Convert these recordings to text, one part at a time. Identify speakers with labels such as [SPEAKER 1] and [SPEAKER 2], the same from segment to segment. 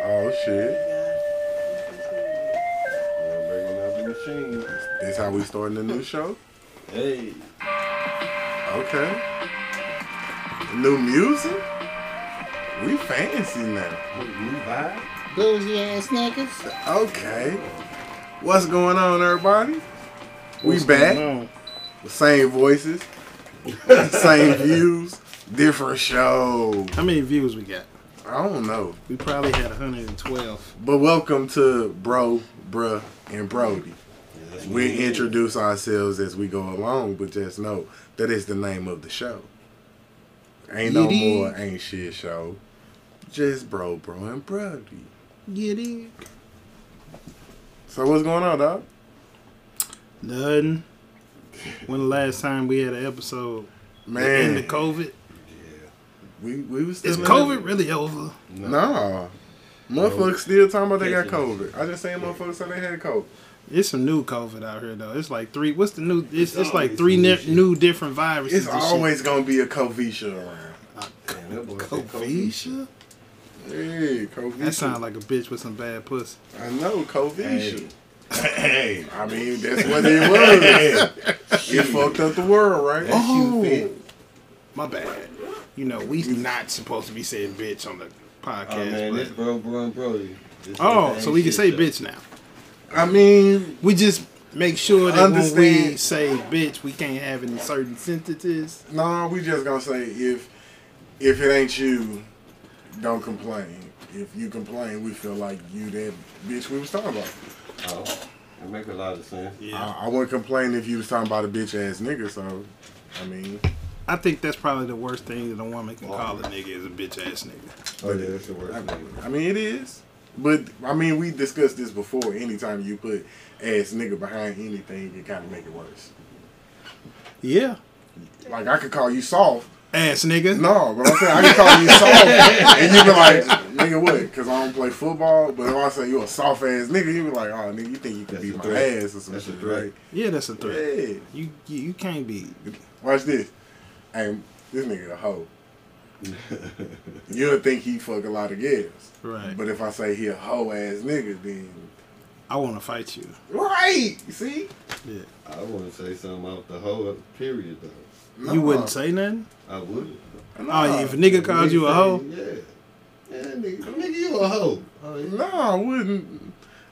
[SPEAKER 1] Oh,
[SPEAKER 2] machine.
[SPEAKER 1] This how we starting the new show?
[SPEAKER 2] Hey.
[SPEAKER 1] Okay. New music? We fancy now.
[SPEAKER 2] New vibe?
[SPEAKER 3] Boozy ass niggas.
[SPEAKER 1] Okay. What's going on, everybody? We
[SPEAKER 3] What's
[SPEAKER 1] back.
[SPEAKER 3] going on?
[SPEAKER 1] The same voices, same views, different show.
[SPEAKER 3] How many views we got?
[SPEAKER 1] I don't know.
[SPEAKER 3] We probably had 112.
[SPEAKER 1] But welcome to Bro, Bruh, and Brody. We introduce ourselves as we go along, but just know that is the name of the show. Ain't no
[SPEAKER 3] It is.
[SPEAKER 1] more ain't shit show. Just bro, bro, and brody.
[SPEAKER 3] Get it?
[SPEAKER 1] So what's going on, dog?
[SPEAKER 3] Nothing. When the last time we had an episode? In the
[SPEAKER 1] Man,
[SPEAKER 3] COVID?
[SPEAKER 1] we we was still
[SPEAKER 3] Is
[SPEAKER 1] in-
[SPEAKER 3] COVID really over?
[SPEAKER 1] No, motherfuckers still talking about they got
[SPEAKER 2] Definitely.
[SPEAKER 1] COVID. I just seen motherfuckers say they had COVID.
[SPEAKER 3] It's some new COVID out here though. It's like three. What's the new? It's,
[SPEAKER 2] It's
[SPEAKER 3] it's like
[SPEAKER 2] always
[SPEAKER 3] three
[SPEAKER 2] new
[SPEAKER 3] new,
[SPEAKER 2] shit.
[SPEAKER 3] new different viruses.
[SPEAKER 1] It's
[SPEAKER 3] and shit.
[SPEAKER 1] always gonna be a COVID show around.
[SPEAKER 2] Damn, that boy said
[SPEAKER 3] Covisha.
[SPEAKER 1] Hey, COVID.
[SPEAKER 3] That sounds like a bitch with some bad pussy.
[SPEAKER 1] I know COVID.
[SPEAKER 2] Hey.
[SPEAKER 1] Hey, I mean that's what it was. it fucked up the world, right?
[SPEAKER 2] That shoe
[SPEAKER 3] Oh.
[SPEAKER 2] fit.
[SPEAKER 3] My bad. You know we not supposed to be saying bitch on the podcast.
[SPEAKER 2] Oh, man,
[SPEAKER 3] but-
[SPEAKER 2] this bro, bro, and Brody. This
[SPEAKER 3] oh,
[SPEAKER 2] ain't
[SPEAKER 3] so we can
[SPEAKER 2] shit
[SPEAKER 3] say
[SPEAKER 2] show.
[SPEAKER 3] bitch now.
[SPEAKER 1] I mean,
[SPEAKER 3] We just make sure that when we
[SPEAKER 1] Understand.
[SPEAKER 3] say bitch, we can't have any certain sentences.
[SPEAKER 1] no, we just gonna say if if it ain't you, don't complain. If you complain, we feel like you that bitch we was talking about.
[SPEAKER 2] Oh, that make a lot of sense.
[SPEAKER 1] I, I wouldn't complain if you was talking about a bitch ass nigga. So, I mean,
[SPEAKER 3] I think that's probably the worst thing that a woman can call a nigga is a bitch ass nigga.
[SPEAKER 2] Oh, yeah, that's the worst
[SPEAKER 1] I,
[SPEAKER 2] thing.
[SPEAKER 1] I mean it is. But I mean we discussed this before. Anytime you put ass nigga behind anything, you kind of make it worse.
[SPEAKER 3] Yeah.
[SPEAKER 1] Like I could call you soft.
[SPEAKER 3] Ass nigga.
[SPEAKER 1] No, but I'm saying I can call you soft, and you be like, nigga, what? Because I don't play football. But if I say you a soft ass nigga, you be like, oh, nigga, you think you can
[SPEAKER 2] That's
[SPEAKER 1] beat
[SPEAKER 2] a
[SPEAKER 1] my
[SPEAKER 2] threat.
[SPEAKER 1] ass or some
[SPEAKER 2] That's a
[SPEAKER 1] shit,
[SPEAKER 2] threat.
[SPEAKER 1] right?
[SPEAKER 3] Yeah, that's a threat.
[SPEAKER 1] Yeah.
[SPEAKER 3] You, you you can't be.
[SPEAKER 1] Watch this. And this nigga a hoe. You'll think he fuck a lot of girls.
[SPEAKER 3] Right.
[SPEAKER 1] But if I say he a hoe ass nigga, then
[SPEAKER 3] I want to fight you.
[SPEAKER 1] right. See,
[SPEAKER 3] Yeah.
[SPEAKER 2] I want to say something off the whole period, though.
[SPEAKER 3] You
[SPEAKER 1] Nah.
[SPEAKER 3] wouldn't say nothing.
[SPEAKER 2] I would.
[SPEAKER 3] Oh, if a nigga called you a hoe,
[SPEAKER 2] Yeah. Yeah, nigga, nigga, you a hoe. Oh, yeah.
[SPEAKER 1] No, I wouldn't.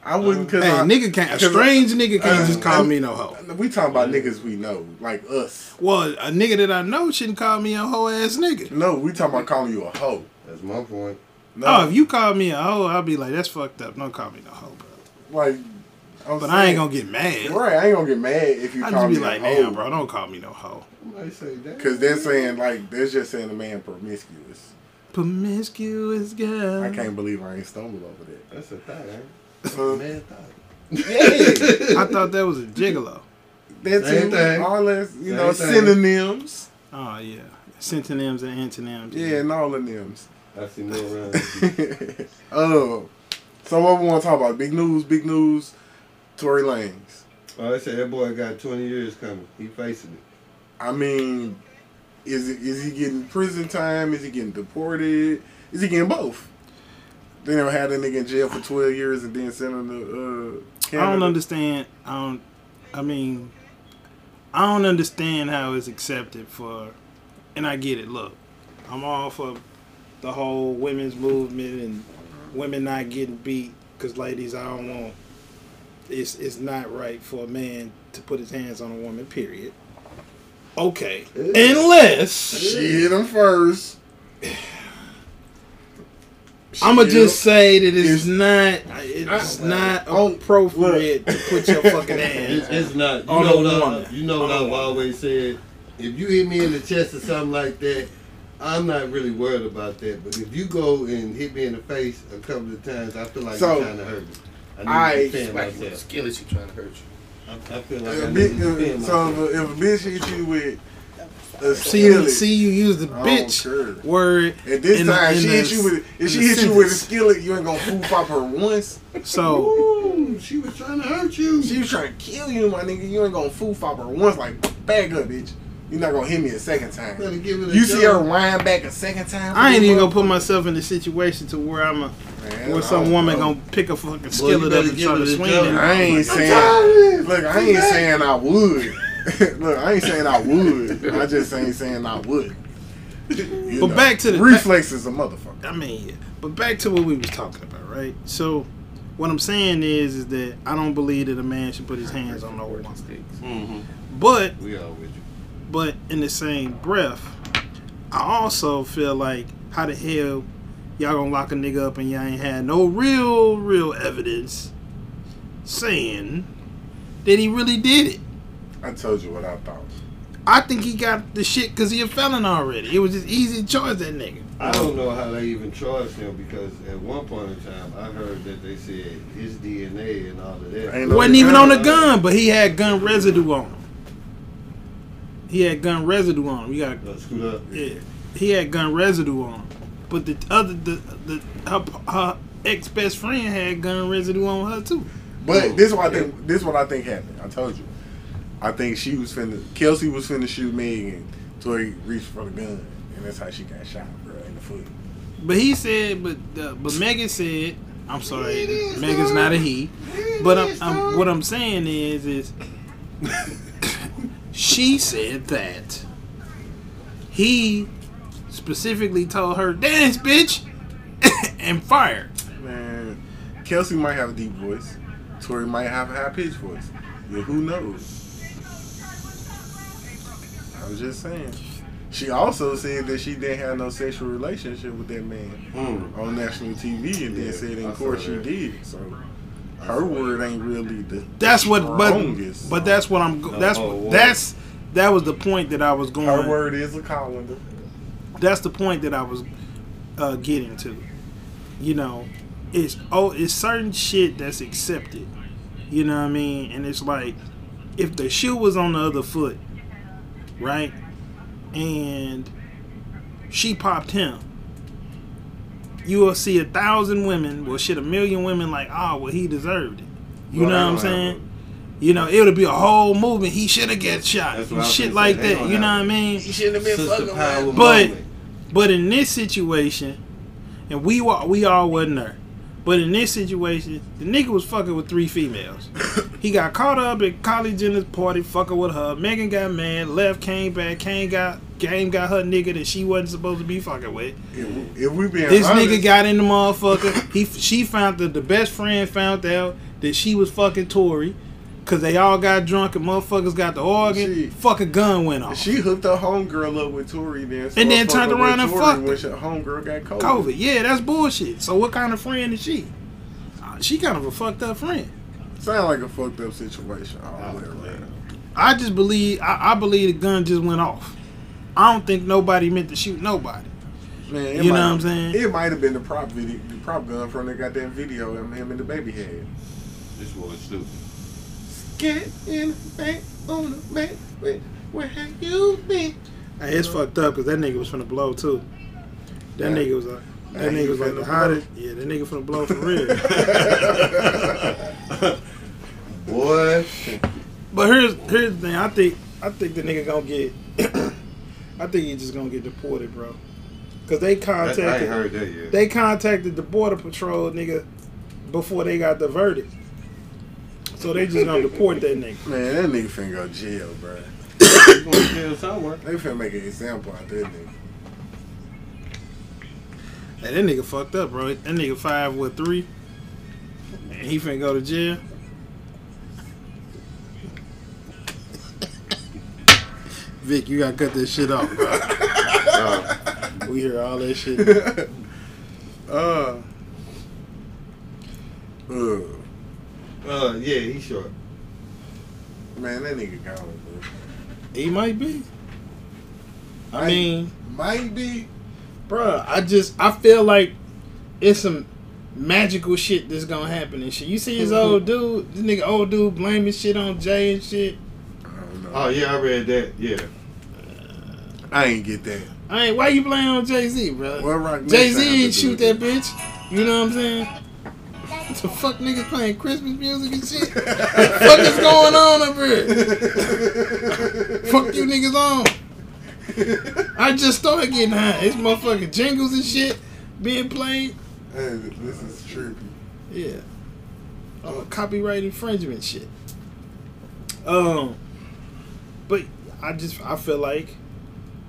[SPEAKER 1] I wouldn't
[SPEAKER 3] hey,
[SPEAKER 1] because
[SPEAKER 3] nigga can't. A strange nigga can't just call me no hoe.
[SPEAKER 1] we talking about niggas we know, like us.
[SPEAKER 3] Well, a nigga that I know shouldn't call me a hoe ass nigga.
[SPEAKER 1] No, we talking about calling you a hoe.
[SPEAKER 2] That's my point.
[SPEAKER 1] No,
[SPEAKER 3] Oh, if you call me a hoe, I'll be like, that's fucked up. Don't call me no hoe, bro.
[SPEAKER 1] like, I'm
[SPEAKER 3] But I
[SPEAKER 1] saying-
[SPEAKER 3] ain't gonna get mad.
[SPEAKER 1] Right, I ain't gonna get mad if you
[SPEAKER 3] I
[SPEAKER 1] call
[SPEAKER 3] just
[SPEAKER 1] me
[SPEAKER 3] be like,
[SPEAKER 1] a hoe,
[SPEAKER 3] damn, bro, don't call me no hoe.
[SPEAKER 2] I might say that.
[SPEAKER 1] Because they're saying like they're just saying the man promiscuous.
[SPEAKER 3] Promiscuous girl.
[SPEAKER 1] I can't believe I ain't stumbled over that.
[SPEAKER 2] That's a thought, ain't
[SPEAKER 1] Uh,
[SPEAKER 2] it? Man, thought.
[SPEAKER 1] yeah,
[SPEAKER 3] I thought that was a gigolo.
[SPEAKER 1] that's
[SPEAKER 2] Same
[SPEAKER 1] it.
[SPEAKER 2] thing.
[SPEAKER 1] all that you
[SPEAKER 2] Same
[SPEAKER 1] know
[SPEAKER 2] thing.
[SPEAKER 1] synonyms.
[SPEAKER 3] Oh yeah, synonyms and antonyms.
[SPEAKER 1] Yeah, and all anonyms.
[SPEAKER 2] I see no around.
[SPEAKER 1] Oh, so what we want to talk about? Big news, big news. Tory Lanez.
[SPEAKER 2] Oh, they say that boy got 20 years coming. He facing it.
[SPEAKER 1] I mean, is it- is he getting prison time? Is he getting deported? Is he getting both? They never had a nigga in jail for twelve years and then sent him to uh,
[SPEAKER 3] I
[SPEAKER 1] Canada.
[SPEAKER 3] don't understand. I don't. I mean, I don't understand how it's accepted for. And I get it. Look, I'm all for the whole women's movement and women not getting beat because ladies, I don't want. It's it's not right for a man to put his hands on a woman. Period. Okay,
[SPEAKER 2] Ew.
[SPEAKER 3] unless.
[SPEAKER 1] She hit him first.
[SPEAKER 3] I'm gonna just say that
[SPEAKER 1] It's-
[SPEAKER 3] it's not it's not appropriate to put your fucking
[SPEAKER 2] It's,
[SPEAKER 3] hands.
[SPEAKER 2] it's not. You
[SPEAKER 3] On
[SPEAKER 2] know
[SPEAKER 3] a
[SPEAKER 2] what
[SPEAKER 3] woman.
[SPEAKER 2] I, you know what
[SPEAKER 3] On a
[SPEAKER 2] I've
[SPEAKER 3] woman.
[SPEAKER 2] always said. If you hit me in the chest or something like that, I'm not really worried about that. But if you go and hit me in the face a couple of times, I feel like
[SPEAKER 1] So,
[SPEAKER 2] you're trying to hurt me. I
[SPEAKER 1] I-
[SPEAKER 2] need to defend
[SPEAKER 4] Like with a
[SPEAKER 2] myself.
[SPEAKER 4] skillet, you trying to hurt you.
[SPEAKER 2] I, I feel like
[SPEAKER 1] A
[SPEAKER 2] I
[SPEAKER 1] bit,
[SPEAKER 2] need to defend
[SPEAKER 1] so
[SPEAKER 2] myself.
[SPEAKER 1] if a, if a bitch hit you with a
[SPEAKER 3] See you
[SPEAKER 1] skillet,
[SPEAKER 3] see you use the
[SPEAKER 1] I don't
[SPEAKER 3] bitch
[SPEAKER 1] care.
[SPEAKER 3] word.
[SPEAKER 1] and this
[SPEAKER 3] in a-
[SPEAKER 1] time
[SPEAKER 3] in
[SPEAKER 1] she
[SPEAKER 3] a
[SPEAKER 1] hit you with
[SPEAKER 3] in
[SPEAKER 1] if she
[SPEAKER 3] a
[SPEAKER 1] hit you with a
[SPEAKER 3] sentence.
[SPEAKER 1] skillet, you ain't gonna fool pop her once.
[SPEAKER 3] So
[SPEAKER 2] Ooh, she was trying to hurt you.
[SPEAKER 1] She was trying to kill you, my nigga. You ain't gonna fool fop her once. Like, back up, bitch. You're not gonna hit me a second time.
[SPEAKER 2] Better give it a
[SPEAKER 1] You see her
[SPEAKER 2] go.
[SPEAKER 1] wind back a second time?
[SPEAKER 3] I ain't even gonna put myself in a situation to where I'm a
[SPEAKER 1] man.
[SPEAKER 3] Or some woman gonna pick a fucking skillet
[SPEAKER 2] better
[SPEAKER 3] up and
[SPEAKER 2] give
[SPEAKER 3] try
[SPEAKER 2] it
[SPEAKER 3] to
[SPEAKER 2] a
[SPEAKER 3] swing
[SPEAKER 2] go.
[SPEAKER 3] it.
[SPEAKER 1] I ain't saying.
[SPEAKER 2] tired
[SPEAKER 1] Look, I ain't saying I would. look, I ain't saying I would. I just ain't saying I would. You
[SPEAKER 3] But back to the-
[SPEAKER 1] reflex is a motherfucker.
[SPEAKER 3] I mean, yeah. But back to what we was talking about, right? So, what I'm saying is, is that I don't believe that a man should put his hands on no woman.
[SPEAKER 2] Mm-hmm.
[SPEAKER 3] But,
[SPEAKER 2] We all with you.
[SPEAKER 3] but in the same breath, I also feel like how the hell y'all gonna lock a nigga up and y'all ain't had no real, real evidence saying that he really did it.
[SPEAKER 1] I told you what I thought.
[SPEAKER 3] I think he got the shit because he a felon already. It was just easy to charge that nigga.
[SPEAKER 2] I don't know how they even charged him because at one point in time I heard that they said his DNA and all of that.
[SPEAKER 1] Ain't no-
[SPEAKER 3] wasn't even on the
[SPEAKER 2] Uh,
[SPEAKER 3] gun, but he had gun residue on him. He had gun residue on him. You got
[SPEAKER 2] Uh, scoot up.
[SPEAKER 3] yeah. He had gun residue on him. But the other the the her, her ex best friend had gun residue on her too.
[SPEAKER 1] But
[SPEAKER 3] Oh,
[SPEAKER 2] Ooh,
[SPEAKER 1] this is what I
[SPEAKER 2] yeah.
[SPEAKER 1] think. This is what I think happened. I told you. I think she was finna. Kelsey was finna shoot Megan. Tori reached for the gun, and that's how she got shot, bro, in the foot.
[SPEAKER 3] But he said, but uh, but Megan said, I'm sorry, Megan's not a he. But I'm, I'm, what I'm saying is, is she said that he specifically told her, "Dance, bitch," and fired.
[SPEAKER 1] Man, Kelsey might have a deep voice. Tori might have a high pitched voice. But who knows? I was just saying. She also said that she didn't have no sexual relationship with that man
[SPEAKER 2] Mm.
[SPEAKER 1] on national TV, and then
[SPEAKER 2] Yeah,
[SPEAKER 1] said
[SPEAKER 2] I
[SPEAKER 1] in
[SPEAKER 2] saw
[SPEAKER 1] court she
[SPEAKER 2] that.
[SPEAKER 1] did. So her word ain't really the
[SPEAKER 3] That's what, but
[SPEAKER 1] Strongest.
[SPEAKER 3] but that's what I'm. go- That's
[SPEAKER 2] Oh, whoa.
[SPEAKER 3] what that's that was the point that I was
[SPEAKER 1] her
[SPEAKER 3] going.
[SPEAKER 1] word is a colander.
[SPEAKER 3] That's the point that I was uh, getting to. You know, it's oh, it's certain shit that's accepted. You know what I mean? And it's like if the shoe was on the other foot, right? And she popped him. You will see a thousand women, well, shit, a million women like, ah, well, he deserved it. You
[SPEAKER 2] Well,
[SPEAKER 3] know
[SPEAKER 2] they
[SPEAKER 3] what
[SPEAKER 2] don't
[SPEAKER 3] I'm
[SPEAKER 2] have
[SPEAKER 3] saying? You know, it would be a whole movement. He should have got shot.
[SPEAKER 2] That's what I
[SPEAKER 3] and
[SPEAKER 2] was
[SPEAKER 3] Shit
[SPEAKER 2] gonna
[SPEAKER 3] like
[SPEAKER 2] say. They
[SPEAKER 3] that.
[SPEAKER 2] don't
[SPEAKER 3] You know what
[SPEAKER 2] have
[SPEAKER 3] I mean?
[SPEAKER 2] a sister power
[SPEAKER 3] But-
[SPEAKER 2] moment.
[SPEAKER 3] But in this situation, and we wa- we all wasn't there. But in this situation, the nigga was fucking with three females. he got caught up at Kylie Jenner's party, fucking with her. Megan got mad, left, came back. Kane got Game got her nigga that she wasn't supposed to be fucking with.
[SPEAKER 1] If we, if we being
[SPEAKER 3] This
[SPEAKER 1] honest,
[SPEAKER 3] nigga got in the motherfucker. He she found that the best friend found out that she was fucking Tory, cause they all got drunk and motherfuckers got the organ.
[SPEAKER 1] Shit.
[SPEAKER 3] Fucking gun went off.
[SPEAKER 1] She hooked her homegirl up with Tori, then
[SPEAKER 3] And then
[SPEAKER 1] started
[SPEAKER 3] turned
[SPEAKER 1] fucking
[SPEAKER 3] around
[SPEAKER 1] with
[SPEAKER 3] and
[SPEAKER 1] Tory
[SPEAKER 3] fucked
[SPEAKER 1] when she, homegirl got COVID.
[SPEAKER 3] COVID. Yeah, that's bullshit. So what kind of friend is she? Uh, She kind of a fucked up friend.
[SPEAKER 1] Sound like a fucked up situation
[SPEAKER 3] Oh,
[SPEAKER 1] all the way around.
[SPEAKER 3] I just believe I, I believe the gun just went off. I don't think nobody meant to shoot nobody.
[SPEAKER 1] Man, it
[SPEAKER 3] You know what I'm saying?
[SPEAKER 1] It might have been the prop video, the prop gun from the goddamn video of him and the baby head.
[SPEAKER 2] This was stupid.
[SPEAKER 1] Get in the bank on the bank. Where, where have you been?
[SPEAKER 3] Hey, it's fucked up because that nigga was finna blow too. That
[SPEAKER 1] Yeah.
[SPEAKER 3] nigga was a that
[SPEAKER 1] Yeah, he
[SPEAKER 3] nigga was like
[SPEAKER 1] finna
[SPEAKER 3] the
[SPEAKER 1] blow.
[SPEAKER 3] hottest. Yeah, that nigga finna blow for real.
[SPEAKER 2] Boy,
[SPEAKER 3] But here's here's the thing. I think I think the nigga gonna get. I think he just gonna get deported, bro. Cause
[SPEAKER 2] I,
[SPEAKER 3] they
[SPEAKER 2] I ain't
[SPEAKER 3] contacted.
[SPEAKER 2] heard that yet.
[SPEAKER 3] They contacted the border patrol nigga before they got diverted. So they just gonna deport that nigga.
[SPEAKER 1] Man, that nigga finna go to jail, bro.
[SPEAKER 2] They going to jail somewhere.
[SPEAKER 1] They finna make an example out that nigga.
[SPEAKER 3] Hey, that nigga fucked up, bro. That nigga five with three, and he finna go to jail. Vic, you gotta cut this shit off, bro.
[SPEAKER 2] Uh,
[SPEAKER 3] We hear all that shit.
[SPEAKER 1] Uh. Ugh.
[SPEAKER 2] uh, yeah, he short.
[SPEAKER 1] Man, that nigga gone, bro.
[SPEAKER 3] He might be. I
[SPEAKER 1] Might-
[SPEAKER 3] mean.
[SPEAKER 1] Might be.
[SPEAKER 3] Bruh, I just I feel like it's some magical shit that's gonna happen and shit. You see this old dude, this nigga old dude blaming shit on Jay and shit.
[SPEAKER 1] I don't know.
[SPEAKER 2] Oh yeah, I read that. Yeah.
[SPEAKER 1] I ain't get that.
[SPEAKER 3] I ain't why you blame on Jay Z, bro?
[SPEAKER 1] Well, Rock
[SPEAKER 3] Jay
[SPEAKER 1] Nation
[SPEAKER 3] Z
[SPEAKER 1] had to
[SPEAKER 3] didn't shoot
[SPEAKER 1] do
[SPEAKER 3] that bitch. You know what I'm saying? What the fuck niggas playing Christmas music and shit? fuck is going on up here?
[SPEAKER 1] it.
[SPEAKER 3] Fuck you niggas on. I just started getting high. It's motherfucking jingles and shit being played.
[SPEAKER 1] Hey, this is trippy.
[SPEAKER 3] Yeah. Uh, copyright infringement shit. Um, but I just I feel like,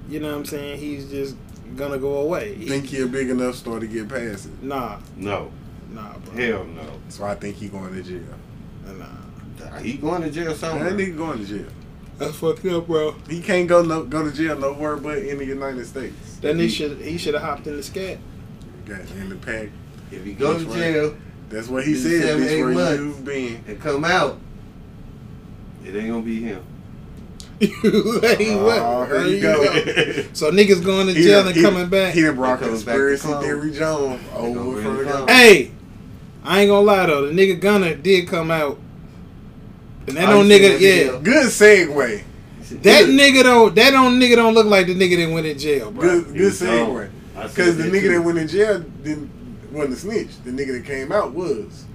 [SPEAKER 3] you know what I'm saying. He's just gonna go away. He-
[SPEAKER 1] Think he a big enough star to get past it.
[SPEAKER 3] nah,
[SPEAKER 2] No,
[SPEAKER 3] nah, bro.
[SPEAKER 2] hell no.
[SPEAKER 1] So I think he going to jail.
[SPEAKER 3] Nah.
[SPEAKER 2] He going to jail
[SPEAKER 1] That
[SPEAKER 2] somewhere.
[SPEAKER 1] nigga going to jail.
[SPEAKER 3] That's fucked up, bro.
[SPEAKER 1] He can't go no, go to jail nowhere but in the United States.
[SPEAKER 3] That nigga should he should have hopped in the scat.
[SPEAKER 1] Got in the pack.
[SPEAKER 2] If he go to
[SPEAKER 1] That's right.
[SPEAKER 2] jail
[SPEAKER 1] That's what he
[SPEAKER 2] Been
[SPEAKER 1] said.
[SPEAKER 2] seven,
[SPEAKER 1] Bitch,
[SPEAKER 2] eight
[SPEAKER 1] where
[SPEAKER 2] months.
[SPEAKER 1] you been?
[SPEAKER 2] and come out, it ain't gonna be him.
[SPEAKER 3] hey, what?
[SPEAKER 1] Oh, here
[SPEAKER 3] There
[SPEAKER 1] you go.
[SPEAKER 3] So niggas going to
[SPEAKER 1] He
[SPEAKER 3] jail
[SPEAKER 1] done-
[SPEAKER 3] and
[SPEAKER 1] he-
[SPEAKER 3] coming back.
[SPEAKER 1] He done brought
[SPEAKER 2] He comes back to
[SPEAKER 1] conspiracy
[SPEAKER 2] clone.
[SPEAKER 1] theory Jones over
[SPEAKER 2] gonna
[SPEAKER 1] from the
[SPEAKER 2] bring it
[SPEAKER 1] government.
[SPEAKER 2] down.
[SPEAKER 3] Hey, I ain't gonna lie though, the nigga Gunner did come out. And that
[SPEAKER 2] Oh,
[SPEAKER 3] don't
[SPEAKER 2] you seen
[SPEAKER 3] nigga,
[SPEAKER 2] that video?
[SPEAKER 3] yeah.
[SPEAKER 1] Good segue.
[SPEAKER 3] That nigga don't, that don't nigga don't look like the nigga that went in jail, bro.
[SPEAKER 1] Good,
[SPEAKER 2] He
[SPEAKER 1] good
[SPEAKER 2] was gone.
[SPEAKER 1] segue.
[SPEAKER 2] I said
[SPEAKER 1] Because the
[SPEAKER 2] that
[SPEAKER 1] nigga
[SPEAKER 2] too.
[SPEAKER 1] that went in jail didn't wasn't a snitch. The nigga that came out was.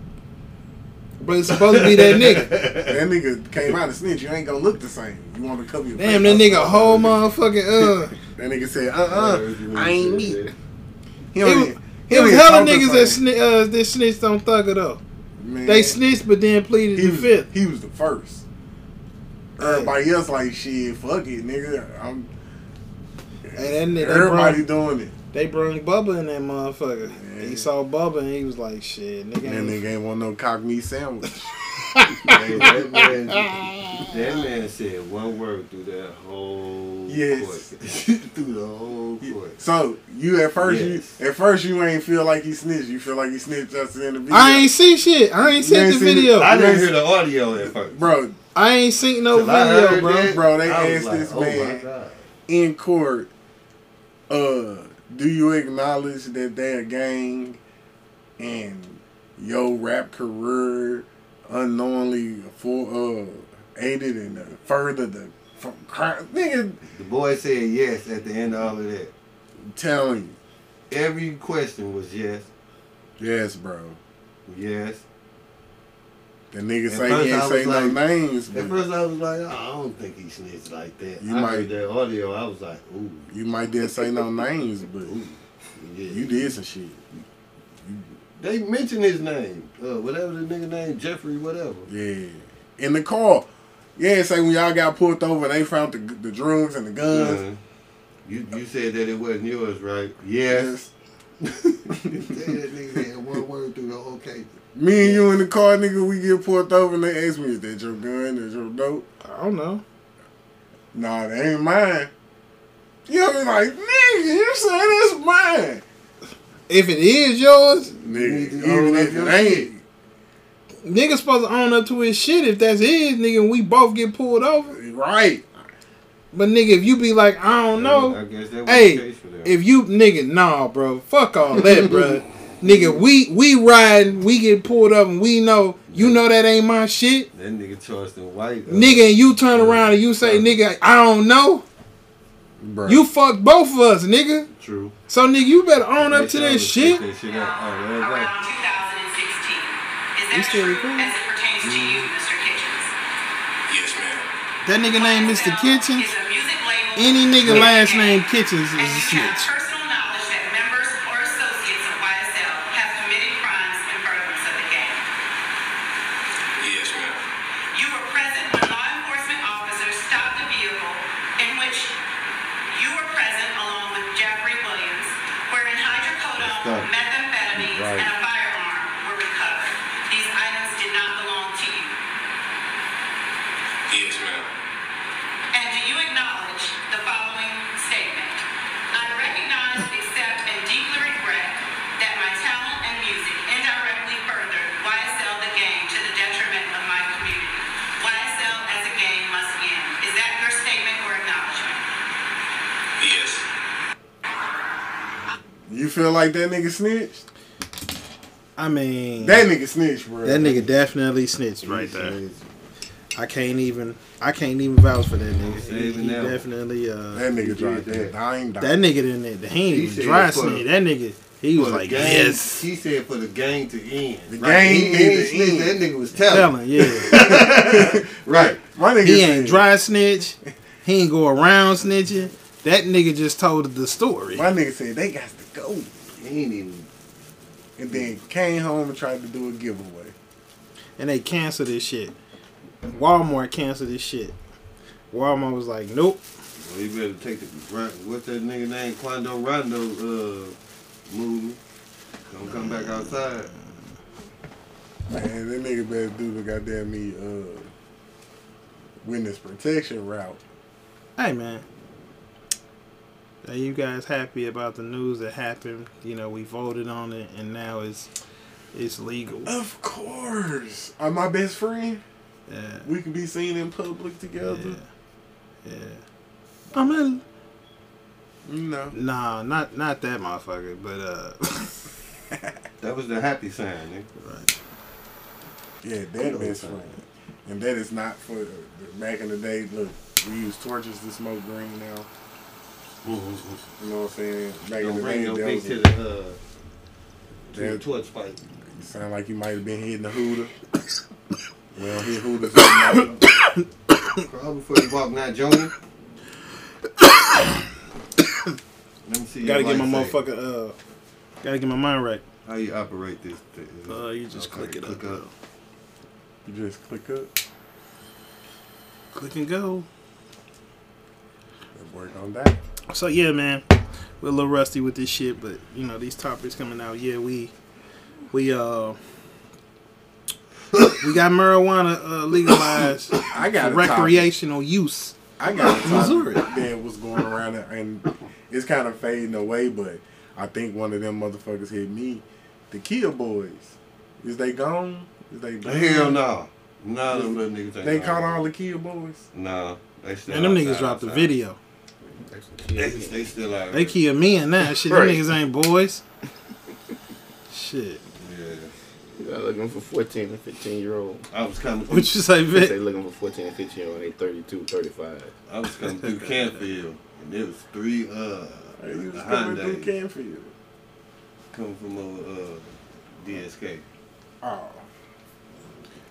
[SPEAKER 3] But it's supposed to be that nigga.
[SPEAKER 1] That nigga came out a snitch. You ain't gonna look the same. You want to cover your
[SPEAKER 3] Damn,
[SPEAKER 1] face.
[SPEAKER 3] that nigga whole motherfucking uh.
[SPEAKER 1] That nigga said, uh uh I ain't me. He
[SPEAKER 3] It
[SPEAKER 1] don't
[SPEAKER 3] was-
[SPEAKER 1] even- he
[SPEAKER 3] It
[SPEAKER 1] don't
[SPEAKER 3] was
[SPEAKER 1] even
[SPEAKER 3] hella
[SPEAKER 1] talk the
[SPEAKER 3] niggas that,
[SPEAKER 1] same.
[SPEAKER 3] sni- uh, that snitched on Thugger though.
[SPEAKER 1] Man,
[SPEAKER 3] They snitched but then pleaded
[SPEAKER 1] he
[SPEAKER 3] the
[SPEAKER 1] was,
[SPEAKER 3] fifth.
[SPEAKER 1] He was the first. Everybody else like shit, fuck it, nigga. I'm
[SPEAKER 3] And that nigga, they
[SPEAKER 1] everybody
[SPEAKER 3] brung,
[SPEAKER 1] doing it.
[SPEAKER 3] they brung Bubba in that motherfucker.
[SPEAKER 1] Yeah.
[SPEAKER 3] He saw Bubba and he was like, shit, nigga.
[SPEAKER 1] That
[SPEAKER 3] ain't-
[SPEAKER 1] nigga ain't want no cock meat sandwich.
[SPEAKER 2] Man, that, man, that man said one word through that whole
[SPEAKER 1] Yes.
[SPEAKER 2] court. through the whole court.
[SPEAKER 1] so you at first
[SPEAKER 2] Yes.
[SPEAKER 1] you at first you ain't feel like he snitched. You feel like he snitched us in the video.
[SPEAKER 3] I ain't see shit. I ain't
[SPEAKER 1] You
[SPEAKER 3] seen
[SPEAKER 1] ain't
[SPEAKER 3] the
[SPEAKER 1] seen it?
[SPEAKER 3] video.
[SPEAKER 2] I didn't
[SPEAKER 1] yes.
[SPEAKER 2] hear the audio at first.
[SPEAKER 1] bro.
[SPEAKER 3] I ain't seen no
[SPEAKER 2] Till I
[SPEAKER 3] video,
[SPEAKER 2] heard
[SPEAKER 3] bro.
[SPEAKER 2] that,
[SPEAKER 1] Bro, they
[SPEAKER 2] I was
[SPEAKER 1] asked
[SPEAKER 2] like,
[SPEAKER 1] this
[SPEAKER 2] oh my
[SPEAKER 1] man-
[SPEAKER 2] God.
[SPEAKER 1] In court, uh, do you acknowledge that they a gang and your rap career unknowingly for uh aided and uh, furthered the from crime? Nigga,
[SPEAKER 2] The boy said yes at the end of all of that.
[SPEAKER 1] telling you,
[SPEAKER 2] Every question was yes,
[SPEAKER 1] yes, bro.
[SPEAKER 2] yes.
[SPEAKER 1] The nigga
[SPEAKER 2] At
[SPEAKER 1] say
[SPEAKER 2] first
[SPEAKER 1] he
[SPEAKER 2] I
[SPEAKER 1] ain't
[SPEAKER 2] was
[SPEAKER 1] say no
[SPEAKER 2] like-
[SPEAKER 1] names,
[SPEAKER 2] At
[SPEAKER 1] but
[SPEAKER 2] first I was like, oh, I don't think he snitched like
[SPEAKER 1] Mm.
[SPEAKER 2] that.
[SPEAKER 1] You
[SPEAKER 2] I
[SPEAKER 1] might-
[SPEAKER 2] heard that audio, I was like, ooh,
[SPEAKER 1] you might didn't say no names, but
[SPEAKER 2] yeah.
[SPEAKER 1] you did some shit.
[SPEAKER 2] They mentioned his name, uh, whatever the nigga name, Jeffrey, whatever.
[SPEAKER 1] Yeah, in the car. Yeah, say when y'all got pulled over, they found the, the drugs and the guns.
[SPEAKER 2] Uh, you you said that it wasn't yours, right? Yes. you said that nigga had one word through the whole case.
[SPEAKER 1] Me and you in the car, nigga, we get pulled over and they ask me, is that your gun? Is your dope?
[SPEAKER 3] I don't know.
[SPEAKER 1] Nah, that ain't mine. You know, be like, nigga, you say that's mine.
[SPEAKER 3] If it is yours,
[SPEAKER 1] Nigga,
[SPEAKER 2] need to own
[SPEAKER 1] even
[SPEAKER 2] up
[SPEAKER 1] if
[SPEAKER 2] your
[SPEAKER 1] it ain't.
[SPEAKER 3] nigga supposed to own up to his shit. If that's his, nigga, and we both get pulled over.
[SPEAKER 1] Right.
[SPEAKER 3] But nigga, if you be like, I don't
[SPEAKER 2] I
[SPEAKER 3] know,
[SPEAKER 2] guess that was
[SPEAKER 3] Hey,
[SPEAKER 2] the case for them.
[SPEAKER 3] if you nigga, nah, bro, fuck all that, bro. nigga, we we riding, we get pulled up, and we know you know that ain't my shit,
[SPEAKER 2] that nigga Charleston White. uh,
[SPEAKER 3] nigga. And you turn around and you say, nigga, I don't know.
[SPEAKER 1] Bro.
[SPEAKER 3] You fucked both of us, nigga.
[SPEAKER 2] True.
[SPEAKER 3] So nigga, you better own up to
[SPEAKER 2] They
[SPEAKER 3] that
[SPEAKER 2] should
[SPEAKER 3] shit.
[SPEAKER 2] take that shit out. Oh, that was
[SPEAKER 4] around 2016. Is
[SPEAKER 3] You
[SPEAKER 4] that
[SPEAKER 3] still
[SPEAKER 4] true
[SPEAKER 3] recording?
[SPEAKER 4] as it pertains to you,
[SPEAKER 3] Mm-hmm.
[SPEAKER 4] Mr. Kitchens?
[SPEAKER 5] Yes, ma'am.
[SPEAKER 3] That nigga named Mr. Kitchens.
[SPEAKER 4] Is a music label
[SPEAKER 3] Any nigga last name Kitchens is a
[SPEAKER 4] and you have
[SPEAKER 3] snitch.
[SPEAKER 4] personal knowledge that members or associates of YSL have committed crimes in furtherance of the gang.
[SPEAKER 5] Yes, ma'am.
[SPEAKER 4] You were present when law enforcement officers stopped a vehicle in which you were present along with Jeffrey Williams, wherein hydrocodone,
[SPEAKER 2] Let's go.
[SPEAKER 4] methamphetamines,
[SPEAKER 2] Right.
[SPEAKER 4] and a firearm were recovered. These items did not belong to you.
[SPEAKER 5] Yes, ma'am.
[SPEAKER 4] And do you acknowledge the following statement? I recognize, accept, and deeply regret that my talent and music indirectly furthered YSL the game to the detriment of my community. YSL as a game must end. Is that your statement or acknowledgement?
[SPEAKER 5] Yes.
[SPEAKER 1] You feel like that nigga snitched?
[SPEAKER 3] I mean,
[SPEAKER 1] That nigga snitched, bro.
[SPEAKER 3] That nigga definitely snitched right there. I can't even I can't even vouch for that nigga. He,
[SPEAKER 2] Saving
[SPEAKER 3] he
[SPEAKER 2] that one.
[SPEAKER 3] definitely uh
[SPEAKER 1] That nigga
[SPEAKER 2] did
[SPEAKER 1] dropped that
[SPEAKER 2] that.
[SPEAKER 1] dime
[SPEAKER 3] that
[SPEAKER 1] dime.
[SPEAKER 3] nigga didn't he ain't
[SPEAKER 2] He
[SPEAKER 3] even
[SPEAKER 2] said
[SPEAKER 3] dry
[SPEAKER 2] for-
[SPEAKER 3] snitch. That nigga he was
[SPEAKER 2] For the
[SPEAKER 3] like
[SPEAKER 2] gang-
[SPEAKER 3] yes
[SPEAKER 2] He said for the gang to end.
[SPEAKER 1] The gang
[SPEAKER 2] he,
[SPEAKER 1] need
[SPEAKER 2] he ain't
[SPEAKER 1] to
[SPEAKER 2] snitch,
[SPEAKER 1] end.
[SPEAKER 2] That nigga was telling.
[SPEAKER 3] telling yeah.
[SPEAKER 2] Right.
[SPEAKER 1] My nigga
[SPEAKER 3] he ain't
[SPEAKER 1] said-
[SPEAKER 3] dry snitch. He ain't go around snitching. That nigga just told the story.
[SPEAKER 1] My nigga said they got to go.
[SPEAKER 2] He ain't even.
[SPEAKER 1] It and then came home and tried to do a giveaway.
[SPEAKER 3] and they canceled this shit. Walmart canceled this shit. Walmart was like, nope.
[SPEAKER 2] Well, you better take the what's that nigga name Quando Rondo uh movie. Don't come back outside.
[SPEAKER 1] Man, that nigga better do the goddamn me uh witness protection route.
[SPEAKER 3] Hey man, are you guys happy about the news that happened? You know, we voted on it, and now it's it's legal.
[SPEAKER 1] Of course. I'm my best friend.
[SPEAKER 3] Yeah,
[SPEAKER 1] We can be seen in public
[SPEAKER 3] yeah,
[SPEAKER 1] together.
[SPEAKER 3] yeah. I mean,
[SPEAKER 1] No.
[SPEAKER 3] nah, not not that motherfucker, but uh,
[SPEAKER 2] That was the happy sign, nigga.
[SPEAKER 3] right.
[SPEAKER 1] Yeah, that best friend. And that is not for the- back in the day. Look, we use torches to smoke green now. You know what I'm saying? Back in
[SPEAKER 2] Don't
[SPEAKER 1] the
[SPEAKER 2] bring
[SPEAKER 1] day,
[SPEAKER 2] your
[SPEAKER 1] Mm-hmm. that
[SPEAKER 2] bitch
[SPEAKER 1] was
[SPEAKER 2] to
[SPEAKER 1] a-
[SPEAKER 2] the uh to
[SPEAKER 1] Yeah.
[SPEAKER 2] the torch fight.
[SPEAKER 1] you sound like you might have been hitting the hooter. well, hit hooters. tonight.
[SPEAKER 2] Crawl before you walk, not Jonah. Let me see. your
[SPEAKER 3] gotta get my
[SPEAKER 2] lights at.
[SPEAKER 3] motherfucker. Uh, gotta get my mind right.
[SPEAKER 2] How you operate this? thing?
[SPEAKER 3] Uh, you just click it up.
[SPEAKER 1] you just click up
[SPEAKER 3] Click and go.
[SPEAKER 1] and work on that.
[SPEAKER 3] So yeah, man, we're a little rusty with this shit, but you know these topics coming out. Yeah, we we uh we got marijuana uh, legalized
[SPEAKER 1] I got
[SPEAKER 3] for
[SPEAKER 1] a topic.
[SPEAKER 3] recreational use.
[SPEAKER 1] I got a topic
[SPEAKER 3] Missouri.
[SPEAKER 1] that was going around and, and it's kind of fading away, but I think one of them motherfuckers hit me. The Kia boys, is they gone? Is they gone?
[SPEAKER 2] Hell no. Nah, them little niggas ain't
[SPEAKER 1] They
[SPEAKER 2] gone.
[SPEAKER 1] caught all the Kia boys.
[SPEAKER 2] No, they still.
[SPEAKER 3] And them
[SPEAKER 2] outside,
[SPEAKER 3] niggas dropped a
[SPEAKER 2] outside.
[SPEAKER 3] video.
[SPEAKER 2] They, they still out.
[SPEAKER 3] They kill me and that shit.
[SPEAKER 6] Right.
[SPEAKER 3] Them niggas ain't boys. Shit.
[SPEAKER 2] Yeah,
[SPEAKER 6] They're looking for 14 and 15 year old.
[SPEAKER 2] I was coming. Through,
[SPEAKER 3] What you say,
[SPEAKER 6] They say
[SPEAKER 3] Vic?
[SPEAKER 6] looking for 14 and 15 year old. They 32, 35.
[SPEAKER 2] I was coming through Canfield, and there was three uh
[SPEAKER 1] Hey, he was coming through
[SPEAKER 2] Hyundai
[SPEAKER 1] Canfield.
[SPEAKER 2] coming from over uh DSK.
[SPEAKER 1] Oh. All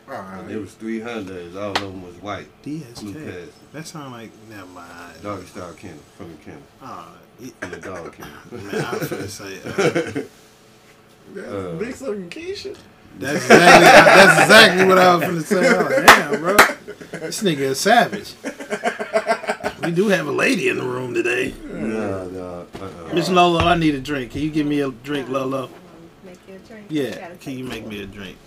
[SPEAKER 2] And there
[SPEAKER 1] right.
[SPEAKER 2] was three Hyundai's. All of them was white. Blue
[SPEAKER 3] DSK.
[SPEAKER 2] pass.
[SPEAKER 3] That sound like never mind.
[SPEAKER 2] Doggy style kennel from the kennel
[SPEAKER 3] Oh, it,
[SPEAKER 2] from the dog
[SPEAKER 3] man, I was finna say. uh,
[SPEAKER 2] kennel. uh,
[SPEAKER 1] That's Big Southern Keisha.
[SPEAKER 3] That's exactly, that's exactly what I was gonna say. I was like, Damn, bro, this nigga is savage. We do have a lady in the room today.
[SPEAKER 2] no, no, uh-uh.
[SPEAKER 3] Miss Lolo, I need a drink. Can you give me a drink, Lolo?
[SPEAKER 7] Make you a drink. You
[SPEAKER 3] Yeah.
[SPEAKER 7] gotta
[SPEAKER 3] Can you
[SPEAKER 7] take
[SPEAKER 3] make me a drink?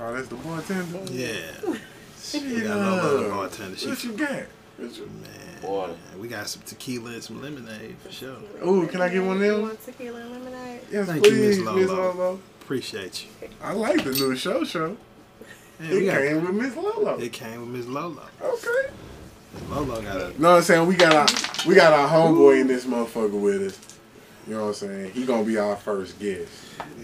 [SPEAKER 1] Oh, that's the bartender.
[SPEAKER 3] Yeah. We got Lolo the bartender. She,
[SPEAKER 1] What you got? What you-
[SPEAKER 6] Boy.
[SPEAKER 3] we got some tequila and some lemonade for sure.
[SPEAKER 7] tequila
[SPEAKER 1] Ooh, can I get one of them?
[SPEAKER 7] You want tequila and lemonade?
[SPEAKER 1] Yes,
[SPEAKER 3] Thank you, Miss
[SPEAKER 1] please, Miss
[SPEAKER 3] Lolo.
[SPEAKER 1] Lolo.
[SPEAKER 3] Appreciate you.
[SPEAKER 1] I like the new show show.
[SPEAKER 3] Man, we
[SPEAKER 1] It
[SPEAKER 3] got-
[SPEAKER 1] came with Miss Lolo.
[SPEAKER 3] it came with Miss Lolo.
[SPEAKER 1] Okay.
[SPEAKER 3] Lolo got a
[SPEAKER 1] No, I'm saying we got our we got our homeboy in this motherfucker with us. You know what I'm saying? He gonna be our first guest.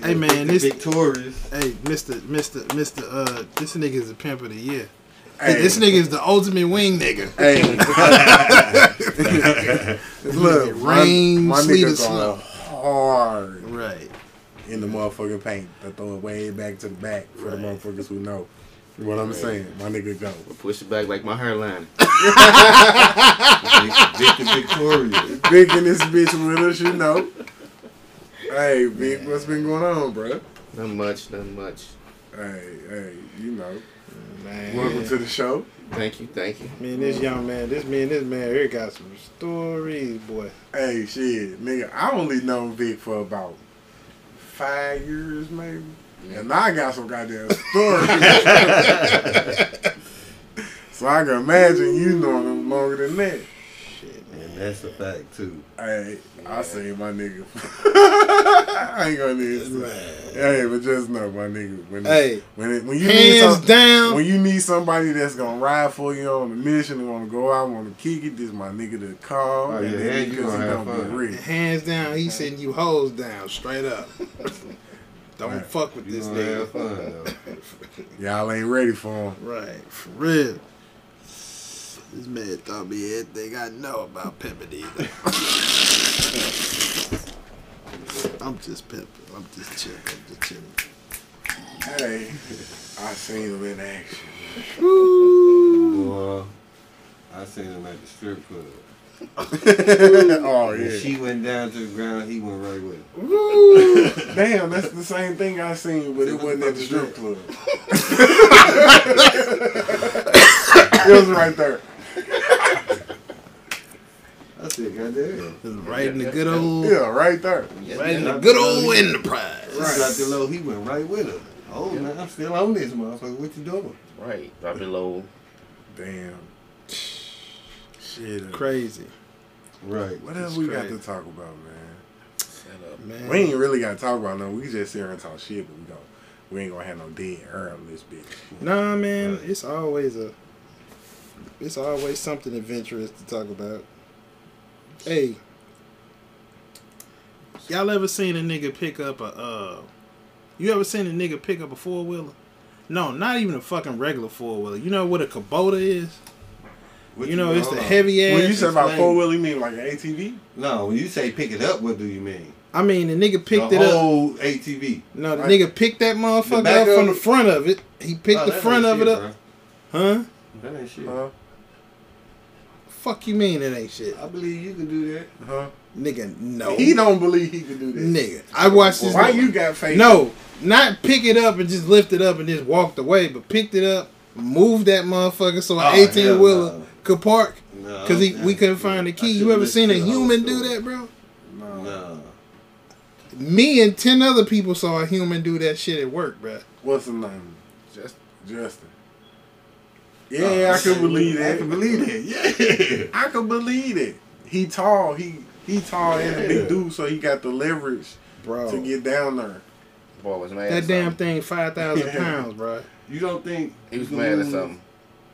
[SPEAKER 3] Hey, man, this-
[SPEAKER 2] victorious.
[SPEAKER 3] hey, Mister, Mister, Mister. Uh, this nigga is the pimp of the year.
[SPEAKER 1] Hey,
[SPEAKER 3] This nigga is the ultimate wing nigga.
[SPEAKER 1] hey, look, my-
[SPEAKER 3] Rain,
[SPEAKER 1] my,
[SPEAKER 3] sleet, and
[SPEAKER 1] nigga
[SPEAKER 3] snow.
[SPEAKER 1] going hard
[SPEAKER 3] Right.
[SPEAKER 1] in the motherfucking paint. I throw it way back to the back for the
[SPEAKER 3] Right.
[SPEAKER 1] motherfuckers who know. You know what I'm saying? My nigga go.
[SPEAKER 6] Push it back like my hairline.
[SPEAKER 2] Vic is victorious.
[SPEAKER 1] Big in this bitch with us, you know. Hey, big, what's been going on, bruh?
[SPEAKER 6] Not much, not much.
[SPEAKER 1] Hey, hey, you know.
[SPEAKER 3] Man.
[SPEAKER 1] Welcome to the show.
[SPEAKER 6] Thank you, thank you.
[SPEAKER 3] Man, this young man, this man, this man here got some stories, boy.
[SPEAKER 1] Hey, shit, nigga, I only known Vic for about five years, maybe. And I got some goddamn stories. so I can imagine you knowing him longer than that.
[SPEAKER 2] And that's a fact too.
[SPEAKER 1] Hey, I say my nigga. I ain't gonna need to. Hey, but just know my nigga. When
[SPEAKER 3] Hey.
[SPEAKER 1] when it, when you need
[SPEAKER 3] Hands
[SPEAKER 1] some,
[SPEAKER 3] down.
[SPEAKER 1] when you need somebody that's gonna ride for you on a mission and wanna go out, wanna kick it, this my nigga to call.
[SPEAKER 2] Oh,
[SPEAKER 1] and
[SPEAKER 2] yeah,
[SPEAKER 1] then
[SPEAKER 2] you
[SPEAKER 1] because
[SPEAKER 2] gonna
[SPEAKER 1] he
[SPEAKER 2] have
[SPEAKER 1] gonna be
[SPEAKER 2] fun.
[SPEAKER 1] rich.
[SPEAKER 3] Hands down, he sending you hoes down, straight up. Don't
[SPEAKER 1] Right.
[SPEAKER 3] fuck with
[SPEAKER 2] You
[SPEAKER 3] this
[SPEAKER 2] gonna have
[SPEAKER 3] nigga.
[SPEAKER 2] fun though.
[SPEAKER 1] Y'all ain't ready for him.
[SPEAKER 3] Right, for real. This man taught me everything I know about pimping either. I'm just pimping. I'm just chilling. I'm just chilling.
[SPEAKER 1] Hey, I seen him in action.
[SPEAKER 2] Boy, I seen him at the strip club.
[SPEAKER 1] oh
[SPEAKER 2] When
[SPEAKER 1] yeah.
[SPEAKER 2] she went down to the ground, he went right with her.
[SPEAKER 1] Ooh, damn, that's the same thing I seen, but it wasn't at the strip club. it was right there.
[SPEAKER 2] I said, God damn.
[SPEAKER 3] Right in the good old,
[SPEAKER 1] Yeah, right there.
[SPEAKER 3] right in the good old enterprise.
[SPEAKER 2] Right. the low, he went right with her. Oh, man, I'm still on this motherfucker. What you doing?
[SPEAKER 6] Right. Drop it low.
[SPEAKER 1] Damn. Shit. uh,
[SPEAKER 3] Crazy.
[SPEAKER 2] Right.
[SPEAKER 1] What else we got
[SPEAKER 3] crazy.
[SPEAKER 1] to talk about, man?
[SPEAKER 3] Man.
[SPEAKER 1] We ain't really got to talk about nothing. We just sit here and talk shit, but we don't. We ain't gonna have no dead air on this bitch.
[SPEAKER 3] Nah, man, it's always a, it's always something adventurous to talk about. Hey, y'all ever seen a nigga pick up a? uh You ever seen a nigga pick up a four wheeler? No, not even a fucking regular four wheeler. You know what a Kubota is?
[SPEAKER 2] What
[SPEAKER 3] you know it's the
[SPEAKER 2] hold on.
[SPEAKER 3] heavy ass.
[SPEAKER 1] when you said about
[SPEAKER 3] thing.
[SPEAKER 1] four wheel, you mean like an ATV?
[SPEAKER 2] No, when you say pick it up, what do you mean?
[SPEAKER 3] I mean, the nigga picked
[SPEAKER 2] the
[SPEAKER 3] it up.
[SPEAKER 2] whole ATV.
[SPEAKER 3] No, the
[SPEAKER 1] Right.
[SPEAKER 3] nigga picked that motherfucker
[SPEAKER 2] back
[SPEAKER 3] up
[SPEAKER 2] of
[SPEAKER 3] from the
[SPEAKER 2] it-
[SPEAKER 3] front of it. He picked
[SPEAKER 2] Oh,
[SPEAKER 3] the
[SPEAKER 2] that
[SPEAKER 3] front
[SPEAKER 2] ain't
[SPEAKER 3] of it
[SPEAKER 2] shit,
[SPEAKER 3] up, huh?
[SPEAKER 2] Bro. That ain't shit.
[SPEAKER 1] Huh?
[SPEAKER 3] Fuck you mean it ain't shit,
[SPEAKER 2] I believe you can do that.
[SPEAKER 1] Huh?
[SPEAKER 3] nigga? No,
[SPEAKER 1] He don't believe he can do that.
[SPEAKER 3] nigga. I watched this.
[SPEAKER 1] Why you got faith?
[SPEAKER 3] No, not pick it up and just lift it up and just walked away, but picked it up, moved that motherfucker so
[SPEAKER 2] Oh,
[SPEAKER 3] an
[SPEAKER 2] hell
[SPEAKER 3] 18 wheeler
[SPEAKER 2] no.
[SPEAKER 3] could park
[SPEAKER 2] No.
[SPEAKER 3] because he we couldn't find the key. You ever seen a human do
[SPEAKER 2] that?
[SPEAKER 3] that, bro?
[SPEAKER 2] No.
[SPEAKER 3] Me and 10 other people saw a human do that shit at work, bro.
[SPEAKER 1] What's his name?
[SPEAKER 6] Just
[SPEAKER 1] Justin. Yeah, I can believe that.
[SPEAKER 2] I can believe that.
[SPEAKER 1] I could believe it. He tall. He he tall and a
[SPEAKER 2] Yeah.
[SPEAKER 1] big dude, so he got the leverage
[SPEAKER 3] Bro,
[SPEAKER 1] to get down there.
[SPEAKER 6] boy was mad.
[SPEAKER 3] that
[SPEAKER 6] at
[SPEAKER 3] damn
[SPEAKER 6] something.
[SPEAKER 3] thing 5,000
[SPEAKER 1] Yeah.
[SPEAKER 3] pounds, bro.
[SPEAKER 2] Yeah. You don't think
[SPEAKER 6] He was
[SPEAKER 2] you
[SPEAKER 6] mad at
[SPEAKER 2] can
[SPEAKER 6] something.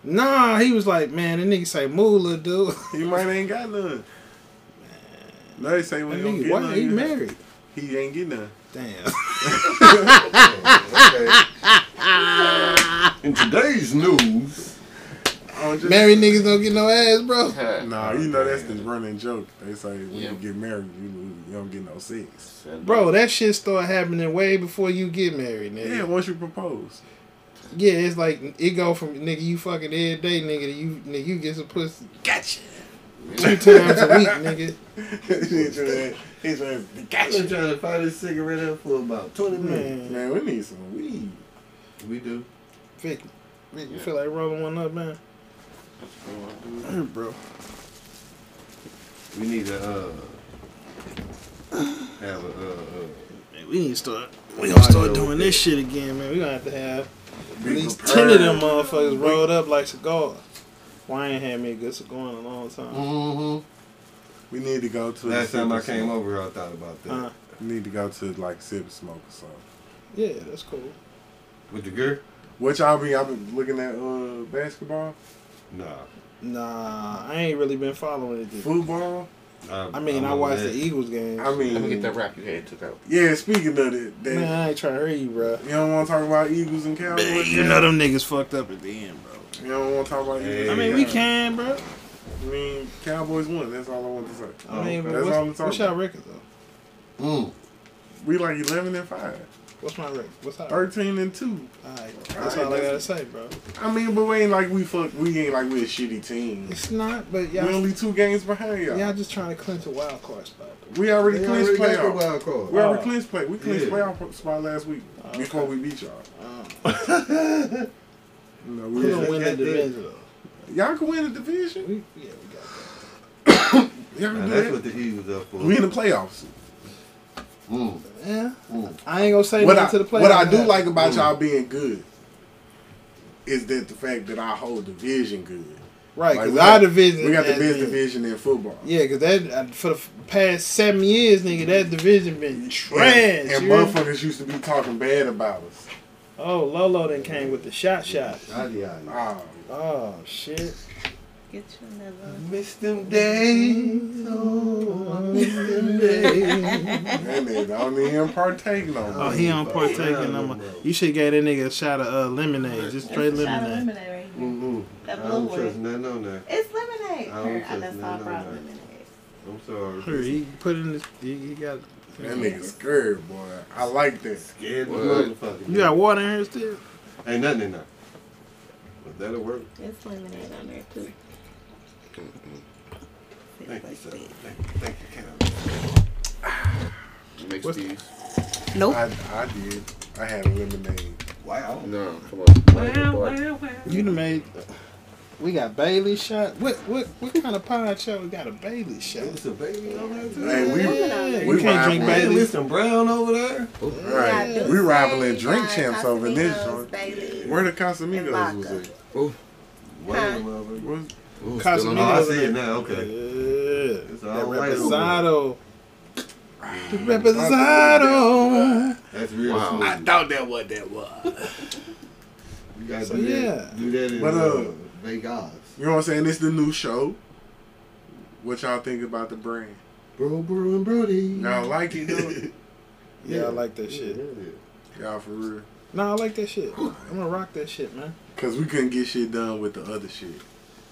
[SPEAKER 3] Nah, he was like, man, that nigga say, move, little dude.
[SPEAKER 1] He might ain't got none. No, they say
[SPEAKER 3] That
[SPEAKER 1] when he don't
[SPEAKER 3] nigga,
[SPEAKER 1] get
[SPEAKER 3] why
[SPEAKER 1] none,
[SPEAKER 3] he
[SPEAKER 1] you-
[SPEAKER 3] married?
[SPEAKER 1] He ain't get none.
[SPEAKER 3] Damn.
[SPEAKER 2] Okay. In today's news,
[SPEAKER 1] I'm just-
[SPEAKER 3] married niggas don't get no ass, bro.
[SPEAKER 1] Nah, you know that's the running joke. They say when
[SPEAKER 6] Yeah.
[SPEAKER 1] you get married, you, you don't get no sex.
[SPEAKER 3] Bro, that shit start happening way before you get married, nigga.
[SPEAKER 1] Yeah, once you propose.
[SPEAKER 3] Yeah, it's like it go from nigga you fucking every day, nigga. To you nigga you get some pussy
[SPEAKER 1] Gotcha.
[SPEAKER 3] two times a week, nigga.
[SPEAKER 1] he's trying, he's trying,
[SPEAKER 2] I've been
[SPEAKER 1] gotcha.
[SPEAKER 2] trying to find this cigarette up for about 20 minutes.
[SPEAKER 3] Man,
[SPEAKER 1] Man, we need some weed.
[SPEAKER 2] We do.
[SPEAKER 3] Vic, Vic, you feel like rolling one up, man? Bro,
[SPEAKER 2] We need to uh, have a. Uh, uh,
[SPEAKER 3] man, we need to start. We gonna start doing this shit again, man. We gonna have to have at least ten of them motherfuckers rolled up like cigars. Why ain't had me a good cigar in a long time?
[SPEAKER 2] mm-hmm.
[SPEAKER 1] We need to go to.
[SPEAKER 2] Last time I
[SPEAKER 1] Sip and
[SPEAKER 2] came
[SPEAKER 1] Smoke.
[SPEAKER 2] over, I thought about that.
[SPEAKER 3] Uh,
[SPEAKER 1] We need to go to like sip and smoke or something.
[SPEAKER 3] yeah, that's cool.
[SPEAKER 2] With the girl?
[SPEAKER 1] What y'all be? I've been looking at uh basketball,
[SPEAKER 2] Nah.
[SPEAKER 3] Nah, I ain't really been following it. This.
[SPEAKER 1] football.
[SPEAKER 2] I,
[SPEAKER 3] I mean, I
[SPEAKER 2] I'm
[SPEAKER 3] watched the E-
[SPEAKER 2] on that.
[SPEAKER 3] Eagles game.
[SPEAKER 1] I
[SPEAKER 6] Let me get
[SPEAKER 1] mean,
[SPEAKER 6] that rap you had took out.
[SPEAKER 1] yeah. Speaking of that, that
[SPEAKER 3] Man, I ain't trying to hear you, bro.
[SPEAKER 1] you don't want to talk about Eagles and Cowboys.
[SPEAKER 3] Man, you
[SPEAKER 1] man?
[SPEAKER 3] know them niggas fucked up at the end, bro.
[SPEAKER 1] You don't want to talk about Eagles.
[SPEAKER 2] Hey.
[SPEAKER 3] I
[SPEAKER 1] and
[SPEAKER 3] mean, we
[SPEAKER 1] Cowboys.
[SPEAKER 3] can, bro.
[SPEAKER 1] I mean, Cowboys won. That's all I want to say.
[SPEAKER 3] I mean,
[SPEAKER 1] Oh, that's all I'm
[SPEAKER 3] what's, what's
[SPEAKER 1] talking.
[SPEAKER 3] your
[SPEAKER 1] about.
[SPEAKER 3] record though?
[SPEAKER 2] Mm.
[SPEAKER 1] We like eleven and five,
[SPEAKER 3] What's my record? What's our record?
[SPEAKER 1] thirteen and two.
[SPEAKER 3] All right, that's all I gotta say, bro.
[SPEAKER 1] I mean, but we ain't like we fuck. We ain't like we a shitty team.
[SPEAKER 3] It's not, but
[SPEAKER 1] We
[SPEAKER 3] y'all,
[SPEAKER 1] only two games behind y'all.
[SPEAKER 3] y'all just trying to clinch a wild card spot.
[SPEAKER 1] We already
[SPEAKER 2] They
[SPEAKER 1] clinched
[SPEAKER 2] already got the
[SPEAKER 1] playoff.
[SPEAKER 2] wild card.
[SPEAKER 1] We already
[SPEAKER 3] Oh.
[SPEAKER 1] clinched play. We clinched
[SPEAKER 2] Yeah.
[SPEAKER 1] playoff spot last week before we beat y'all.
[SPEAKER 3] Um,
[SPEAKER 1] No,
[SPEAKER 3] we
[SPEAKER 1] we
[SPEAKER 3] gonna win the
[SPEAKER 2] that did.
[SPEAKER 3] division. though.
[SPEAKER 1] y'all can win the division.
[SPEAKER 3] We, yeah, we got that.
[SPEAKER 1] Y'all
[SPEAKER 2] Now,
[SPEAKER 1] can
[SPEAKER 2] that's
[SPEAKER 1] do
[SPEAKER 2] what
[SPEAKER 1] that.
[SPEAKER 2] the Eagles are for.
[SPEAKER 1] We in the playoffs.
[SPEAKER 2] Mm.
[SPEAKER 3] Yeah,
[SPEAKER 2] Mm.
[SPEAKER 3] I ain't gonna say
[SPEAKER 1] What
[SPEAKER 3] nothing
[SPEAKER 1] I,
[SPEAKER 3] to the playoffs. Mm.
[SPEAKER 1] what I do like
[SPEAKER 3] about
[SPEAKER 1] about y'all being good is that the fact that our whole division good. Like,
[SPEAKER 3] right? Because
[SPEAKER 1] we
[SPEAKER 3] our
[SPEAKER 1] got-
[SPEAKER 3] division,
[SPEAKER 1] We got the
[SPEAKER 3] has
[SPEAKER 1] best
[SPEAKER 3] been-
[SPEAKER 1] division in football.
[SPEAKER 3] Yeah, because that uh, for the f- past seven years, nigga, that division been trash.
[SPEAKER 1] And, and
[SPEAKER 3] you hear me?
[SPEAKER 1] motherfuckers used to be talking bad about us.
[SPEAKER 3] oh, Lolo then came with the shot shot.
[SPEAKER 2] Aye, aye.
[SPEAKER 1] Oh,
[SPEAKER 3] Oh shit.
[SPEAKER 7] Get you another.
[SPEAKER 1] Mm-hmm.
[SPEAKER 2] Miss them days, oh, I miss them days.
[SPEAKER 1] that nigga don't even partake no more.
[SPEAKER 3] Oh, he don't partake in no more. You should get that nigga a shot of uh, lemonade. Just straight
[SPEAKER 7] It's a shot of
[SPEAKER 3] lemonade.
[SPEAKER 7] lemonade right here.
[SPEAKER 1] Mm.
[SPEAKER 2] Mm-mm. Mm-hmm. I
[SPEAKER 7] That blue
[SPEAKER 2] don't trust
[SPEAKER 7] one.
[SPEAKER 2] nothing on there.
[SPEAKER 7] It's lemonade.
[SPEAKER 2] I don't
[SPEAKER 7] Here, I
[SPEAKER 2] trust
[SPEAKER 7] just
[SPEAKER 2] none
[SPEAKER 7] saw
[SPEAKER 2] of
[SPEAKER 7] brought
[SPEAKER 2] that.
[SPEAKER 7] lemonade.
[SPEAKER 2] I'm sorry.
[SPEAKER 3] Here, He put in his. He, he got.
[SPEAKER 1] That nigga scared, boy. I like that.
[SPEAKER 2] Scared the
[SPEAKER 6] What?
[SPEAKER 2] motherfucker.
[SPEAKER 3] You got water in here still?
[SPEAKER 2] Ain't nothing in there. But that'll work.
[SPEAKER 7] It's lemonade on there too. feel
[SPEAKER 2] Thank you,
[SPEAKER 7] like
[SPEAKER 2] sir.
[SPEAKER 7] that.
[SPEAKER 2] Thank you, thank you, Cam.
[SPEAKER 6] Mixed
[SPEAKER 3] What's-
[SPEAKER 6] these.
[SPEAKER 7] Nope.
[SPEAKER 1] I, I did. I had lemonade.
[SPEAKER 2] Wow.
[SPEAKER 6] No, come on.
[SPEAKER 3] You done made. uh, We got Bailey shot. What what what kind of pie shot? We got a Bailey shot.
[SPEAKER 2] It's a baby over there, too.
[SPEAKER 1] Hey, we
[SPEAKER 3] Yeah,
[SPEAKER 1] we
[SPEAKER 3] you can't
[SPEAKER 1] riding
[SPEAKER 3] drink
[SPEAKER 1] with-
[SPEAKER 2] Man,
[SPEAKER 3] Bailey.
[SPEAKER 2] Winston Brown over there.
[SPEAKER 1] Right. We rivaling drink champs over this joint.
[SPEAKER 7] joint.
[SPEAKER 1] Where the Casamigos was
[SPEAKER 7] vodka.
[SPEAKER 1] at?
[SPEAKER 2] Wow, mother.
[SPEAKER 1] Was
[SPEAKER 3] Casamigos.
[SPEAKER 2] Oh, I see it now. Okay.
[SPEAKER 3] Yeah.
[SPEAKER 2] It's
[SPEAKER 3] That
[SPEAKER 2] all white over there.
[SPEAKER 3] reposado. The reposado.
[SPEAKER 2] That's real
[SPEAKER 6] Wow.
[SPEAKER 2] smooth.
[SPEAKER 3] thought that what that was.
[SPEAKER 2] You gotta
[SPEAKER 3] So,
[SPEAKER 2] do
[SPEAKER 3] yeah.
[SPEAKER 2] that. Do that in
[SPEAKER 1] But, uh,
[SPEAKER 2] uh, Vegas.
[SPEAKER 1] you know what I'm saying? It's the new show. What y'all think about the brand?
[SPEAKER 2] Bro, bro, and Brody.
[SPEAKER 1] Y'all like it though?
[SPEAKER 3] Yeah, I like that shit.
[SPEAKER 1] y'all for real?
[SPEAKER 3] Nah, I like that shit. I'm gonna rock that shit, man.
[SPEAKER 1] Cause we couldn't get shit done with the other shit.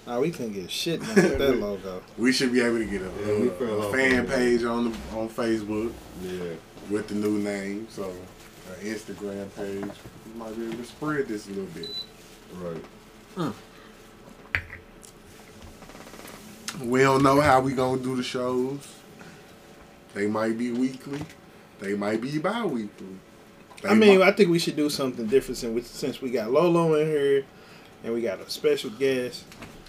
[SPEAKER 3] Nah, we couldn't get shit now with that logo.
[SPEAKER 1] We should be able to get a,
[SPEAKER 2] Yeah, we
[SPEAKER 1] a-
[SPEAKER 2] fell
[SPEAKER 1] a
[SPEAKER 2] off
[SPEAKER 1] fan
[SPEAKER 2] on that.
[SPEAKER 1] page on the, on Facebook
[SPEAKER 2] Yeah.
[SPEAKER 1] with the new name. So, an Instagram page. We might be able to spread this a little bit.
[SPEAKER 2] Right.
[SPEAKER 1] We don't know how we gonna do the shows. They might be weekly. They might be bi-weekly. They
[SPEAKER 3] I mean,
[SPEAKER 1] might-
[SPEAKER 3] I think we should do something different since we, since we got Lolo in here and we got a special guest.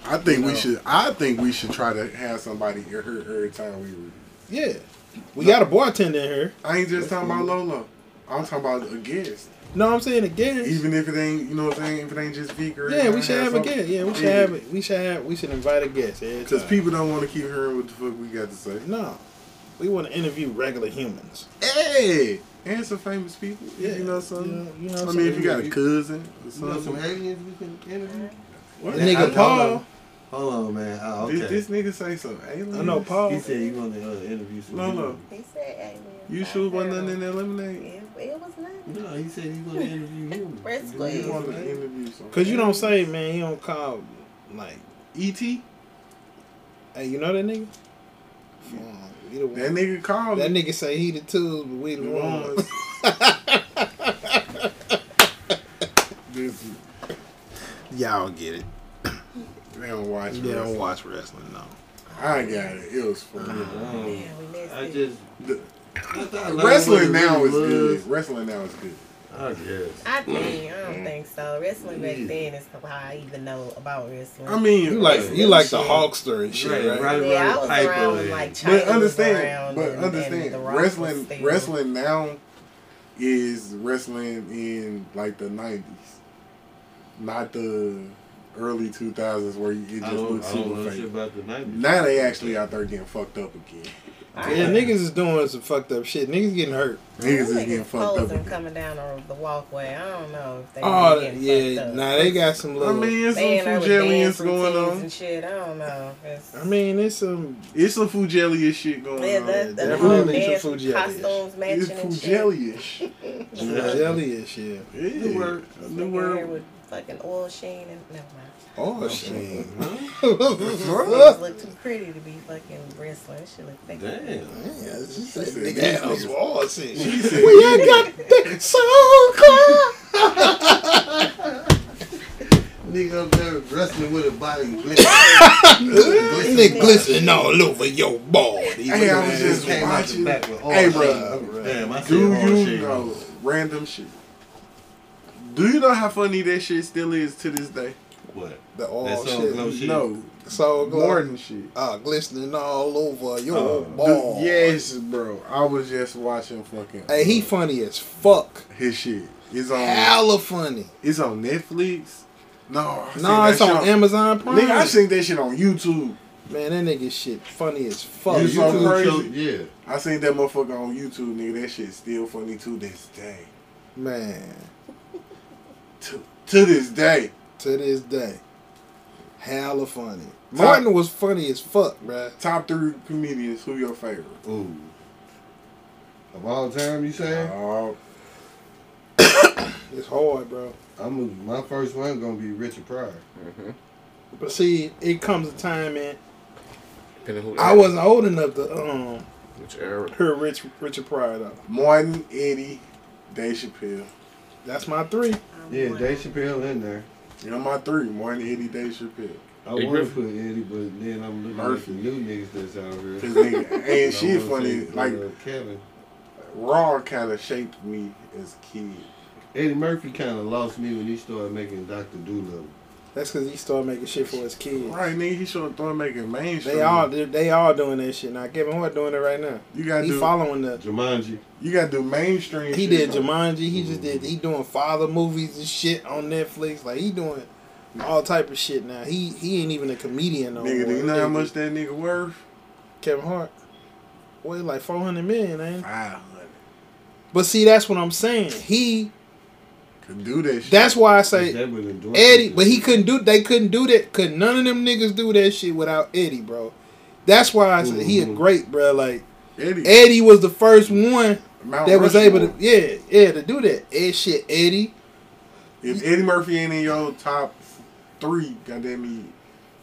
[SPEAKER 1] I think
[SPEAKER 3] you
[SPEAKER 1] we
[SPEAKER 3] know.
[SPEAKER 1] should. I think we should try to have somebody in here every time we. Re-
[SPEAKER 3] Yeah, we got a bartender in here.
[SPEAKER 1] I ain't just talking about Lolo. I'm talking about a guest.
[SPEAKER 3] No, I'm saying a guest.
[SPEAKER 1] Even if it ain't, you know what I'm saying. If it ain't just Vic or
[SPEAKER 3] yeah, we should have a guest. Yeah, we should have
[SPEAKER 1] it.
[SPEAKER 3] it. We should have. We should invite a guest.
[SPEAKER 1] Because people don't want to keep hearing what the fuck we got to say.
[SPEAKER 3] No, we want to interview regular humans.
[SPEAKER 1] Hey, and some famous people. Yeah, you know something.
[SPEAKER 3] You know, you know
[SPEAKER 1] I
[SPEAKER 3] what
[SPEAKER 1] mean, if you got a
[SPEAKER 3] you-
[SPEAKER 1] cousin or
[SPEAKER 2] You know some
[SPEAKER 1] something.
[SPEAKER 2] aliens we can interview?
[SPEAKER 1] What? I
[SPEAKER 3] nigga
[SPEAKER 1] know-
[SPEAKER 3] Paul.
[SPEAKER 2] Hold on, man. Oh, okay.
[SPEAKER 1] Did this nigga say something? Aliens?
[SPEAKER 3] I know Paul.
[SPEAKER 2] he said you want to uh, interview some
[SPEAKER 1] No, no.
[SPEAKER 7] He said, "Hey, man,
[SPEAKER 1] You
[SPEAKER 7] I
[SPEAKER 1] sure wasn't
[SPEAKER 7] feel-
[SPEAKER 1] nothing in that lemonade?
[SPEAKER 7] It, it was nothing.
[SPEAKER 2] humans. No, he said he want to interview humans.
[SPEAKER 7] Red
[SPEAKER 2] Do
[SPEAKER 7] square.
[SPEAKER 2] you
[SPEAKER 1] You
[SPEAKER 2] want
[SPEAKER 1] want
[SPEAKER 2] to
[SPEAKER 1] to
[SPEAKER 2] interview-
[SPEAKER 1] interview some
[SPEAKER 3] Cause you don't
[SPEAKER 1] aliens?
[SPEAKER 3] say, man. You don't call like,
[SPEAKER 1] E.T.?
[SPEAKER 3] hey, you know that nigga. Um, we the
[SPEAKER 1] That
[SPEAKER 3] one-
[SPEAKER 1] nigga called
[SPEAKER 3] That
[SPEAKER 1] me.
[SPEAKER 3] nigga say he the tools, but we the
[SPEAKER 1] The
[SPEAKER 3] ones.
[SPEAKER 1] ones. This-
[SPEAKER 3] Y'all get it.
[SPEAKER 1] they don't watch
[SPEAKER 3] They don't
[SPEAKER 1] wrestling.
[SPEAKER 3] watch Uh-huh. wrestling, no.
[SPEAKER 1] I got it. It was for real.
[SPEAKER 2] Um,
[SPEAKER 7] Damn, we missed
[SPEAKER 2] I
[SPEAKER 7] it.
[SPEAKER 2] just.
[SPEAKER 1] The-
[SPEAKER 2] I thought I learned what it
[SPEAKER 1] Wrestling now
[SPEAKER 2] really
[SPEAKER 1] is
[SPEAKER 2] was.
[SPEAKER 1] good. Wrestling now is good.
[SPEAKER 2] I guess.
[SPEAKER 7] I think I
[SPEAKER 1] Mm.
[SPEAKER 7] don't think so. Wrestling back
[SPEAKER 2] Yeah.
[SPEAKER 7] then is how I even know about wrestling.
[SPEAKER 1] I mean,
[SPEAKER 3] You like you like the
[SPEAKER 7] Shit.
[SPEAKER 3] Hulkster and shit,
[SPEAKER 2] Right,
[SPEAKER 3] right?
[SPEAKER 2] right.
[SPEAKER 7] yeah, I was
[SPEAKER 2] Hyper
[SPEAKER 7] around
[SPEAKER 2] and-
[SPEAKER 7] like China
[SPEAKER 1] but understand,
[SPEAKER 7] around
[SPEAKER 1] but
[SPEAKER 7] and- and
[SPEAKER 1] understand,
[SPEAKER 7] The Rock was
[SPEAKER 1] wrestling,
[SPEAKER 7] still-
[SPEAKER 1] wrestling now is wrestling in like the nineties, not the early two thousands where you, it
[SPEAKER 2] I
[SPEAKER 1] just
[SPEAKER 2] don't,
[SPEAKER 1] looks
[SPEAKER 2] I don't
[SPEAKER 1] super
[SPEAKER 2] know shit
[SPEAKER 1] fake.
[SPEAKER 2] about the 90s.
[SPEAKER 1] Now they actually out there getting fucked up again.
[SPEAKER 3] Yeah, niggas is doing some fucked up shit. Niggas getting hurt.
[SPEAKER 1] Niggas is
[SPEAKER 7] Them
[SPEAKER 1] getting fucked up
[SPEAKER 7] posing
[SPEAKER 1] again.
[SPEAKER 7] coming down the- the walkway. I don't know if they.
[SPEAKER 3] Oh
[SPEAKER 7] really getting
[SPEAKER 3] yeah,
[SPEAKER 7] fucked up.
[SPEAKER 3] nah, they got some
[SPEAKER 1] I
[SPEAKER 3] little.
[SPEAKER 1] mean, it's some
[SPEAKER 7] They in there with
[SPEAKER 1] Fujellians
[SPEAKER 7] dance routines
[SPEAKER 1] going on.
[SPEAKER 7] and shit. I don't know. It's,
[SPEAKER 3] I mean, it's some.
[SPEAKER 1] It's some Fujellian shit going
[SPEAKER 7] yeah,
[SPEAKER 1] on.
[SPEAKER 7] that, the
[SPEAKER 3] definitely
[SPEAKER 7] whole
[SPEAKER 3] some
[SPEAKER 7] dance
[SPEAKER 3] Fujelli-ish.
[SPEAKER 7] costumes matching
[SPEAKER 1] it's
[SPEAKER 7] and shit.
[SPEAKER 1] Fujellian.
[SPEAKER 2] Yeah.
[SPEAKER 3] jelly and shit.
[SPEAKER 1] New word. New
[SPEAKER 7] Nigga here
[SPEAKER 1] word.
[SPEAKER 7] with fucking oil sheen and never mind.
[SPEAKER 3] Oh shit.
[SPEAKER 7] Niggas look too pretty to be fucking wrestling. She look thick.
[SPEAKER 2] Damn.
[SPEAKER 1] said,
[SPEAKER 3] Nigga had us all shit.
[SPEAKER 1] We ain't got
[SPEAKER 3] so close.
[SPEAKER 2] Nigga up there wrestling with a body glitch.
[SPEAKER 3] Nigga glistening all over your body.
[SPEAKER 1] Hey, I was
[SPEAKER 2] Man,
[SPEAKER 1] just
[SPEAKER 2] came out the
[SPEAKER 1] watching.
[SPEAKER 7] Um,
[SPEAKER 2] back with all
[SPEAKER 1] Hey,
[SPEAKER 2] shit.
[SPEAKER 1] bro.
[SPEAKER 2] Damn, I said
[SPEAKER 1] Do
[SPEAKER 2] all
[SPEAKER 1] you
[SPEAKER 2] shit.
[SPEAKER 1] know random shit? Do you know how funny that shit still is to this day?
[SPEAKER 2] What?
[SPEAKER 3] the
[SPEAKER 2] That
[SPEAKER 3] all
[SPEAKER 2] song
[SPEAKER 3] shit.
[SPEAKER 2] Glow shit.
[SPEAKER 1] No,
[SPEAKER 3] So
[SPEAKER 1] Gordon shit.
[SPEAKER 3] Uh, glistening all over your
[SPEAKER 2] Oh,
[SPEAKER 1] The-
[SPEAKER 3] ball.
[SPEAKER 1] yes, bro. I was just watching fucking.
[SPEAKER 3] Hey, he funny as fuck.
[SPEAKER 1] his shit. It's on.
[SPEAKER 3] Hella funny.
[SPEAKER 1] It's on Netflix. No, I seen
[SPEAKER 3] No,
[SPEAKER 1] that
[SPEAKER 3] it's
[SPEAKER 1] shit
[SPEAKER 3] on Amazon Prime.
[SPEAKER 1] Nigga, I seen that shit on YouTube.
[SPEAKER 3] Man, that nigga shit funny as
[SPEAKER 2] Yeah,
[SPEAKER 3] fuck.
[SPEAKER 1] You so
[SPEAKER 2] YouTube
[SPEAKER 1] crazy.
[SPEAKER 2] show- Yeah.
[SPEAKER 1] I seen that motherfucker on YouTube, nigga. That shit still funny to this day.
[SPEAKER 3] Man,
[SPEAKER 1] To, to this day.
[SPEAKER 3] to this day, hella funny. Martin was funny as fuck, bruh.
[SPEAKER 1] Top three comedians. Who your favorite?
[SPEAKER 2] Ooh. Of all time, you saying?
[SPEAKER 1] Oh,
[SPEAKER 3] It's hard, bro.
[SPEAKER 2] I'm my first one gonna be Richard Pryor.
[SPEAKER 3] But see, it comes a time, man.
[SPEAKER 6] Depending who
[SPEAKER 3] I wasn't old enough to um
[SPEAKER 6] Which era?
[SPEAKER 3] hear Rich Richard Pryor though.
[SPEAKER 1] Martin, Eddie, Dave Chappelle.
[SPEAKER 3] That's my three.
[SPEAKER 7] I'm
[SPEAKER 2] Yeah,
[SPEAKER 7] one.
[SPEAKER 2] Dave Chappelle in there.
[SPEAKER 1] You know my three, one Eddie Day Chappelle.
[SPEAKER 2] I want
[SPEAKER 6] Eddie
[SPEAKER 2] to
[SPEAKER 6] Griffin.
[SPEAKER 2] put Eddie, but then I'm looking
[SPEAKER 1] Murphy.
[SPEAKER 2] at the new niggas that's out here.
[SPEAKER 1] Cause nigga, and
[SPEAKER 2] I
[SPEAKER 1] shit
[SPEAKER 2] wanna
[SPEAKER 1] funny,
[SPEAKER 2] say,
[SPEAKER 1] like
[SPEAKER 2] uh, Kevin.
[SPEAKER 1] Raw kind of shaped me as a kid.
[SPEAKER 2] Eddie Murphy kind of lost me when he started making Doctor Doolittle.
[SPEAKER 3] That's because he started making shit for his kids.
[SPEAKER 1] Right, nigga, he should have started making mainstream.
[SPEAKER 3] They all do- they all doing that shit now. Kevin Hart doing it right now.
[SPEAKER 1] You gotta
[SPEAKER 3] He
[SPEAKER 1] do.
[SPEAKER 3] following the.
[SPEAKER 2] Jumanji.
[SPEAKER 1] you gotta do mainstream.
[SPEAKER 3] He
[SPEAKER 1] shit,
[SPEAKER 3] did
[SPEAKER 1] though.
[SPEAKER 3] Jumanji. He just did. He doing father movies and shit on Netflix. Like he doing all type of shit now. He he ain't even a comedian no
[SPEAKER 1] Nigga,
[SPEAKER 3] more.
[SPEAKER 1] do you know how much that nigga worth?
[SPEAKER 3] Kevin Hart? Well, it's like four hundred million, ain't? it?
[SPEAKER 1] Five hundred.
[SPEAKER 3] But see, that's what I'm saying. He
[SPEAKER 1] Could do that. Shit.
[SPEAKER 3] that's why I say
[SPEAKER 2] That would've endorsed
[SPEAKER 3] Eddie,
[SPEAKER 2] it.
[SPEAKER 3] but he couldn't do. They couldn't do that. Could none of them niggas do that shit without Eddie, bro. That's why I said he a
[SPEAKER 2] Mhm.
[SPEAKER 3] great, bro. Like
[SPEAKER 1] Eddie.
[SPEAKER 3] Eddie was the first one
[SPEAKER 1] Mount
[SPEAKER 3] that was able
[SPEAKER 1] Rushmore.
[SPEAKER 3] to, yeah, yeah, to do that. Ed shit, Eddie.
[SPEAKER 1] If Eddie Murphy ain't in your top three, goddamn me,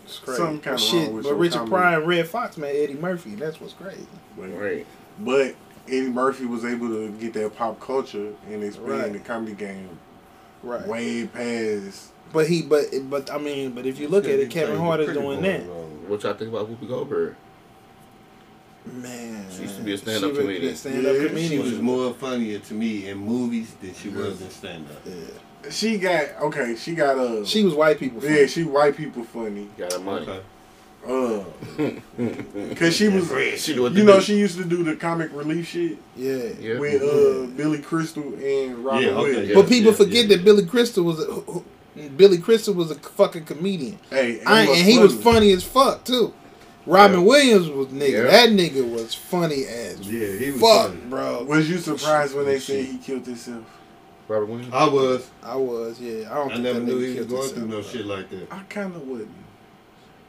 [SPEAKER 3] It's
[SPEAKER 1] crazy. Something kinda
[SPEAKER 3] shit.
[SPEAKER 1] wrong with
[SPEAKER 3] but
[SPEAKER 1] your
[SPEAKER 3] Richard
[SPEAKER 1] comedy.
[SPEAKER 3] Pryor and Red Fox, man, Eddie Murphy. That's what's crazy.
[SPEAKER 6] Right.
[SPEAKER 1] But Eddie Murphy was able to get that pop culture and expand
[SPEAKER 3] Right.
[SPEAKER 1] the comedy game
[SPEAKER 3] Right.
[SPEAKER 1] way past.
[SPEAKER 3] But he, but but I mean, but if you look at it, Kevin Hart is doing that.
[SPEAKER 6] What y'all think about Whoopi Goldberg?
[SPEAKER 3] Man,
[SPEAKER 6] She used to be a
[SPEAKER 3] she
[SPEAKER 6] stand-up
[SPEAKER 3] really
[SPEAKER 6] comedian.
[SPEAKER 3] be a stand-up
[SPEAKER 1] Yeah, she
[SPEAKER 2] She
[SPEAKER 3] comedian.
[SPEAKER 2] was more funnier to me in movies than she was in stand up.
[SPEAKER 3] Yeah.
[SPEAKER 1] She got okay. She got uh.
[SPEAKER 3] She was white people.
[SPEAKER 1] yeah.
[SPEAKER 3] funny.
[SPEAKER 1] She white people funny.
[SPEAKER 6] Got her money.
[SPEAKER 1] Uh, cause she was.
[SPEAKER 6] She do what
[SPEAKER 1] You
[SPEAKER 6] they
[SPEAKER 1] know
[SPEAKER 6] do.
[SPEAKER 1] she used to do the comic relief shit
[SPEAKER 3] yeah.
[SPEAKER 6] Yeah.
[SPEAKER 1] with uh Billy Crystal and Robin
[SPEAKER 2] Yeah, okay,
[SPEAKER 1] Williams.
[SPEAKER 6] yeah.
[SPEAKER 3] But people
[SPEAKER 2] yeah,
[SPEAKER 3] forget
[SPEAKER 2] yeah.
[SPEAKER 3] that Billy Crystal was a, who- who- Billy Crystal was a fucking comedian,
[SPEAKER 1] Hey, it
[SPEAKER 3] I, and
[SPEAKER 1] was
[SPEAKER 3] he was funny as fuck too. Robin
[SPEAKER 6] Yeah.
[SPEAKER 3] Williams was nigga.
[SPEAKER 6] Yeah.
[SPEAKER 3] That nigga was funny as
[SPEAKER 2] Yeah, he was.
[SPEAKER 3] fuck,
[SPEAKER 2] funny.
[SPEAKER 3] bro.
[SPEAKER 1] Was you surprised when they said he killed himself?
[SPEAKER 6] Robert Williams.
[SPEAKER 2] I was.
[SPEAKER 3] I was, yeah. I don't.
[SPEAKER 2] I
[SPEAKER 3] think
[SPEAKER 2] never
[SPEAKER 3] that
[SPEAKER 2] knew
[SPEAKER 3] nigga
[SPEAKER 2] he was
[SPEAKER 3] killed
[SPEAKER 2] going
[SPEAKER 3] himself,
[SPEAKER 2] through no
[SPEAKER 3] bro.
[SPEAKER 2] shit like that.
[SPEAKER 1] I kind of wouldn't.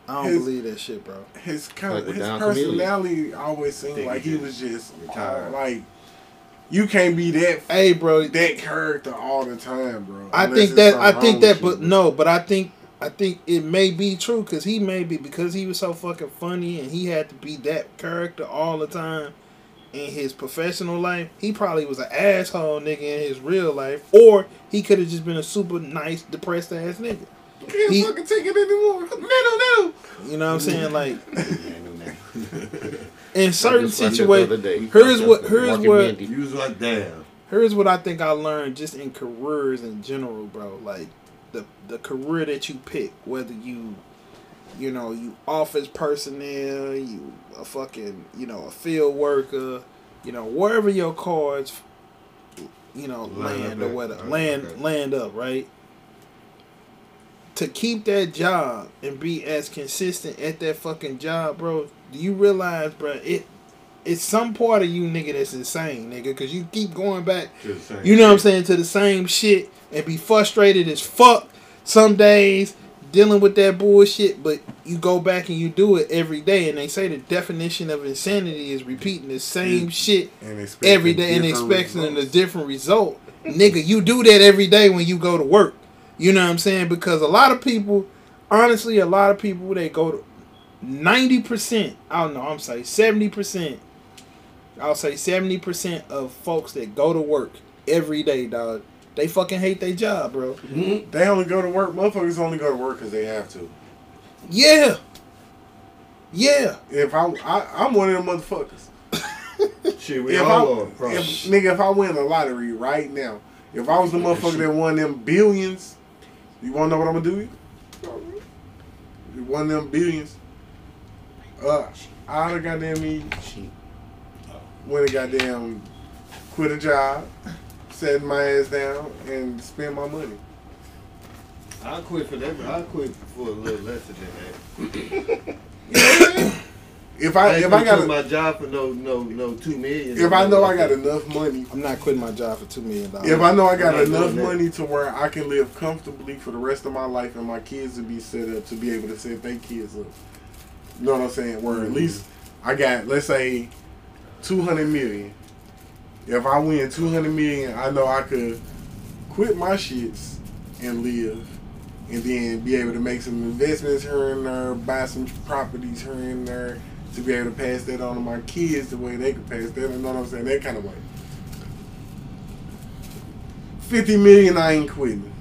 [SPEAKER 3] I don't
[SPEAKER 1] His-
[SPEAKER 3] believe that shit, bro.
[SPEAKER 1] his kind
[SPEAKER 6] Like
[SPEAKER 1] of
[SPEAKER 6] with
[SPEAKER 1] his
[SPEAKER 6] Don
[SPEAKER 1] personality always seemed
[SPEAKER 2] Think
[SPEAKER 1] like
[SPEAKER 2] he
[SPEAKER 1] he
[SPEAKER 2] just
[SPEAKER 1] was just
[SPEAKER 2] retired.
[SPEAKER 1] uh, like you can't be that
[SPEAKER 3] Hey, bro.
[SPEAKER 1] that character all the time, bro.
[SPEAKER 3] I
[SPEAKER 1] Unless
[SPEAKER 3] think
[SPEAKER 1] it's
[SPEAKER 3] that
[SPEAKER 1] something
[SPEAKER 3] I
[SPEAKER 1] wrong
[SPEAKER 3] think
[SPEAKER 1] with
[SPEAKER 3] that,
[SPEAKER 1] you,
[SPEAKER 3] but no, but I think I think it may be true because he may be because he was so fucking funny and he had to be that character all the time in his professional life. He probably was an asshole nigga in his real life, or he could have just been a super nice, depressed ass nigga.
[SPEAKER 1] You can't
[SPEAKER 3] he-
[SPEAKER 1] fucking take it anymore. No, no, no.
[SPEAKER 3] You know what I'm
[SPEAKER 1] Mm.
[SPEAKER 3] saying? Like in
[SPEAKER 6] I
[SPEAKER 3] certain
[SPEAKER 6] just watched it the other
[SPEAKER 3] situations,
[SPEAKER 6] day.
[SPEAKER 3] here's what- here's
[SPEAKER 6] Mark and
[SPEAKER 3] what-
[SPEAKER 6] Mindy.
[SPEAKER 2] You was like, damn.
[SPEAKER 3] here's what I think I learned just in careers in general, bro. Like the the career that you pick, whether you you know you office personnel, you a fucking you know a field worker, you know wherever your cards, you know
[SPEAKER 2] Line
[SPEAKER 3] land
[SPEAKER 2] up at. Oh,
[SPEAKER 3] or whatever
[SPEAKER 2] Okay.
[SPEAKER 3] land land up right. To keep that job and be as consistent at that fucking job, bro. Do you realize, bro? It it's some part of you, nigga, that's insane, nigga, because you keep going back
[SPEAKER 2] Just saying.
[SPEAKER 3] you know what I'm saying, to the same shit and be frustrated as fuck some days dealing with that bullshit, but you go back and you do it every day. And they say the definition of insanity is repeating the same shit
[SPEAKER 1] And expecting
[SPEAKER 3] every day and
[SPEAKER 1] different
[SPEAKER 3] expecting a
[SPEAKER 1] results.
[SPEAKER 3] different result. Nigga, you do that every day when you go to work. You know what I'm saying? Because a lot of people, honestly, a lot of people, they go to 90%, I don't know, I'm saying 70%, I'll say 70% of folks that go to work every day, dog, they fucking hate their job, bro.
[SPEAKER 1] They only go to work. Motherfuckers only go to work because they have to.
[SPEAKER 3] Yeah. Yeah.
[SPEAKER 1] If I, I I'm one of them motherfuckers.
[SPEAKER 2] Shit, we
[SPEAKER 1] If I,
[SPEAKER 2] all are.
[SPEAKER 1] if,
[SPEAKER 2] probably.
[SPEAKER 1] nigga, if I win the lottery right now, if I was the motherfucker that won them billions, you wanna know what I'm gonna do? You won them billions. Uh, I'd have goddamn me went and goddamn quit a job, set my ass down, and spend my money.
[SPEAKER 2] I quit for that. I quit for a little less than that.
[SPEAKER 1] If I,
[SPEAKER 2] ain't
[SPEAKER 1] if I
[SPEAKER 2] gonna
[SPEAKER 1] got
[SPEAKER 2] quit my job for no no no two million.
[SPEAKER 1] if I know I got enough money,
[SPEAKER 3] I'm not quitting my job for $2 million.
[SPEAKER 1] if I know I got
[SPEAKER 2] I'm not doing
[SPEAKER 1] enough
[SPEAKER 2] that.
[SPEAKER 1] money to where I can live comfortably for the rest of my life and my kids to be set up to be able to set their kids up. You know what I'm saying? Where at least I got let's say two hundred million. If I win two hundred million, I know I could quit my shits and live and then be able to make some investments here and there, buy some properties here and there, to be able to pass that on to my kids the way they could pass that. You know what I'm saying? That kind of way. Fifty million, I ain't quitting.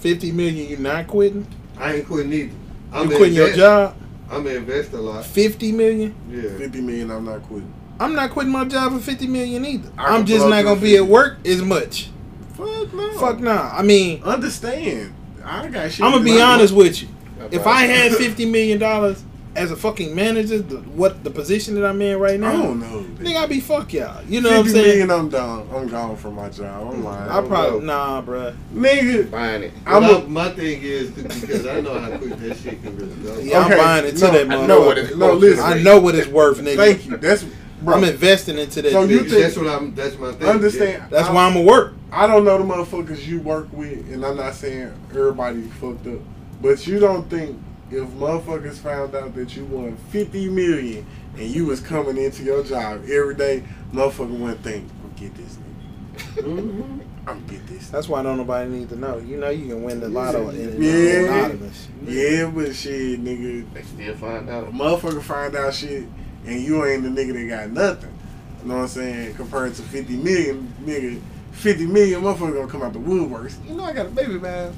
[SPEAKER 3] fifty million, you're not quitting.
[SPEAKER 2] I ain't quitting either.
[SPEAKER 3] You
[SPEAKER 2] I'm
[SPEAKER 3] quitting your
[SPEAKER 2] invest-
[SPEAKER 3] job.
[SPEAKER 2] I'm an investor a lot.
[SPEAKER 3] Fifty million.
[SPEAKER 2] Yeah.
[SPEAKER 1] Fifty million, I'm not quitting.
[SPEAKER 3] I'm not quitting my job for fifty million either.
[SPEAKER 1] I
[SPEAKER 3] I'm
[SPEAKER 1] can
[SPEAKER 3] just
[SPEAKER 1] plug
[SPEAKER 3] not
[SPEAKER 1] in
[SPEAKER 3] gonna be
[SPEAKER 1] 50.
[SPEAKER 3] at work as much.
[SPEAKER 1] Fuck no.
[SPEAKER 3] Fuck nah. I mean,
[SPEAKER 1] Understand? I got shit.
[SPEAKER 3] I'm gonna be
[SPEAKER 1] to do.
[SPEAKER 3] honest with you.
[SPEAKER 6] Not
[SPEAKER 3] If
[SPEAKER 6] bad.
[SPEAKER 3] I had fifty million dollars as a fucking manager, the, what the position that I'm in right
[SPEAKER 1] I
[SPEAKER 3] now,
[SPEAKER 1] don't know.
[SPEAKER 3] nigga, I'd be fuck y'all. You know
[SPEAKER 1] know
[SPEAKER 3] what I'm saying?
[SPEAKER 1] I'm down. I'm gone from my job. I'm lying.
[SPEAKER 3] I
[SPEAKER 1] I'm
[SPEAKER 3] probably
[SPEAKER 1] broke.
[SPEAKER 3] nah, bruh.
[SPEAKER 1] nigga.
[SPEAKER 6] Buying it.
[SPEAKER 2] I'm
[SPEAKER 1] I'm a-
[SPEAKER 2] my thing is because I know how quick that shit can really go.
[SPEAKER 3] Yeah, I'm buying into
[SPEAKER 1] no,
[SPEAKER 3] that
[SPEAKER 1] I
[SPEAKER 3] motherfucker.
[SPEAKER 1] know what it, no, listen.
[SPEAKER 3] I know what it's worth, nigga.
[SPEAKER 1] Thank you. That's bro.
[SPEAKER 3] I'm investing into that.
[SPEAKER 1] So you
[SPEAKER 3] bitch.
[SPEAKER 1] think-
[SPEAKER 2] that's what I'm. That's my thing.
[SPEAKER 1] understand?
[SPEAKER 3] That's
[SPEAKER 1] I,
[SPEAKER 3] why I'm at work.
[SPEAKER 1] I don't know the motherfuckers you work with, and I'm not saying everybody fucked up, but you don't think if motherfuckers found out that you won fifty million and you was coming into your job every day, motherfucker one thing, I'm get this nigga,
[SPEAKER 2] Yeah. Mhm.
[SPEAKER 1] I'm get this. Nigga.
[SPEAKER 3] That's why don't nobody need to know. You know you can win the lotto and and-
[SPEAKER 1] Yeah.
[SPEAKER 3] anonymous.
[SPEAKER 1] Yeah, but shit, nigga,
[SPEAKER 6] They still find
[SPEAKER 1] a
[SPEAKER 6] out.
[SPEAKER 1] motherfucker find out shit, and you ain't the nigga that got nothing. You know what I'm saying? Compared to fifty million, nigga, fifty million motherfucker gonna come out the woodworks. You know I got a baby man.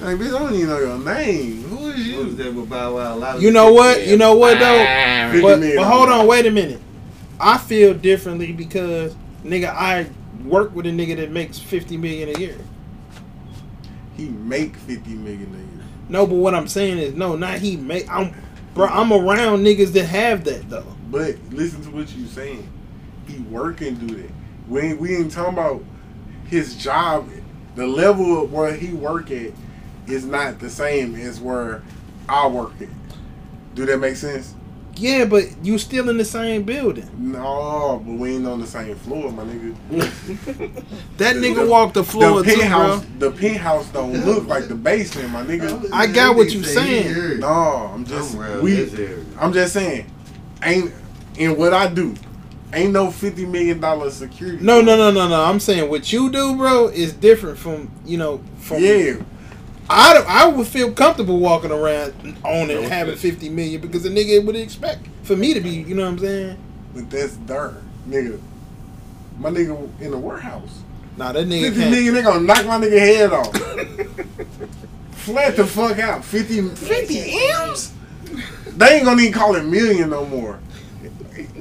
[SPEAKER 1] Like, bitch, I don't even know your name. Who is
[SPEAKER 2] What was
[SPEAKER 1] you?
[SPEAKER 2] that with Bow Wow? A lot of
[SPEAKER 3] You know what?
[SPEAKER 6] Yeah.
[SPEAKER 3] You know what though?
[SPEAKER 6] Ah,
[SPEAKER 1] Fifty
[SPEAKER 3] But,
[SPEAKER 1] million.
[SPEAKER 3] but hold on, wait a minute. I feel differently because nigga, I work with a nigga that makes fifty million a year.
[SPEAKER 1] He make fifty million a year.
[SPEAKER 3] No, but what I'm saying is no, not he make. I'm, bro. I'm around niggas that have that though.
[SPEAKER 1] But listen to what you saying. He work and do that. We ain't, we ain't talking about his job. The level of where he work at is not the same as where I work at. Do that make sense?
[SPEAKER 3] Yeah, but you still in the same building.
[SPEAKER 1] No, but we ain't on the same floor, my nigga.
[SPEAKER 3] That
[SPEAKER 1] The-
[SPEAKER 3] nigga
[SPEAKER 1] the-
[SPEAKER 3] walked the floor
[SPEAKER 1] the
[SPEAKER 3] too, bro.
[SPEAKER 1] penthouse, the penthouse don't look like the basement, my nigga.
[SPEAKER 3] I got what you
[SPEAKER 2] They
[SPEAKER 3] saying.
[SPEAKER 2] here.
[SPEAKER 1] No, I'm just
[SPEAKER 2] I'm around
[SPEAKER 1] we.
[SPEAKER 2] this area.
[SPEAKER 1] I'm just saying, ain't in what I do, ain't no fifty million dollar security.
[SPEAKER 3] No, no, no, no, no. I'm saying what you do, bro, is different from you know from
[SPEAKER 1] Yeah,
[SPEAKER 3] I, don't- I would feel comfortable walking around on it
[SPEAKER 6] No,
[SPEAKER 3] having
[SPEAKER 6] it's-
[SPEAKER 3] 50 million because the nigga would expect for me to be, you know what I'm saying?
[SPEAKER 1] but that's dirt, nigga. My nigga in the warehouse,
[SPEAKER 3] Nah, that nigga
[SPEAKER 1] fifty
[SPEAKER 3] can't.
[SPEAKER 1] million, they gonna knock my nigga head off. Flat the fuck out, 50, 50 m's. They ain't gonna even call it million no more.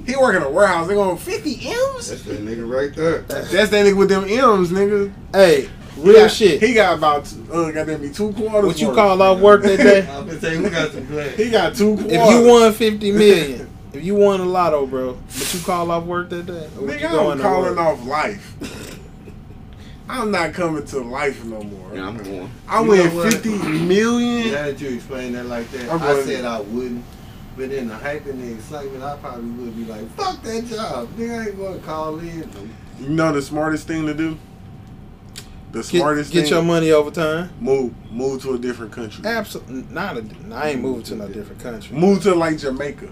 [SPEAKER 1] He work in a warehouse. They gonna fifty m's.
[SPEAKER 2] That's that nigga right there.
[SPEAKER 1] That's that nigga with them m's, nigga.
[SPEAKER 3] Hey,
[SPEAKER 1] He
[SPEAKER 3] real
[SPEAKER 1] got-
[SPEAKER 3] shit.
[SPEAKER 1] He got about uh, goddamn me two quarters.
[SPEAKER 3] what you
[SPEAKER 1] worth.
[SPEAKER 3] call off work that day?
[SPEAKER 2] I'm gonna tell you, we got some
[SPEAKER 1] He
[SPEAKER 2] plans.
[SPEAKER 1] got two quarters.
[SPEAKER 3] if you won 50 million, if you won a lotto, bro, but you call off work that day? Or would you
[SPEAKER 1] nigga,
[SPEAKER 3] go
[SPEAKER 1] I'm
[SPEAKER 3] into
[SPEAKER 1] calling
[SPEAKER 3] work?
[SPEAKER 1] off life. I'm not coming to life no more.
[SPEAKER 6] Yeah, I'm going.
[SPEAKER 1] I
[SPEAKER 2] You
[SPEAKER 1] win
[SPEAKER 2] know what?
[SPEAKER 1] fifty million.
[SPEAKER 2] Now that you explain that like that,
[SPEAKER 1] I'm
[SPEAKER 2] I
[SPEAKER 1] going-
[SPEAKER 2] said I wouldn't. But in the hype and the excitement, I probably would be like, "Fuck that job, nigga! I ain't gonna call in."
[SPEAKER 1] You know the smartest thing to do. The
[SPEAKER 3] Get,
[SPEAKER 1] smartest
[SPEAKER 3] get your
[SPEAKER 1] thing.
[SPEAKER 3] money over time.
[SPEAKER 1] move move to a different country.
[SPEAKER 3] Absolutely not. A, I ain't moving to no different country,
[SPEAKER 1] Move to like Jamaica.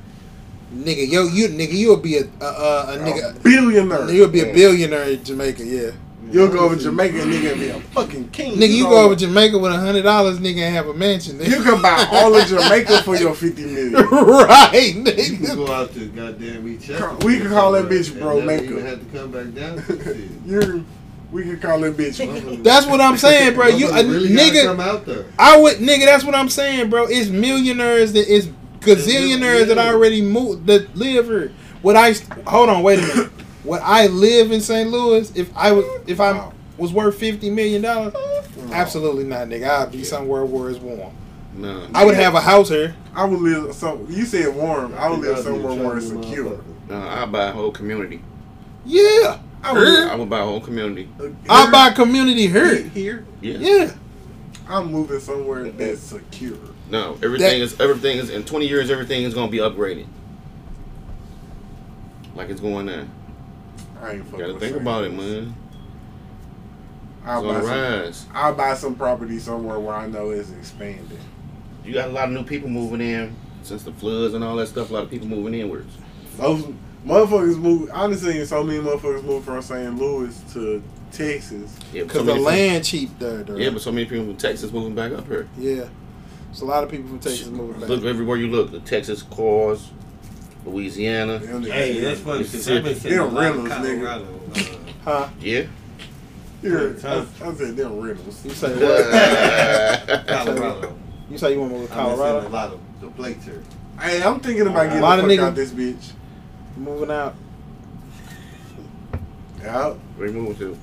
[SPEAKER 1] Nigga,
[SPEAKER 3] nigga. Yo, you nigga, you'll be a a, a, a nigga.
[SPEAKER 1] billionaire.
[SPEAKER 3] You'll be a billionaire in Jamaica. Yeah.
[SPEAKER 1] You'll go over Jamaica, nigga, and be a fucking king.
[SPEAKER 3] Nigga, you
[SPEAKER 1] know?
[SPEAKER 3] go over Jamaica with a hundred dollars, nigga, and have a mansion. Nigga.
[SPEAKER 1] You can buy all of Jamaica for your fifty million.
[SPEAKER 3] right,
[SPEAKER 2] You can
[SPEAKER 3] nigga.
[SPEAKER 2] go out to goddamn each
[SPEAKER 1] Call- we can call that bitch bro,
[SPEAKER 2] Never
[SPEAKER 1] make
[SPEAKER 2] even
[SPEAKER 1] up.
[SPEAKER 2] have to come back down. To this shit.
[SPEAKER 1] You're, we could call it bitch.
[SPEAKER 3] That's what I'm saying, bro. You a
[SPEAKER 2] Motherfucker really gotta come
[SPEAKER 3] nigga.
[SPEAKER 2] out there.
[SPEAKER 3] I would, nigga. That's what I'm saying, bro. It's millionaires that it's gazillionaires that already moved that live here. Would I? Hold on, wait a minute. Would I live in St. Louis if I was if I
[SPEAKER 1] Wow.
[SPEAKER 3] was worth fifty million dollars? Absolutely not, nigga. I'd be somewhere where it's warm.
[SPEAKER 6] No.
[SPEAKER 3] I would have a house here.
[SPEAKER 1] I would live so you said warm. I would live somewhere more secure.
[SPEAKER 6] No, I buy a whole community.
[SPEAKER 3] Yeah,
[SPEAKER 1] I
[SPEAKER 6] I would buy a whole community.
[SPEAKER 3] I buy community here.
[SPEAKER 1] here.
[SPEAKER 6] Yeah.
[SPEAKER 3] Yeah.
[SPEAKER 1] I'm moving somewhere
[SPEAKER 6] Mm-hmm.
[SPEAKER 1] that's secure.
[SPEAKER 6] No, everything
[SPEAKER 3] That-
[SPEAKER 6] is everything is in 20 years. Everything is gonna be upgraded. Like it's going there.
[SPEAKER 1] I ain't fucking.
[SPEAKER 6] You gotta
[SPEAKER 1] with
[SPEAKER 6] think
[SPEAKER 1] St.
[SPEAKER 6] about it,
[SPEAKER 1] Louis.
[SPEAKER 6] man.
[SPEAKER 1] I'll
[SPEAKER 6] It's
[SPEAKER 1] buy
[SPEAKER 6] on the
[SPEAKER 1] some.
[SPEAKER 6] rise.
[SPEAKER 1] I'll buy some property somewhere where I know it's expanding.
[SPEAKER 6] You got a lot of new people moving in since the floods and all that stuff. A lot of people moving inwards.
[SPEAKER 1] Those motherfuckers move. Honestly, so many motherfuckers move from St. Louis to Texas.
[SPEAKER 6] Yeah, but
[SPEAKER 3] Because
[SPEAKER 6] so
[SPEAKER 3] the
[SPEAKER 6] many
[SPEAKER 3] land cheap there,
[SPEAKER 6] People,
[SPEAKER 3] dude.
[SPEAKER 6] yeah, but so many people from Texas moving back up here.
[SPEAKER 3] Yeah. It's a lot of people from Texas moving back.
[SPEAKER 6] Look everywhere you look. The Texas cars, Louisiana.
[SPEAKER 1] Them niggas
[SPEAKER 2] Hey,
[SPEAKER 1] here.
[SPEAKER 2] that's funny because I've been
[SPEAKER 6] Mississippi.
[SPEAKER 2] seeing a
[SPEAKER 1] Them
[SPEAKER 2] lot of
[SPEAKER 1] rentals, nigga.
[SPEAKER 2] Colorado. uh,
[SPEAKER 3] huh?
[SPEAKER 6] Yeah,
[SPEAKER 1] You're, I, I said them riddles.
[SPEAKER 8] You say what?
[SPEAKER 6] Colorado.
[SPEAKER 8] Colorado. You say you want to go to
[SPEAKER 2] a
[SPEAKER 8] Colorado?
[SPEAKER 2] lot of the plates here.
[SPEAKER 1] Hey, I'm thinking about getting
[SPEAKER 3] A lot of
[SPEAKER 1] the fuck out
[SPEAKER 3] niggas-
[SPEAKER 1] this bitch.
[SPEAKER 3] Moving out.
[SPEAKER 1] Yeah,
[SPEAKER 6] Where you moving to?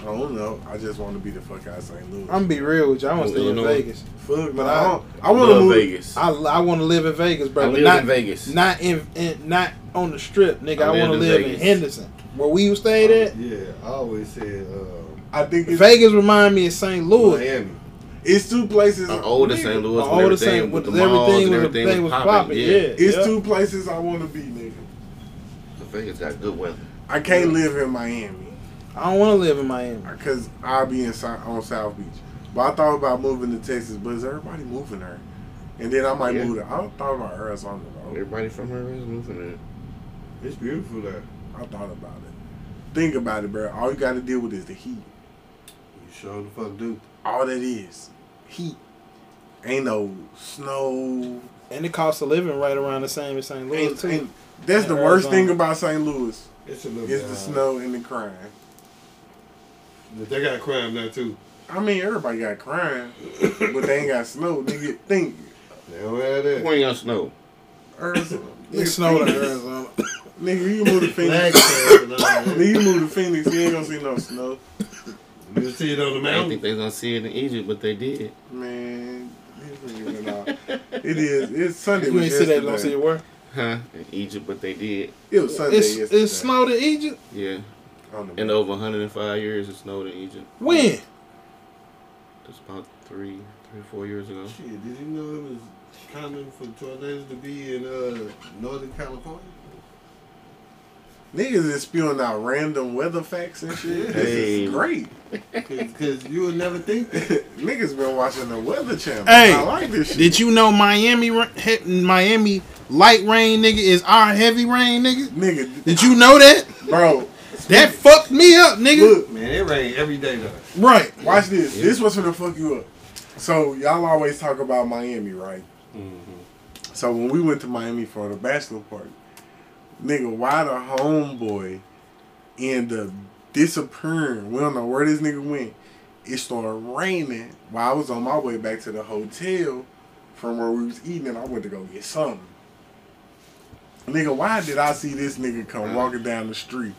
[SPEAKER 1] I don't know. I just want to be the fuck out of St. Louis.
[SPEAKER 3] I'm be real with you. I want to stay in
[SPEAKER 6] Illinois.
[SPEAKER 3] Vegas.
[SPEAKER 1] fuck,
[SPEAKER 3] but
[SPEAKER 1] but I
[SPEAKER 3] I-
[SPEAKER 1] don't. I want to
[SPEAKER 6] Love
[SPEAKER 1] move.
[SPEAKER 6] Vegas.
[SPEAKER 3] I, I want to live in Vegas, bro.
[SPEAKER 6] I
[SPEAKER 3] but
[SPEAKER 6] live
[SPEAKER 3] not,
[SPEAKER 6] in Vegas.
[SPEAKER 3] Not in, in not on the strip, nigga.
[SPEAKER 6] I
[SPEAKER 3] I,
[SPEAKER 6] live
[SPEAKER 3] want to
[SPEAKER 6] in
[SPEAKER 3] live in
[SPEAKER 6] Vegas.
[SPEAKER 3] Oh. Henderson, where we stayed at.
[SPEAKER 2] Yeah, I always said um,
[SPEAKER 1] I think it's,
[SPEAKER 3] Vegas remind me of St. Louis.
[SPEAKER 2] Miami.
[SPEAKER 1] it's two places.
[SPEAKER 6] Uh, The older St. Louis,
[SPEAKER 3] All the
[SPEAKER 6] with
[SPEAKER 3] same
[SPEAKER 6] everything, with
[SPEAKER 3] with
[SPEAKER 6] the
[SPEAKER 3] everything,
[SPEAKER 6] malls and
[SPEAKER 3] was,
[SPEAKER 6] everything was popping. Yeah.
[SPEAKER 1] It's
[SPEAKER 3] yeah.
[SPEAKER 1] two places I want to be, nigga.
[SPEAKER 6] Vegas got good weather.
[SPEAKER 1] I can't live in Miami
[SPEAKER 3] I don't want to live in Miami.
[SPEAKER 1] because I'll be in Si- on South Beach. But I thought about moving to Texas, but is everybody moving there? And then I might
[SPEAKER 6] Yeah.
[SPEAKER 1] move to. I thought about Arizona. Though.
[SPEAKER 6] Everybody from her is moving
[SPEAKER 2] It's beautiful there.
[SPEAKER 1] I thought about it. Think about it, bro. All you got to deal with is the heat.
[SPEAKER 2] You sure the fuck do.
[SPEAKER 1] All that is heat. Ain't no snow.
[SPEAKER 3] And the cost of living right around the same as St. Louis
[SPEAKER 1] Ain't,
[SPEAKER 3] too.
[SPEAKER 1] ain't, that's the
[SPEAKER 3] And
[SPEAKER 1] worst
[SPEAKER 3] Arizona.
[SPEAKER 1] thing about St. Louis
[SPEAKER 2] It's a little
[SPEAKER 1] is
[SPEAKER 2] bit
[SPEAKER 1] the
[SPEAKER 2] high.
[SPEAKER 1] snow and the crime.
[SPEAKER 2] They got crime there too.
[SPEAKER 1] I mean, everybody got crime, but they ain't got snow. Nigga, think
[SPEAKER 2] They don't have
[SPEAKER 6] in.
[SPEAKER 2] that.
[SPEAKER 6] When y'all snow?
[SPEAKER 1] Arizona.
[SPEAKER 3] It
[SPEAKER 1] Nigga,
[SPEAKER 3] snowed in
[SPEAKER 1] Phoenix.
[SPEAKER 3] Arizona.
[SPEAKER 1] Nigga, you move to
[SPEAKER 2] Flag
[SPEAKER 1] Phoenix.
[SPEAKER 2] crime and all that.
[SPEAKER 1] Nigga, you move to Phoenix. You ain't gonna see no snow,
[SPEAKER 2] You see it on the
[SPEAKER 6] I didn't think
[SPEAKER 2] mountain.
[SPEAKER 6] they was gonna see it in Egypt, but they did.
[SPEAKER 1] man. these niggas went off. It is. It's Sunday.
[SPEAKER 3] You ain't
[SPEAKER 1] was
[SPEAKER 3] see that. Don't see
[SPEAKER 1] yesterday.
[SPEAKER 3] it where.
[SPEAKER 6] Huh? In Egypt, but they did.
[SPEAKER 1] It was Sunday.
[SPEAKER 3] It's
[SPEAKER 1] yesterday.
[SPEAKER 3] it's snowed in Egypt.
[SPEAKER 6] Yeah.
[SPEAKER 1] On the
[SPEAKER 6] In over 105 years, it snowed in Egypt.
[SPEAKER 3] When?
[SPEAKER 6] That's about three, three, four years ago.
[SPEAKER 2] Shit, did you know it was common for tornadoes to be in uh, Northern California?
[SPEAKER 1] Niggas is spewing out random weather facts and shit. This
[SPEAKER 6] Hey.
[SPEAKER 1] is great.
[SPEAKER 2] Because you would never think that.
[SPEAKER 1] Niggas been watching the Weather Channel.
[SPEAKER 3] Hey,
[SPEAKER 1] I like this shit.
[SPEAKER 3] Did you know Miami ra- he- Miami light rain nigga is our heavy rain nigga?
[SPEAKER 1] Nigga,
[SPEAKER 3] Did you know that?
[SPEAKER 1] bro,
[SPEAKER 3] That fucked me up, nigga.
[SPEAKER 1] look,
[SPEAKER 2] Man, it rain every day though.
[SPEAKER 3] Right.
[SPEAKER 1] watch this. This was gonna fuck you up. So y'all always talk about Miami, right? So when we went to Miami for the bachelor party, nigga, why the homeboy end up disappearing? We don't know where this nigga went. It started raining while I was on my way back to the hotel from where we was eating, and I went to go get something. Nigga, why did I see this nigga come walking down the street,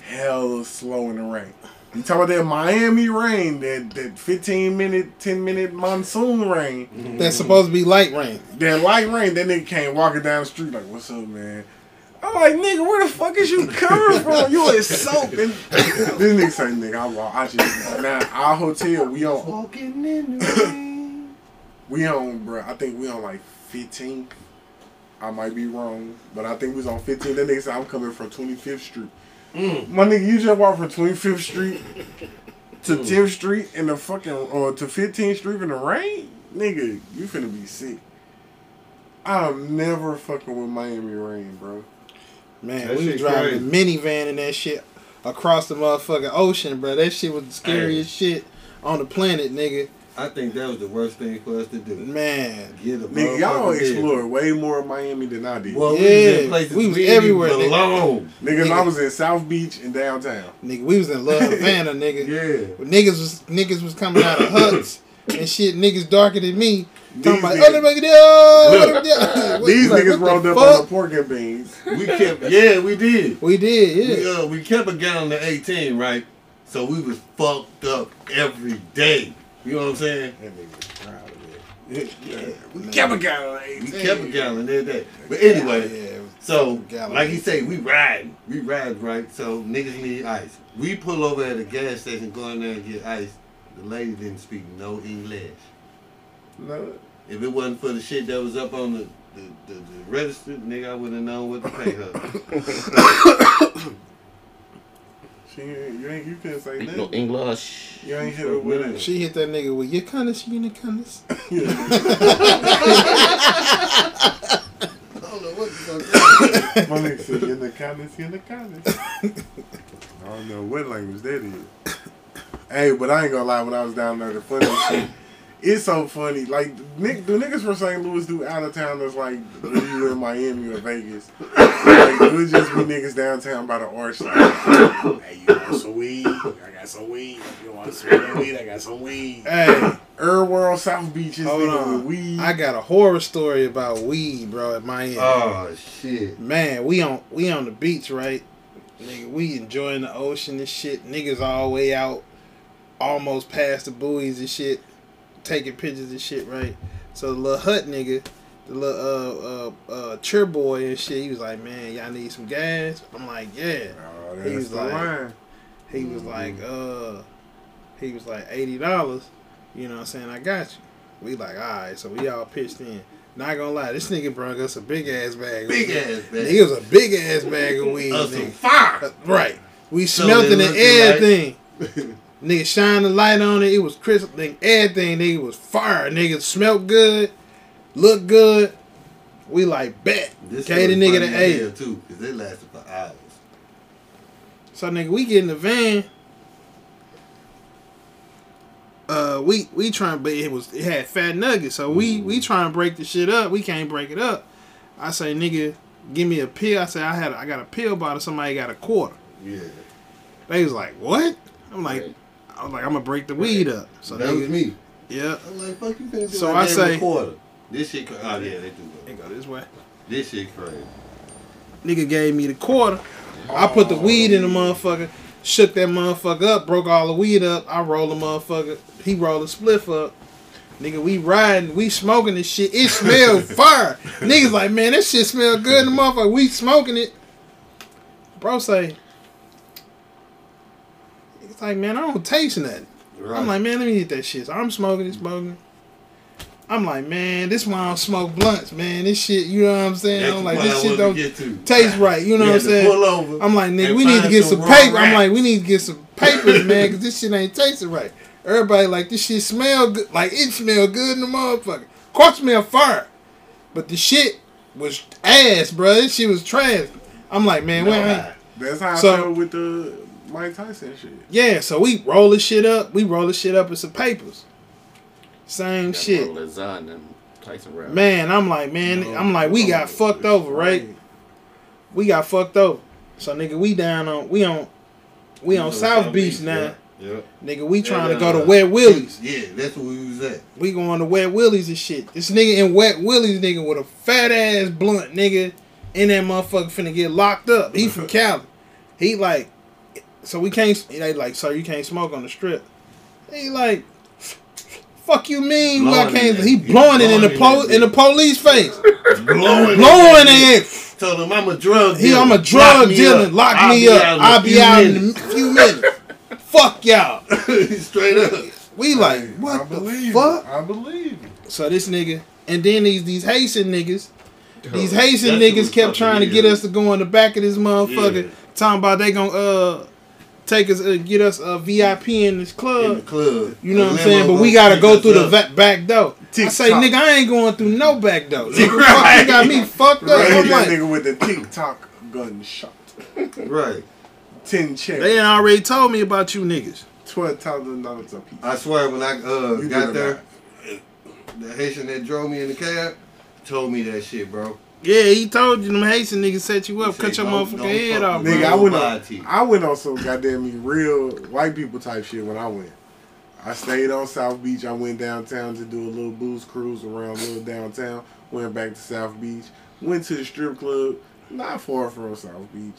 [SPEAKER 1] hella slow in the rain? You talking about that Miami rain, that that fifteen minute, ten minute monsoon rain?
[SPEAKER 3] That's supposed to be light rain.
[SPEAKER 1] That light rain, that nigga came walking down the street like, "What's up, man?" I'm like, "Nigga, where the fuck is you coming from? You in soap?" And this nigga say, "Nigga, I walk. I just now our hotel. We on,
[SPEAKER 2] Walking in the rain.
[SPEAKER 1] we on, bro. I think we on like 15. I might be wrong, but I think we was on 15. That nigga said, "I'm coming from 25th Street."
[SPEAKER 3] Mm.
[SPEAKER 1] My nigga, you just walked from 25th Street to
[SPEAKER 3] Mm.
[SPEAKER 1] 10th Street in the fucking or to 15th Street in the rain, nigga. You finna be sick. I'm never fucking with Miami rain, bro.
[SPEAKER 3] Man,
[SPEAKER 2] That
[SPEAKER 3] we was
[SPEAKER 2] shit
[SPEAKER 3] driving a minivan and that shit across the motherfucking ocean, bro. That shit was the scariest shit on the planet, nigga.
[SPEAKER 2] I think that was the worst thing for us to do.
[SPEAKER 3] Man.
[SPEAKER 2] Get a
[SPEAKER 1] Nigga, y'all
[SPEAKER 2] motherfucking bed.
[SPEAKER 1] explored way more of Miami than I did.
[SPEAKER 2] Well,
[SPEAKER 3] Yeah,
[SPEAKER 2] we was in places
[SPEAKER 3] we
[SPEAKER 2] we
[SPEAKER 3] was
[SPEAKER 2] didn't
[SPEAKER 3] everywhere, nigga.
[SPEAKER 2] Belong.
[SPEAKER 1] Niggas, I
[SPEAKER 3] nigga.
[SPEAKER 1] was in South Beach and downtown.
[SPEAKER 3] Nigga, we was in Love Havana, nigga.
[SPEAKER 2] Yeah.
[SPEAKER 3] Niggas was niggas was coming out of huts and shit. Niggas darker than me.
[SPEAKER 1] These
[SPEAKER 3] Talking about,
[SPEAKER 1] niggas-
[SPEAKER 3] oh, they make it up, they make it up."
[SPEAKER 1] These
[SPEAKER 3] Like,
[SPEAKER 1] niggas
[SPEAKER 3] what
[SPEAKER 1] rolled
[SPEAKER 3] the
[SPEAKER 1] up on
[SPEAKER 3] fuck?
[SPEAKER 1] the pork and beans.
[SPEAKER 2] We kept, yeah, we did.
[SPEAKER 3] We did, yeah.
[SPEAKER 2] We, uh, we kept a gallon of 18, right? So we was fucked up every day. You know what I'm saying?
[SPEAKER 1] That nigga was proud of it.
[SPEAKER 2] We
[SPEAKER 1] Kept a gallon of
[SPEAKER 2] We
[SPEAKER 1] 18.
[SPEAKER 2] kept a gallon every day. But anyway,
[SPEAKER 3] Yeah, it was-
[SPEAKER 2] so
[SPEAKER 3] Gallon.
[SPEAKER 2] like he say, we riding. We riding, right? So niggas need ice. We pull over at a gas station, go in there and get ice. The lady didn't speak no English.
[SPEAKER 1] No,
[SPEAKER 2] If it wasn't for the shit that was up on the, the, the, the register, nigga, I wouldn't have known what to pay her.
[SPEAKER 1] she ain't, you ain't, you couldn't say
[SPEAKER 6] No
[SPEAKER 1] nothing.
[SPEAKER 6] English.
[SPEAKER 1] You ain't hit her with it.
[SPEAKER 3] She hit that nigga with your kindness, you need kindness.
[SPEAKER 2] I don't know what the fuck.
[SPEAKER 1] My nigga said, in the comments, in the comments. I don't know what language that is. Hey, but I ain't gonna lie, when I was down there, the funniest shit It's so funny. Like, nick, do niggas from St. Louis do out of town that's like when you in Miami or Vegas? Like, do it just be niggas downtown by the arch? Like,
[SPEAKER 9] Hey, you want some weed? I got some weed. You want some weed? I got some weed.
[SPEAKER 3] Hey,
[SPEAKER 1] Air World South Beach is
[SPEAKER 3] Hold
[SPEAKER 1] nigga
[SPEAKER 3] on.
[SPEAKER 1] with weed.
[SPEAKER 3] I got a horror story about weed, bro, at Miami.
[SPEAKER 2] Oh shit.
[SPEAKER 3] Man, we on we on the beach, right? Nigga, we enjoying the ocean and shit. Niggas all the way out, almost past the buoys and shit, taking pictures and shit, right? So the little hut nigga, the little uh uh uh cheer boy and shit, he was like, Man, y'all need some gas? I'm like, Yeah.
[SPEAKER 1] oh,
[SPEAKER 3] He
[SPEAKER 1] that's
[SPEAKER 3] was
[SPEAKER 1] the
[SPEAKER 3] like-
[SPEAKER 1] line.
[SPEAKER 3] He was like, uh, he was like eighty dollars. You know what I'm saying? I got you. We like, all right. So we all pitched in. Not gonna lie, this nigga brought us a big ass bag.
[SPEAKER 2] Big ass bag.
[SPEAKER 3] Nigga was a big ass bag of weed.
[SPEAKER 2] Of some
[SPEAKER 3] nigga. Uh,
[SPEAKER 2] fire.
[SPEAKER 3] Right. We
[SPEAKER 2] So
[SPEAKER 3] smelt
[SPEAKER 2] they
[SPEAKER 3] it and
[SPEAKER 2] looked alike.
[SPEAKER 3] everything. nigga shine the light on it. It was crisp. Nigga, everything. Nigga was fire. Nigga smelled good, looked good. We like bet.
[SPEAKER 2] This
[SPEAKER 3] Gave the
[SPEAKER 2] was
[SPEAKER 3] nigga
[SPEAKER 2] funny
[SPEAKER 3] the
[SPEAKER 2] as
[SPEAKER 3] A.
[SPEAKER 2] hell, too, because they lasted for hours.
[SPEAKER 3] So nigga, we get in the van. Uh, we we trying, but it was it had fat nuggets. So we
[SPEAKER 2] Mm.
[SPEAKER 3] we trying to break the shit up. We can't break it up. I say, nigga, give me a pill. I say, I had I got a pill bottle. Somebody got a quarter.
[SPEAKER 2] Yeah.
[SPEAKER 3] They was like, what? I'm like, I was like, I'm gonna break the weed up.
[SPEAKER 2] So
[SPEAKER 3] So
[SPEAKER 2] that
[SPEAKER 3] nigga,
[SPEAKER 2] was me.
[SPEAKER 3] Yeah.
[SPEAKER 2] I'm like, fuck you finna do
[SPEAKER 3] So
[SPEAKER 2] so
[SPEAKER 3] I
[SPEAKER 2] I
[SPEAKER 3] say-
[SPEAKER 2] quarter. This shit crazy. Oh yeah, they do.
[SPEAKER 3] It go this way.
[SPEAKER 2] This shit crazy.
[SPEAKER 3] Nigga gave me the quarter. I put the weed in the motherfucker, shook that motherfucker up, broke all the weed up. I rolled the motherfucker. He rolled the spliff up. Nigga, we riding, we smoking this shit. It smelled fire. Niggas like, man, that shit smell good in the motherfucker. We smoking it. Bro say, it's like, man, I don't taste nothing. I'm like, man, let me eat that shit. So I'm smoking and smoking. I'm like, man, this why I don't smoke blunts, man. This shit, you know what I'm saying?
[SPEAKER 2] That's
[SPEAKER 3] I'm like,
[SPEAKER 2] what I
[SPEAKER 3] this shit
[SPEAKER 2] wanted to
[SPEAKER 3] don't
[SPEAKER 2] get to.
[SPEAKER 3] taste right. You know
[SPEAKER 2] We
[SPEAKER 3] what I'm
[SPEAKER 2] had to
[SPEAKER 3] saying?
[SPEAKER 2] Pull over.
[SPEAKER 3] I'm like, nigga,
[SPEAKER 2] and
[SPEAKER 3] we need to
[SPEAKER 2] find
[SPEAKER 3] get some
[SPEAKER 2] some raw
[SPEAKER 3] paper. I'm
[SPEAKER 2] rats.
[SPEAKER 3] like, we need to get some papers, man, because this shit ain't tasting right. Everybody like, this shit smell good. Like, it smell good in the motherfucker. Caught me a fire. But the shit was ass, bro. This shit was trash. I'm like, man, wait, wait.
[SPEAKER 1] That's how
[SPEAKER 3] So-
[SPEAKER 1] I felt with the Mike Tyson shit.
[SPEAKER 3] Yeah, so we roll this shit up. We roll this shit up with some papers. Same shit.
[SPEAKER 6] Lasagna and Tyson rap.
[SPEAKER 3] Man, I'm like, man, I'm like, we got fucked over, right? We got fucked over. So nigga, we down on we on we on South, Beach, now.
[SPEAKER 2] Yeah. Yep.
[SPEAKER 3] Nigga, we trying
[SPEAKER 2] uh,
[SPEAKER 3] to go to Wet Willie's.
[SPEAKER 2] Yeah, that's where we was at.
[SPEAKER 3] We going to Wet Willie's and shit. This nigga in Wet Willie's nigga with a fat ass blunt nigga in that motherfucker finna get locked up. He from Cali. He like so we can't they like, sir, you can't smoke on the strip. He like Fuck you mean? Well, I
[SPEAKER 2] Blowing
[SPEAKER 3] can't.
[SPEAKER 2] in
[SPEAKER 3] He
[SPEAKER 2] that-
[SPEAKER 3] blowing it in
[SPEAKER 2] blowing
[SPEAKER 3] the
[SPEAKER 2] in
[SPEAKER 3] po-
[SPEAKER 2] that
[SPEAKER 3] in the police face.
[SPEAKER 2] Blowing,
[SPEAKER 3] blowing it.
[SPEAKER 2] Told him I'm a drug dealer.
[SPEAKER 3] He, I'm a drug
[SPEAKER 2] Lock me
[SPEAKER 3] dealer.
[SPEAKER 2] up.
[SPEAKER 3] Lock
[SPEAKER 2] I'll
[SPEAKER 3] me
[SPEAKER 2] be
[SPEAKER 3] up.
[SPEAKER 2] out in a
[SPEAKER 3] I'll be
[SPEAKER 2] few
[SPEAKER 3] out in a
[SPEAKER 2] minutes.
[SPEAKER 3] few minutes. Fuck y'all.
[SPEAKER 2] Straight up.
[SPEAKER 3] We like
[SPEAKER 1] I
[SPEAKER 3] what
[SPEAKER 1] believe
[SPEAKER 3] the
[SPEAKER 1] you.
[SPEAKER 3] fuck?
[SPEAKER 1] I believe you.
[SPEAKER 3] So this nigga, and then these these Haitian niggas, these
[SPEAKER 2] that
[SPEAKER 3] Haitian
[SPEAKER 2] shit was
[SPEAKER 3] niggas kept
[SPEAKER 2] fucking
[SPEAKER 3] trying to
[SPEAKER 2] weird.
[SPEAKER 3] get us to go in the back of this motherfucker,
[SPEAKER 2] Yeah.
[SPEAKER 3] talking about they gonna uh take us uh, get us a VIP in this
[SPEAKER 2] In the
[SPEAKER 3] club.
[SPEAKER 2] club.
[SPEAKER 3] Uh, You know
[SPEAKER 2] A
[SPEAKER 3] what I'm
[SPEAKER 2] limo
[SPEAKER 3] saying? But we
[SPEAKER 2] gonna
[SPEAKER 3] gotta
[SPEAKER 2] pick
[SPEAKER 3] go
[SPEAKER 2] us
[SPEAKER 3] through the
[SPEAKER 2] up.
[SPEAKER 3] va- back door. I say,
[SPEAKER 1] TikTok.
[SPEAKER 3] nigga, I ain't going through no back door. Nigga, fuck,
[SPEAKER 2] Right.
[SPEAKER 3] you got me fucked up.
[SPEAKER 1] Right,
[SPEAKER 3] I'm
[SPEAKER 1] that
[SPEAKER 3] like,
[SPEAKER 1] nigga with the TikTok gunshot.
[SPEAKER 2] Right.
[SPEAKER 1] Ten
[SPEAKER 3] they
[SPEAKER 1] chairs,
[SPEAKER 3] done already told me about you niggas.
[SPEAKER 1] twelve thousand dollars a piece.
[SPEAKER 2] I swear when I uh,
[SPEAKER 1] You
[SPEAKER 2] got
[SPEAKER 1] did
[SPEAKER 2] there, the Haitian that drove me in the cab told me that shit, bro.
[SPEAKER 3] Yeah, he told you them Haitian niggas set you up,
[SPEAKER 2] He
[SPEAKER 3] cut
[SPEAKER 2] said,
[SPEAKER 3] your
[SPEAKER 2] "Don't-
[SPEAKER 3] motherfucking
[SPEAKER 2] don't
[SPEAKER 3] head
[SPEAKER 2] fuck
[SPEAKER 3] off.
[SPEAKER 2] with
[SPEAKER 1] Nigga,
[SPEAKER 2] Bro,
[SPEAKER 1] I went
[SPEAKER 2] bye,
[SPEAKER 1] on.
[SPEAKER 2] T.
[SPEAKER 1] I went on some goddamn me real white people type shit when I went. I stayed on South Beach. I went downtown to do a little booze cruise around little downtown. Went back to South Beach. Went to the strip club, not far from South Beach.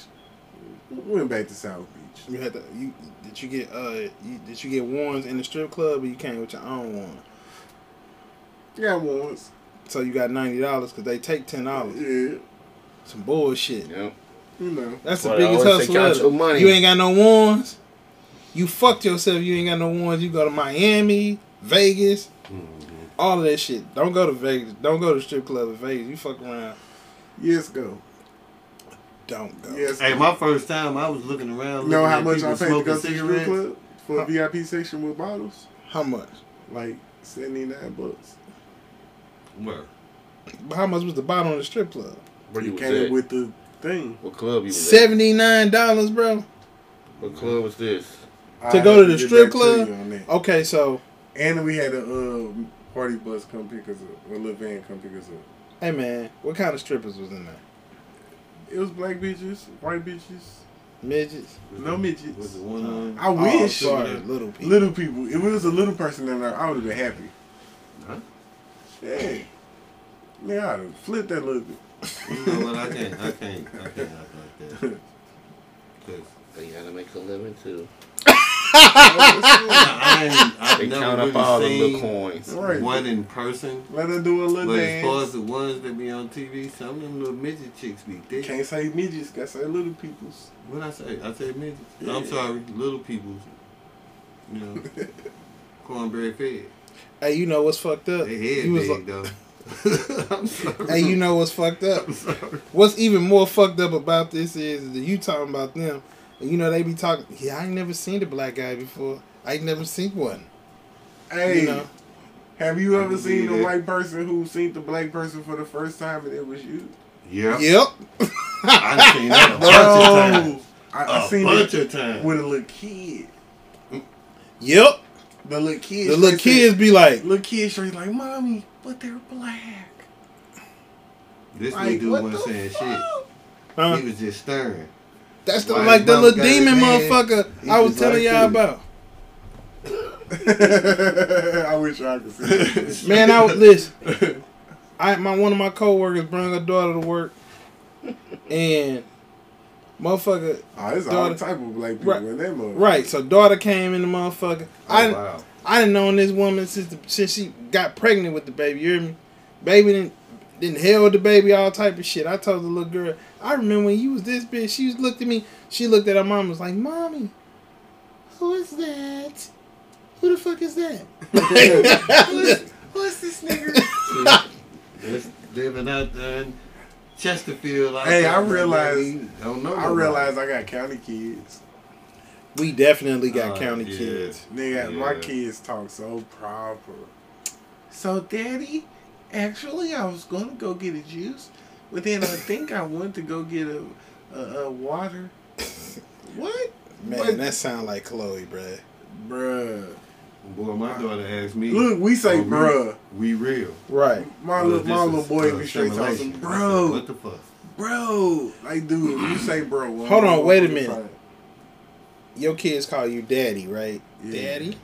[SPEAKER 1] Went back to South Beach.
[SPEAKER 3] You had to. You did you get uh? You, did you get ones in the strip club, or you came with your own one?
[SPEAKER 1] Yeah, once.
[SPEAKER 3] So you got ninety dollars because they take ten
[SPEAKER 1] Yeah,
[SPEAKER 3] dollars.
[SPEAKER 1] you
[SPEAKER 3] Some bullshit.
[SPEAKER 6] Yep.
[SPEAKER 1] know.
[SPEAKER 3] That's
[SPEAKER 6] Well,
[SPEAKER 3] the
[SPEAKER 6] they
[SPEAKER 3] biggest
[SPEAKER 6] always
[SPEAKER 3] hustle.
[SPEAKER 6] take out
[SPEAKER 3] ever.
[SPEAKER 6] your money.
[SPEAKER 3] You ain't got no ones. You fucked yourself. You ain't got no ones. You go to Miami, Vegas,
[SPEAKER 6] Mm-hmm.
[SPEAKER 3] all of that shit. Don't go to Vegas. Don't go to the strip club in Vegas. You fuck around.
[SPEAKER 1] Yes, go.
[SPEAKER 3] Don't go.
[SPEAKER 1] Yes.
[SPEAKER 2] Hey, my first time, I was looking around.
[SPEAKER 1] You know
[SPEAKER 2] looking
[SPEAKER 1] how
[SPEAKER 2] at
[SPEAKER 1] much
[SPEAKER 2] people
[SPEAKER 1] I paid to go
[SPEAKER 2] smoking
[SPEAKER 1] to the strip
[SPEAKER 2] cigarettes.
[SPEAKER 1] club for
[SPEAKER 3] Huh.
[SPEAKER 1] a VIP section with bottles?
[SPEAKER 3] How much?
[SPEAKER 1] Like seventy nine bucks.
[SPEAKER 2] Where?
[SPEAKER 3] How much was the bottle in the strip club?
[SPEAKER 6] Where you
[SPEAKER 1] You
[SPEAKER 6] was
[SPEAKER 1] came
[SPEAKER 6] at?
[SPEAKER 1] with the thing
[SPEAKER 6] What club you was at?
[SPEAKER 3] Seventy nine dollars, bro.
[SPEAKER 6] What club was this?
[SPEAKER 3] To
[SPEAKER 1] I
[SPEAKER 3] go to
[SPEAKER 1] have
[SPEAKER 3] the
[SPEAKER 1] get
[SPEAKER 3] strip
[SPEAKER 1] back to
[SPEAKER 3] club?
[SPEAKER 1] you on that.
[SPEAKER 3] Okay, so
[SPEAKER 1] And we had a uh, party bus come pick us up, or little van come pick us up.
[SPEAKER 3] Hey man, what kind of strippers was in there?
[SPEAKER 1] It was black bitches, white bitches,
[SPEAKER 3] Midgets.
[SPEAKER 1] no
[SPEAKER 2] Was
[SPEAKER 1] midgets.
[SPEAKER 2] it one on?
[SPEAKER 1] I wish
[SPEAKER 3] Oh, sorry, little people.
[SPEAKER 1] little people. If it was a little person in there, I would have been happy.
[SPEAKER 2] Huh?
[SPEAKER 1] Yeah, man, I'd have flipped that little bit.
[SPEAKER 2] You know what? I can't. I can't. I can't act like that. 'Cause
[SPEAKER 6] They gotta make a living too.
[SPEAKER 2] I ain't, I've
[SPEAKER 6] They
[SPEAKER 2] never
[SPEAKER 6] count
[SPEAKER 2] really
[SPEAKER 6] up all the
[SPEAKER 2] seen
[SPEAKER 6] little coins.
[SPEAKER 1] Right.
[SPEAKER 2] one in person.
[SPEAKER 1] Let her do a little
[SPEAKER 2] But as far as
[SPEAKER 1] dance.
[SPEAKER 2] the ones that be on TV, some of them little midget chicks be thick.
[SPEAKER 1] Can't say midgets, gotta say little peoples.
[SPEAKER 2] What I say? I say midgets.
[SPEAKER 1] Yeah.
[SPEAKER 2] I'm sorry, little people. You know, cornbread fed.
[SPEAKER 3] Hey, you know what's fucked up?
[SPEAKER 2] They head
[SPEAKER 3] You was
[SPEAKER 2] big
[SPEAKER 3] like-
[SPEAKER 2] though. I'm sorry.
[SPEAKER 3] Hey, you know what's fucked up?
[SPEAKER 2] I'm sorry.
[SPEAKER 3] What's even more fucked up about this is that you talking about them, and you know they be talking. Yeah, I ain't never seen a black guy before. I ain't never seen one.
[SPEAKER 1] Hey,
[SPEAKER 3] You know.
[SPEAKER 1] have you
[SPEAKER 2] I
[SPEAKER 1] ever
[SPEAKER 2] can
[SPEAKER 1] seen
[SPEAKER 2] see
[SPEAKER 1] a
[SPEAKER 2] that.
[SPEAKER 1] white person who seen the black person for the first time and it was you?
[SPEAKER 2] Yeah.
[SPEAKER 3] Yep.
[SPEAKER 2] I seen that a bunch of times.
[SPEAKER 1] No, I, I
[SPEAKER 2] A
[SPEAKER 1] seen
[SPEAKER 2] bunch
[SPEAKER 1] it
[SPEAKER 2] of times.
[SPEAKER 1] with a little kid.
[SPEAKER 3] Yep.
[SPEAKER 1] The little kid.
[SPEAKER 3] The
[SPEAKER 1] straight
[SPEAKER 3] little
[SPEAKER 1] said-
[SPEAKER 3] kids be like,
[SPEAKER 1] Little kid straight like, mommy, but they're black.
[SPEAKER 2] This
[SPEAKER 1] Like,
[SPEAKER 2] new dude
[SPEAKER 1] what
[SPEAKER 2] wasn't
[SPEAKER 1] the
[SPEAKER 2] saying
[SPEAKER 1] fuck?
[SPEAKER 3] huh?
[SPEAKER 2] shit. He was just staring.
[SPEAKER 3] That's the
[SPEAKER 2] Why
[SPEAKER 3] like
[SPEAKER 2] his
[SPEAKER 3] the
[SPEAKER 2] mama
[SPEAKER 3] little
[SPEAKER 2] got his
[SPEAKER 3] demon
[SPEAKER 2] hand?
[SPEAKER 3] motherfucker
[SPEAKER 2] He
[SPEAKER 3] I was
[SPEAKER 2] just
[SPEAKER 3] telling
[SPEAKER 2] like
[SPEAKER 3] y'all
[SPEAKER 2] this.
[SPEAKER 3] about.
[SPEAKER 1] I wish I could see that.
[SPEAKER 3] Man, I was listen. I my one of my coworkers brought her daughter to work, and motherfucker,
[SPEAKER 1] Oh, it's all
[SPEAKER 3] Daughter-
[SPEAKER 1] type of black people
[SPEAKER 3] Right.
[SPEAKER 1] in that mother.
[SPEAKER 3] right? So daughter came in the motherfucker. I
[SPEAKER 2] Oh, wow.
[SPEAKER 3] I didn't known this woman since the, since she got pregnant with the baby. You hear me? Baby didn't didn't held the baby all type of shit. I told the little girl, I remember when you was this bitch. She was looked at me. She looked at her mom. and Was like, mommy, who is that? Who the fuck is that? Who's- Who's this nigga?
[SPEAKER 2] That's living out there in Chesterfield. out
[SPEAKER 1] Hey,
[SPEAKER 2] there,
[SPEAKER 1] I realize-
[SPEAKER 2] we Don't know.
[SPEAKER 1] I realize I got county kids.
[SPEAKER 3] We definitely got
[SPEAKER 2] Oh,
[SPEAKER 3] county
[SPEAKER 2] yeah.
[SPEAKER 3] kids.
[SPEAKER 1] Nigga, my
[SPEAKER 2] Yeah.
[SPEAKER 1] kids talk so proper. So, daddy, actually, I was gonna go get a juice, but then I think I went to go get a, a, a water. What,
[SPEAKER 3] Man,
[SPEAKER 1] But-
[SPEAKER 3] that sound like Chloe, bruh.
[SPEAKER 1] bruh?
[SPEAKER 2] Boy, my daughter asked me.
[SPEAKER 1] Look, we say
[SPEAKER 2] "Are
[SPEAKER 1] bruh.
[SPEAKER 2] We real.
[SPEAKER 3] Right.
[SPEAKER 1] My
[SPEAKER 2] Well,
[SPEAKER 1] little, my
[SPEAKER 2] this
[SPEAKER 1] little
[SPEAKER 2] is,
[SPEAKER 1] boy
[SPEAKER 2] uh,
[SPEAKER 1] be straight talking,
[SPEAKER 2] simulation. I said,
[SPEAKER 1] bro,
[SPEAKER 2] What the fuck?
[SPEAKER 1] bro. Like, dude, you say bro. well,
[SPEAKER 3] Hold on,
[SPEAKER 1] I'm
[SPEAKER 3] wait a
[SPEAKER 1] gonna
[SPEAKER 3] minute.
[SPEAKER 1] fight.
[SPEAKER 3] Your kids call you daddy, right?
[SPEAKER 1] Yeah.
[SPEAKER 3] Daddy.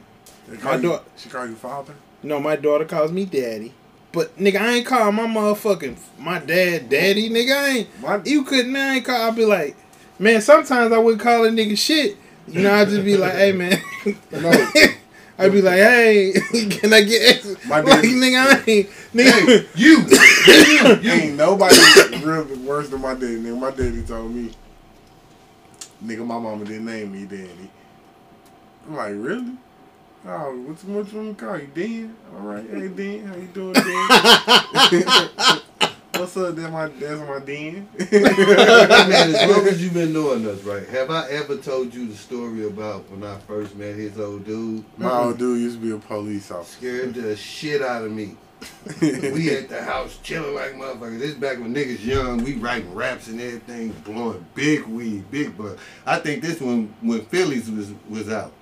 [SPEAKER 1] They call you-
[SPEAKER 3] daugh-
[SPEAKER 1] she call you father.
[SPEAKER 3] No, my daughter calls me daddy. But nigga, I ain't call my motherfucking my dad daddy. Nigga, I ain't.
[SPEAKER 1] My,
[SPEAKER 3] You couldn't. I ain't call. I'd be like, man. Sometimes I would call a nigga shit. You know, I'd just be like, hey man.
[SPEAKER 1] no,
[SPEAKER 3] I'd be like, hey, can I get extra?
[SPEAKER 1] My
[SPEAKER 3] like,
[SPEAKER 1] daddy-
[SPEAKER 3] nigga, I ain't. Nigga,
[SPEAKER 2] You.
[SPEAKER 1] ain't nobody real worse than my daddy. Nigga, my daddy told me, nigga, my mama didn't name me daddy. I'm like, really? Oh, what's what you want to call you, Dan? All right, hey Dan, how you doing, Dan? What's up? That's my that's my Dan.
[SPEAKER 2] man, as long as you've been knowing us, right? Have I ever told you the story about when I first met his old dude?
[SPEAKER 1] my old dude used to be a police officer.
[SPEAKER 2] Scared the shit out of me. we at the house chilling like motherfuckers. This back when niggas young, we writing raps and everything, blowing big weed, big blood. I think this one when Phillies was was out.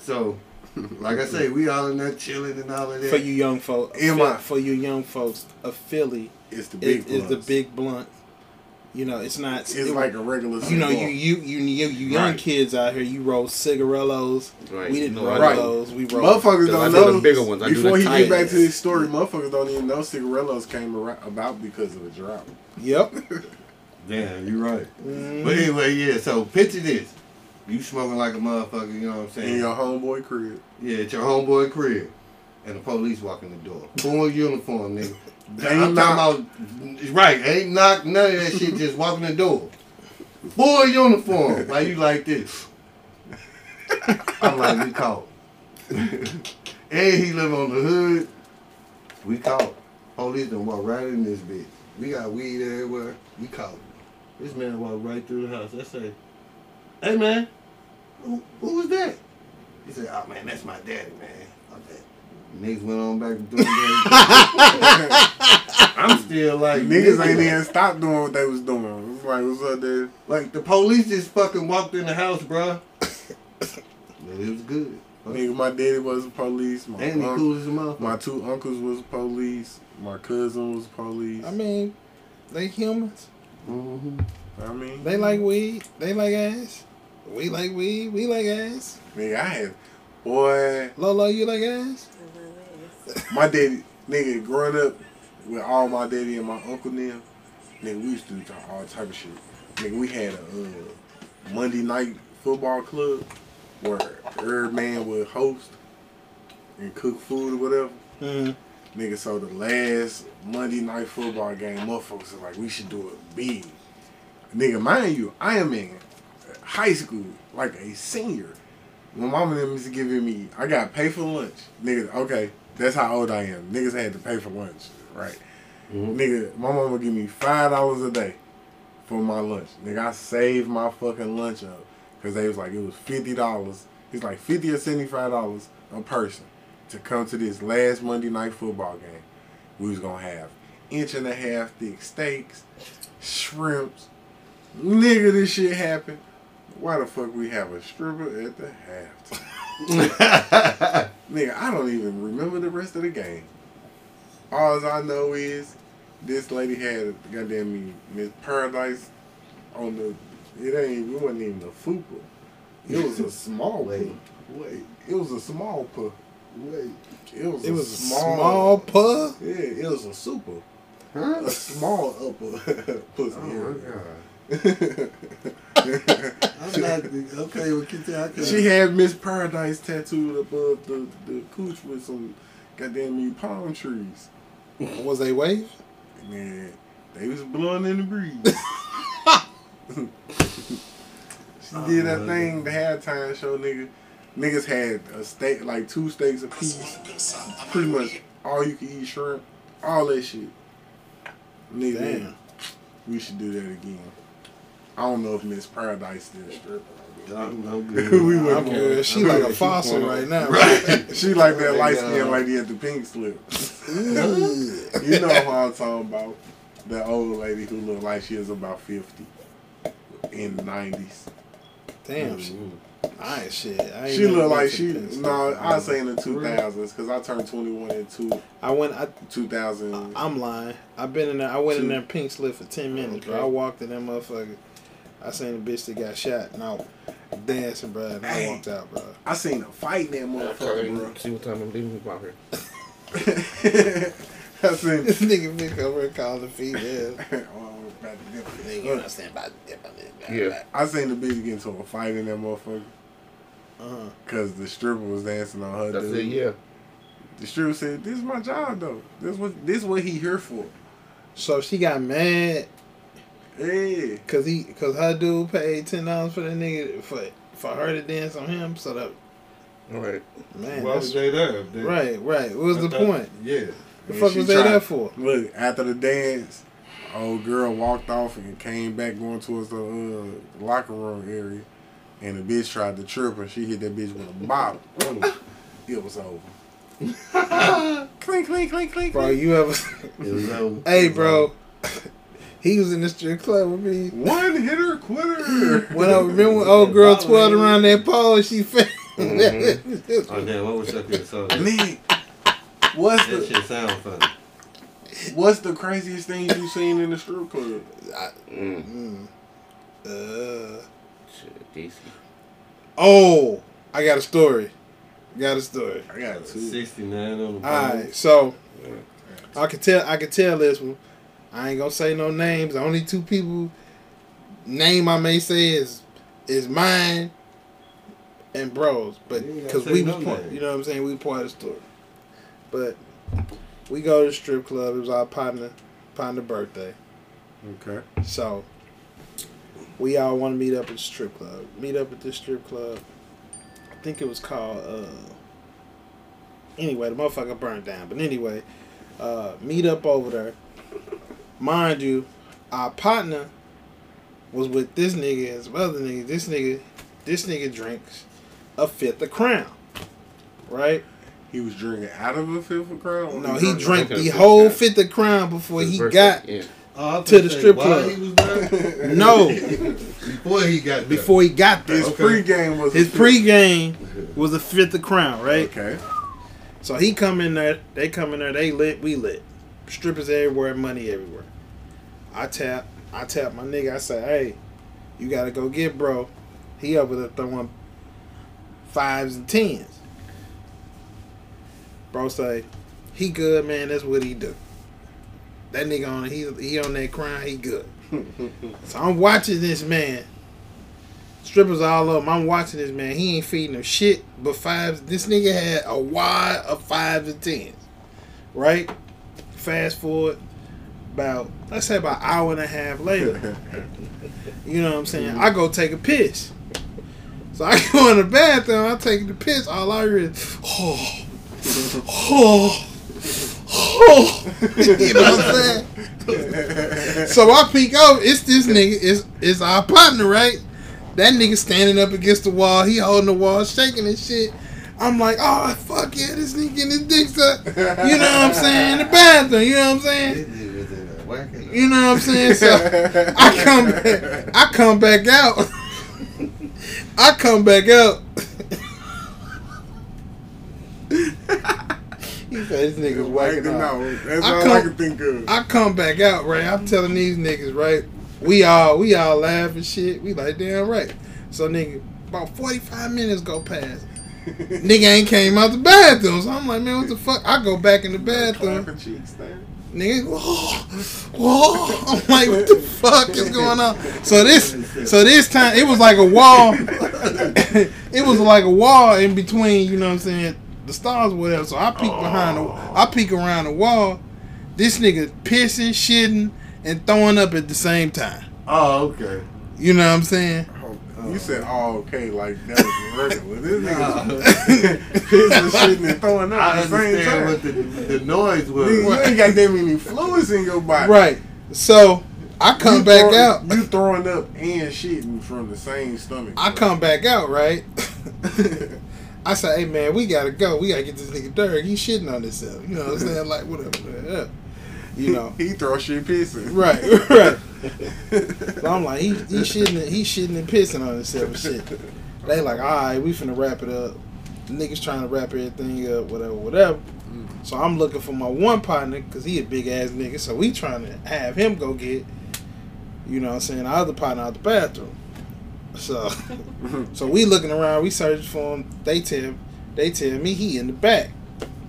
[SPEAKER 2] So, like I say, we all in there chilling and all of that.
[SPEAKER 3] for you young folks,
[SPEAKER 1] Am I-
[SPEAKER 3] for you young folks, a Philly
[SPEAKER 1] It's the big.
[SPEAKER 3] is, is the
[SPEAKER 1] blunts.
[SPEAKER 3] big blunt. You know, it's not.
[SPEAKER 1] It's like a regular.
[SPEAKER 3] you know, you
[SPEAKER 1] cigar.
[SPEAKER 3] you you you, you young
[SPEAKER 6] Right.
[SPEAKER 3] kids out here. You roll cigarillos.
[SPEAKER 6] Right.
[SPEAKER 3] We didn't
[SPEAKER 6] No,
[SPEAKER 3] roll
[SPEAKER 1] I don't.
[SPEAKER 3] those. We rolled.
[SPEAKER 1] Motherfuckers
[SPEAKER 6] Cause I
[SPEAKER 1] don't
[SPEAKER 6] do
[SPEAKER 1] know
[SPEAKER 6] the bigger ones. I do
[SPEAKER 1] Before
[SPEAKER 6] the
[SPEAKER 1] he
[SPEAKER 6] tight
[SPEAKER 1] get back
[SPEAKER 6] ones.
[SPEAKER 1] to his story, motherfuckers don't even know cigarillos came ar- about because of a drought.
[SPEAKER 3] Yep. Mm-hmm.
[SPEAKER 2] Damn, you right. But anyway, yeah. So picture this: you smoking like a motherfucker. You know what I'm saying?
[SPEAKER 1] In your homeboy crib.
[SPEAKER 2] Yeah, at your homeboy crib, and the police walk in the door. Full uniform, nigga.
[SPEAKER 1] Ain't
[SPEAKER 2] I'm talking about right. Ain't knock none of that shit. Just walking the door. Full uniform. Why you like this? I'm like, we caught. and he live on the hood. We caught. Police done walk right in this bitch. We got weed everywhere. We caught. This man walked right through the house. I say, hey man, who, who was that? He said, oh man, that's my daddy, man. I'm like, Niggas went on back to doing that. I'm still like
[SPEAKER 1] Niggas ain't
[SPEAKER 2] nigga.
[SPEAKER 1] even stopped doing what they was doing. It's like, what's up, dude?
[SPEAKER 2] Like the police just fucking walked in the house, bruh. but it was good.
[SPEAKER 1] Nigga, my daddy was a police. My,
[SPEAKER 2] And he
[SPEAKER 1] unc-
[SPEAKER 2] cool as a motherfucker.
[SPEAKER 1] my two uncles was police. My cousin was police.
[SPEAKER 3] I mean, they humans.
[SPEAKER 2] hmm
[SPEAKER 1] I mean,
[SPEAKER 3] They like weed. They like ass. We like weed. We like ass.
[SPEAKER 1] nigga, I had, boy,
[SPEAKER 3] Lolo, you like ass?
[SPEAKER 1] my daddy, nigga, growing up with all my daddy and my uncle them, nigga, we used to do all type of shit. Nigga, we had a uh, Monday night football club where every man would host and cook food or whatever.
[SPEAKER 3] Mm.
[SPEAKER 1] Nigga, so the last Monday night football game, motherfuckers are like, we should do it big. Nigga, mind you, I am in high school, like a senior. My mom and them is giving me, I got to pay for lunch. Nigga, okay, that's how old I am. Niggas had to pay for lunch, right? Nigga, my mom would give me $5 a day for my lunch. Nigga, I saved my fucking lunch up because they was like, it was $50. It's like 50 or $75 a person to come to this last Monday night football game. We was gonna have inch and a half thick steaks, shrimps. Nigga, this shit happened. Why the fuck we have a stripper at the halftime? Nigga, I don't even remember the rest of the game. All I know is this lady had goddamn me Miss Paradise on the. It ain't. It wasn't even a fupa. It was a small.
[SPEAKER 2] Wait,
[SPEAKER 1] puh. wait. It was a small puh.
[SPEAKER 2] Wait.
[SPEAKER 1] It was,
[SPEAKER 3] It
[SPEAKER 1] a
[SPEAKER 3] was a
[SPEAKER 1] small,
[SPEAKER 3] small puh.
[SPEAKER 1] Yeah, it was a super,
[SPEAKER 2] Huh?
[SPEAKER 1] a small upper pussy.
[SPEAKER 2] Oh my
[SPEAKER 1] area.
[SPEAKER 2] god. I'm not okay. Well, get that. I can-
[SPEAKER 1] she had Miss Paradise tattooed above the the cooch with some goddamn me palm trees.
[SPEAKER 3] Was they wave?
[SPEAKER 1] Man, they was blowing in the breeze. she did that thing, the halftime show, nigga. Niggas had a steak, like two steaks apiece. Pretty much all you can eat shrimp, all that shit. Nigga,
[SPEAKER 3] Damn.
[SPEAKER 1] we should do that again. I don't know if Miss Paradise did a strip.
[SPEAKER 2] I'm, I'm
[SPEAKER 1] we
[SPEAKER 2] good.
[SPEAKER 1] went
[SPEAKER 3] I'm good. She like a fossil right now.
[SPEAKER 2] right.
[SPEAKER 1] She like that
[SPEAKER 2] Oh,
[SPEAKER 1] light
[SPEAKER 3] uh,
[SPEAKER 2] yeah.
[SPEAKER 1] skinned lady at the pink slip. you know who I'm talking about. That old lady who looked like she was about 50 in the 90s.
[SPEAKER 3] Damn. She, I ain't shit. I ain't
[SPEAKER 1] She
[SPEAKER 3] never
[SPEAKER 1] looked
[SPEAKER 3] been
[SPEAKER 1] like
[SPEAKER 3] to
[SPEAKER 1] she,
[SPEAKER 3] Penn State.
[SPEAKER 1] no, I say in the 2000s because I turned 21 in two,
[SPEAKER 3] I went. I,
[SPEAKER 1] 2000.
[SPEAKER 3] I'm lying. I've been in there. I went in
[SPEAKER 1] Two.
[SPEAKER 3] there pink slip for ten minutes. Bro.
[SPEAKER 1] Okay.
[SPEAKER 3] I walked in that motherfucker. I seen a bitch that got shot and I was dancing, bro. And I
[SPEAKER 1] Hey.
[SPEAKER 3] walked out, bro.
[SPEAKER 1] I seen a fight in that motherfucker, bro.
[SPEAKER 6] See what time I'm leaving with out here.
[SPEAKER 1] I seen.
[SPEAKER 3] this nigga been over and calling the feet. Yeah.
[SPEAKER 1] Oh, about to dip it.
[SPEAKER 3] Nigga, you understand about about this? about
[SPEAKER 6] Yeah.
[SPEAKER 3] that.
[SPEAKER 1] I seen the bitch get into a fight in that motherfucker
[SPEAKER 3] Uh-huh.
[SPEAKER 1] because the stripper was dancing on her.
[SPEAKER 6] That's
[SPEAKER 1] dude.
[SPEAKER 6] it, yeah.
[SPEAKER 1] The stripper said, "This is my job, though. This what this what he here for."
[SPEAKER 3] So she got mad
[SPEAKER 1] Yeah,
[SPEAKER 3] Cause he, cause her dude paid ten dollars for that nigga for for her to dance on him. So that
[SPEAKER 6] All right.
[SPEAKER 3] man,
[SPEAKER 2] Why was
[SPEAKER 3] that's,
[SPEAKER 2] they there? They-
[SPEAKER 3] right, right. What was
[SPEAKER 2] I
[SPEAKER 3] the
[SPEAKER 2] thought-
[SPEAKER 3] point?
[SPEAKER 2] Yeah.
[SPEAKER 3] The
[SPEAKER 1] Man,
[SPEAKER 3] fuck
[SPEAKER 1] she
[SPEAKER 3] was they
[SPEAKER 1] tried-
[SPEAKER 3] there for?
[SPEAKER 1] Look, after the dance, old girl walked off and came back going towards the uh, locker room area, and the bitch tried to trip her. She hit that bitch with a bottle. it was over. clink, clink, clink, clink.
[SPEAKER 3] Bro, you ever? hey, bro. he was in the strip club with me.
[SPEAKER 1] One hitter quitter.
[SPEAKER 3] When I remember when old girl twirled around that pole, and she fell.
[SPEAKER 1] Mm-hmm.
[SPEAKER 10] Oh damn, I wish I could have saw that.
[SPEAKER 1] Nick, what's
[SPEAKER 10] That
[SPEAKER 1] the
[SPEAKER 10] shit sound funny.
[SPEAKER 1] what's the craziest thing you seen in the strip club?
[SPEAKER 3] Mm.
[SPEAKER 6] Mm.
[SPEAKER 3] Uh,
[SPEAKER 6] Shit, decent.
[SPEAKER 3] oh, I got a story. Got a story.
[SPEAKER 1] I got two.
[SPEAKER 10] Sixty nine on the
[SPEAKER 3] All
[SPEAKER 10] bottom.
[SPEAKER 3] right, so I could tell I could tell this one. I ain't gonna say no names. Only two people name I may say is is mine and bros, but
[SPEAKER 10] You ain't gotta
[SPEAKER 3] because
[SPEAKER 10] say
[SPEAKER 3] we
[SPEAKER 10] no
[SPEAKER 3] was part,
[SPEAKER 10] names.
[SPEAKER 3] you know what I'm saying. We part of the story, but we go to the strip club. It was our partner partner birthday,
[SPEAKER 1] Okay.
[SPEAKER 3] so we all want to meet up at the strip club. Meet up at this strip club. I think it was called. uh Anyway, the motherfucker burned down. But anyway, uh, meet up over there. Mind you, our partner was with this nigga and some other nigga. This nigga, this nigga drinks a fifth of crown, right?
[SPEAKER 1] He was drinking out of a fifth of
[SPEAKER 6] Oh,
[SPEAKER 1] crown.
[SPEAKER 3] No, he drank
[SPEAKER 6] Okay,
[SPEAKER 3] the
[SPEAKER 6] fifth
[SPEAKER 3] whole
[SPEAKER 6] Crown.
[SPEAKER 3] fifth of crown before
[SPEAKER 6] His
[SPEAKER 3] he
[SPEAKER 6] birthday,
[SPEAKER 3] got
[SPEAKER 6] Yeah.
[SPEAKER 2] Oh, I
[SPEAKER 3] To the
[SPEAKER 2] think
[SPEAKER 3] strip
[SPEAKER 2] why
[SPEAKER 3] club.
[SPEAKER 2] He was there?
[SPEAKER 3] no
[SPEAKER 2] Before he got there.
[SPEAKER 3] before he got there.
[SPEAKER 1] His pregame was
[SPEAKER 3] His pregame was a fifth of crown, right?
[SPEAKER 1] Okay.
[SPEAKER 3] So he come in there, they come in there, they lit, we lit. Strippers everywhere, money everywhere. I tap, I tap my nigga, I say, hey, you gotta go get bro. He over there throwing fives and tens. Bro say, he good man, that's what he do. That nigga on he he on that crime, he good. so I'm watching this man. Strippers all over. him. I'm watching this man. He ain't feeding him shit but fives. This nigga had a wad of fives and tens. Right? Fast forward about let's say about hour and a half later. you know what I'm saying? I go take a piss. So I go in the bathroom, I take the piss, all I hear is oh, oh, oh. you know what I'm saying? so I peek over. It's this nigga. It's it's our partner, right? That nigga standing up against the wall. He holding the wall, shaking and shit. I'm like, oh fuck yeah, this nigga getting his dick sucked. You know what I'm saying? The bathroom. You know what I'm saying? You know what I'm saying? So I come back, I come back out. I come back out. he said this nigga's whacking
[SPEAKER 1] Acting
[SPEAKER 3] out.
[SPEAKER 1] out. That's
[SPEAKER 3] I
[SPEAKER 1] all I
[SPEAKER 3] come-
[SPEAKER 1] can think of.
[SPEAKER 3] I come back out, right? I'm telling these niggas, right? We all we all laugh and shit. We like damn right. So nigga, about 45 minutes go past. nigga ain't came out the bathroom. So I'm like, man, what the fuck? I go back in the bathroom.
[SPEAKER 1] Clapping cheeks, man.
[SPEAKER 3] Nigga, whoa, whoa. I'm like, what the fuck is going on? So this so this time it was like a wall. it was like a wall in between, you know what I'm saying, the stars or whatever. So I peek behind the I peek around the wall this nigga pissing, shitting, and throwing up at the same time.
[SPEAKER 2] Oh, okay.
[SPEAKER 3] You know what I'm saying?
[SPEAKER 1] Oh,
[SPEAKER 3] uh,
[SPEAKER 1] you said, oh, okay, like that was regular. This nigga's pissing,
[SPEAKER 2] I
[SPEAKER 1] shitting, and throwing up at the same
[SPEAKER 2] understand
[SPEAKER 1] time.
[SPEAKER 2] what the, the noise
[SPEAKER 1] Nigga, you
[SPEAKER 2] was.
[SPEAKER 1] ain't got that many fluids in your body.
[SPEAKER 3] Right. So I come
[SPEAKER 1] You
[SPEAKER 3] back
[SPEAKER 1] throw-
[SPEAKER 3] out.
[SPEAKER 1] You throwing up and shitting from the same stomach.
[SPEAKER 3] I
[SPEAKER 1] bro.
[SPEAKER 3] come back out, right? I say, hey man, we gotta go. We gotta get this nigga dirty. He shitting on himself. You know what I'm saying? Like whatever. whatever. You know.
[SPEAKER 1] he throw shit pissing.
[SPEAKER 3] Right, right. So I'm like, he, he shitting, he shitting and pissing on himself and shit. They like, all right, we finna wrap it up. The niggas trying to wrap everything up, whatever, whatever. So I'm looking for my one partner because he a big ass nigga. So we trying to have him go get, you know, what I'm saying, our other partner out the bathroom. So, so we looking around, we searching for him. They tell, they tell me he in the back.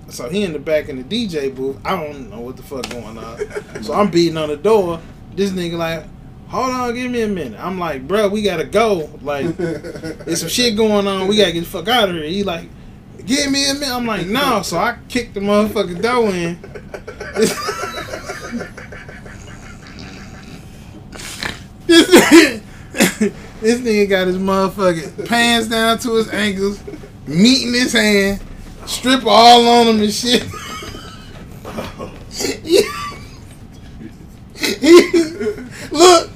[SPEAKER 3] So he in the back in the DJ booth. I don't know what the fuck going on. so I'm beating on the door. This nigga like, hold on, give me a minute. I'm like, bro, we gotta go. Like, there's some shit going on. We gotta get the fuck out of here. He like, give me a minute. I'm like, no. So I kicked the motherfucking door in. this, nigga, this nigga got his motherfucking pants down to his ankles, meat in his hand, strip all on him and shit. look,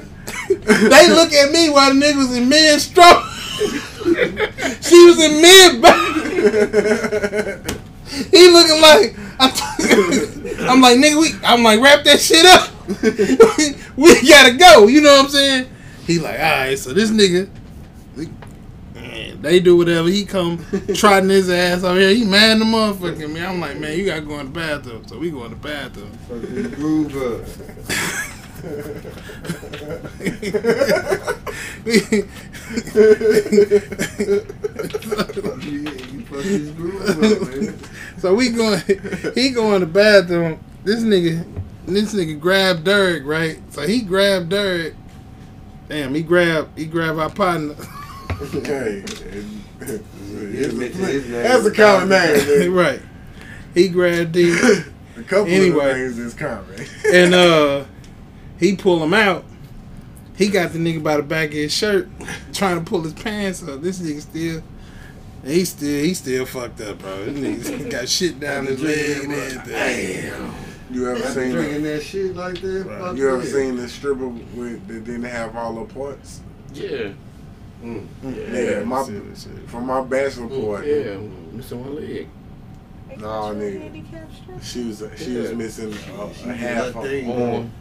[SPEAKER 3] they look at me while the nigga was in mid stroke. she was in mid He looking like I'm, I'm like nigga. We, I'm like wrap that shit up. we gotta go. You know what I'm saying? He like all right. So this nigga, we- man, they do whatever. He come trotting his ass over here. He mad the motherfucking me. I'm like man, you gotta go in the bathroom. So we go in the bathroom. so we going. He go in the bathroom. This nigga, this nigga grabbed Derek right. So he grabbed Derek. Damn, he grabbed he grabbed our partner.
[SPEAKER 1] Okay. That's a common name. man.
[SPEAKER 3] right. He grabbed D
[SPEAKER 1] A couple
[SPEAKER 3] Anyway.
[SPEAKER 1] of things is common.
[SPEAKER 3] and uh, he pull him out. He got the nigga by the back of his shirt, trying to pull his pants up. This nigga still. He still he still fucked up, bro. This nigga got shit down his leg and everything.
[SPEAKER 1] You ever seen
[SPEAKER 2] Drinking that shit like that. fuck
[SPEAKER 1] You ever
[SPEAKER 2] yeah.
[SPEAKER 1] seen the stripper with that didn't have all her parts?
[SPEAKER 6] Yeah.
[SPEAKER 1] Yeah, my from my bachelor party.
[SPEAKER 6] Yeah. Missing one leg.
[SPEAKER 1] Nah, nigga.
[SPEAKER 7] Handicapped strip?
[SPEAKER 1] She was she was missing a, a
[SPEAKER 2] She
[SPEAKER 1] half
[SPEAKER 2] got that
[SPEAKER 1] of
[SPEAKER 2] thing.
[SPEAKER 1] arm.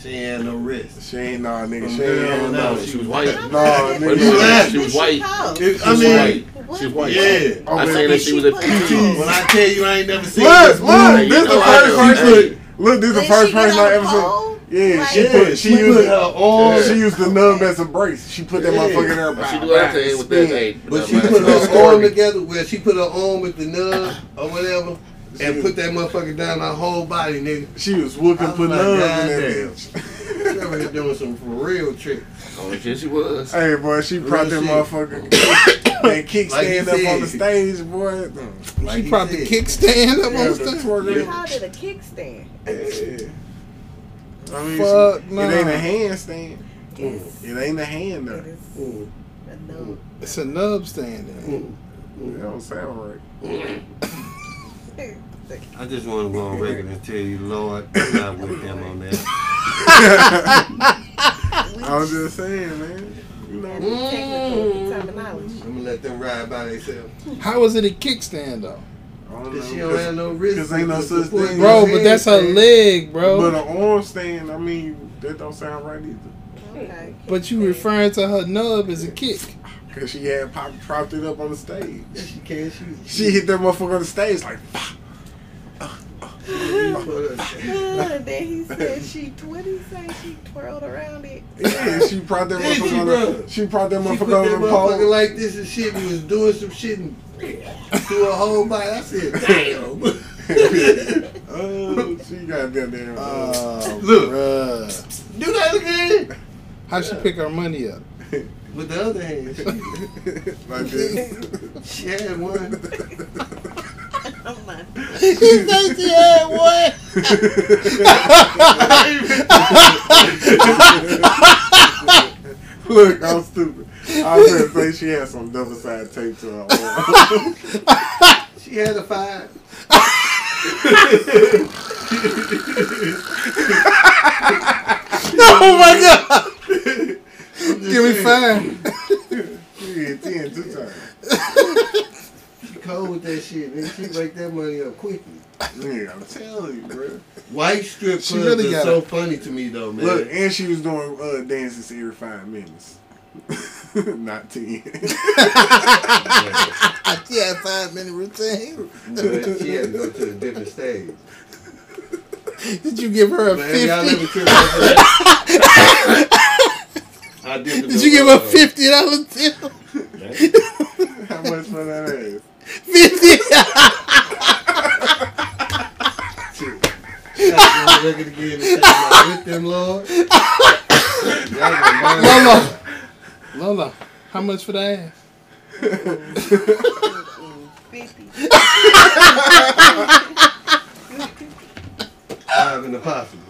[SPEAKER 2] She ain't no wrist.
[SPEAKER 1] She ain't nah, nigga. She ain't
[SPEAKER 2] Hell
[SPEAKER 1] had no.
[SPEAKER 2] no,
[SPEAKER 6] She was white.
[SPEAKER 1] No, nigga.
[SPEAKER 2] You
[SPEAKER 6] She
[SPEAKER 2] laughing?
[SPEAKER 6] was white.
[SPEAKER 7] Oh,
[SPEAKER 2] It-
[SPEAKER 6] She
[SPEAKER 2] I
[SPEAKER 6] was
[SPEAKER 2] mean,
[SPEAKER 6] white. She was white.
[SPEAKER 2] yeah.
[SPEAKER 6] I saying that she was a PT.
[SPEAKER 2] When I tell you I ain't never seen
[SPEAKER 1] Look,
[SPEAKER 2] this
[SPEAKER 1] look,
[SPEAKER 2] movie,
[SPEAKER 1] this
[SPEAKER 2] you
[SPEAKER 1] the
[SPEAKER 2] know I
[SPEAKER 1] first
[SPEAKER 2] know.
[SPEAKER 1] person.
[SPEAKER 2] Hey,
[SPEAKER 1] Look, this the
[SPEAKER 7] Did
[SPEAKER 1] first
[SPEAKER 7] she get
[SPEAKER 1] person
[SPEAKER 7] on
[SPEAKER 1] I
[SPEAKER 7] the
[SPEAKER 1] ever seen.
[SPEAKER 7] pole?
[SPEAKER 1] Yeah,
[SPEAKER 7] Like-
[SPEAKER 1] she put she
[SPEAKER 2] She
[SPEAKER 1] used
[SPEAKER 2] put her arm.
[SPEAKER 1] she used the numb as a brace. She put that
[SPEAKER 2] Yeah.
[SPEAKER 1] motherfucker in her
[SPEAKER 6] But
[SPEAKER 1] mouth.
[SPEAKER 6] She do everything with that. Hey,
[SPEAKER 2] But
[SPEAKER 6] that
[SPEAKER 2] she
[SPEAKER 6] last
[SPEAKER 2] put
[SPEAKER 6] little
[SPEAKER 2] her arm
[SPEAKER 6] story.
[SPEAKER 2] together where she put her arm with the nub or whatever and put that motherfucker down her whole body, nigga.
[SPEAKER 1] She was whooping
[SPEAKER 2] Oh
[SPEAKER 1] for
[SPEAKER 2] my
[SPEAKER 1] numbs in
[SPEAKER 2] God,
[SPEAKER 1] that
[SPEAKER 2] damn.
[SPEAKER 1] bitch.
[SPEAKER 2] She over here doing some for real trick.
[SPEAKER 6] Oh, yeah, she was.
[SPEAKER 1] Hey, boy, she propped that
[SPEAKER 2] shit.
[SPEAKER 1] motherfucker that
[SPEAKER 2] Like you
[SPEAKER 1] kickstand up on the
[SPEAKER 2] said.
[SPEAKER 1] stage, boy. Mm.
[SPEAKER 2] Like
[SPEAKER 3] She
[SPEAKER 2] he
[SPEAKER 3] propped the
[SPEAKER 2] said.
[SPEAKER 3] kickstand up
[SPEAKER 1] Yeah,
[SPEAKER 3] on the
[SPEAKER 1] the
[SPEAKER 3] stage.
[SPEAKER 1] twerker.
[SPEAKER 7] How did a kickstand?
[SPEAKER 1] I mean,
[SPEAKER 3] Fuck
[SPEAKER 1] she-
[SPEAKER 3] nah.
[SPEAKER 1] it ain't a handstand.
[SPEAKER 7] Yes.
[SPEAKER 1] It ain't a hand
[SPEAKER 7] It
[SPEAKER 1] though.
[SPEAKER 7] is
[SPEAKER 2] Mm,
[SPEAKER 7] a no.
[SPEAKER 3] It's a nub stand. there.
[SPEAKER 2] mm.
[SPEAKER 1] That don't sound right. Oh,
[SPEAKER 11] I just want to go on record and tell you, Lord, I'm not with them on that.
[SPEAKER 1] I was just saying, man. You
[SPEAKER 7] We
[SPEAKER 1] know,
[SPEAKER 7] have the technical terminology.
[SPEAKER 2] I'm gonna let them ride by themselves.
[SPEAKER 3] How is it a kickstand though,
[SPEAKER 1] I don't
[SPEAKER 2] Cause she
[SPEAKER 1] know.
[SPEAKER 2] don't have no wrist.
[SPEAKER 1] Cause ain't no
[SPEAKER 2] to
[SPEAKER 1] such
[SPEAKER 2] support
[SPEAKER 1] thing.
[SPEAKER 2] her.
[SPEAKER 3] bro? But that's her
[SPEAKER 1] handstand.
[SPEAKER 3] leg, bro.
[SPEAKER 1] But an arm stand, I mean, that don't sound right either.
[SPEAKER 7] Okay.
[SPEAKER 3] But you
[SPEAKER 7] kickstand.
[SPEAKER 3] referring to her nub as a kick.
[SPEAKER 1] Cause she had pop, propped it up on the stage.
[SPEAKER 2] Yeah, she can. She.
[SPEAKER 1] She hit that motherfucker on the stage like,
[SPEAKER 7] Ah, then he said she twenty say she twirled around it.
[SPEAKER 1] yeah, she propped that
[SPEAKER 2] Did she,
[SPEAKER 1] motherfucker on
[SPEAKER 2] bro?
[SPEAKER 1] the, she propped that
[SPEAKER 2] She put
[SPEAKER 1] motherfucker
[SPEAKER 2] that
[SPEAKER 1] on the pole.
[SPEAKER 2] motherfucker like this and shit. We was doing some shit and threw a whole body. I said, damn.
[SPEAKER 1] oh, she got that damn. uh,
[SPEAKER 2] Look.
[SPEAKER 3] bruh.
[SPEAKER 2] Do that again.
[SPEAKER 3] How she pick her money up?
[SPEAKER 2] With the other hand, she-
[SPEAKER 1] like this.
[SPEAKER 2] she had one.
[SPEAKER 7] I'm not.
[SPEAKER 3] she thinks she had one.
[SPEAKER 1] Look, I'm stupid. I was gonna say she had some double side tape to her arm.
[SPEAKER 2] She had a five.
[SPEAKER 3] Oh my god! Give me five.
[SPEAKER 1] she had ten two times.
[SPEAKER 2] She cold with that shit, man. She break that money up quickly.
[SPEAKER 1] Yeah, I'm telling you, bro.
[SPEAKER 2] White strip clubs
[SPEAKER 3] She really
[SPEAKER 2] are
[SPEAKER 3] got
[SPEAKER 2] so
[SPEAKER 3] it.
[SPEAKER 2] funny to me though, man.
[SPEAKER 1] Look, and she was doing uh, dances every five minutes. Not ten.
[SPEAKER 3] She had five minute routine.
[SPEAKER 2] But she had to go to a different stage.
[SPEAKER 3] Did you give her a
[SPEAKER 2] Man, y'all
[SPEAKER 3] fifty?
[SPEAKER 2] ever trip over that? I did. the
[SPEAKER 3] Did you give
[SPEAKER 2] little,
[SPEAKER 3] her fifty dollar tip?
[SPEAKER 1] How much for that ass?
[SPEAKER 3] Fifty.
[SPEAKER 2] uh, shotgun record again and shit like, with them, Lord. Y'all gonna mind
[SPEAKER 3] Lola. Lola, how much for that ass?
[SPEAKER 7] Fifty.
[SPEAKER 2] five in the possible.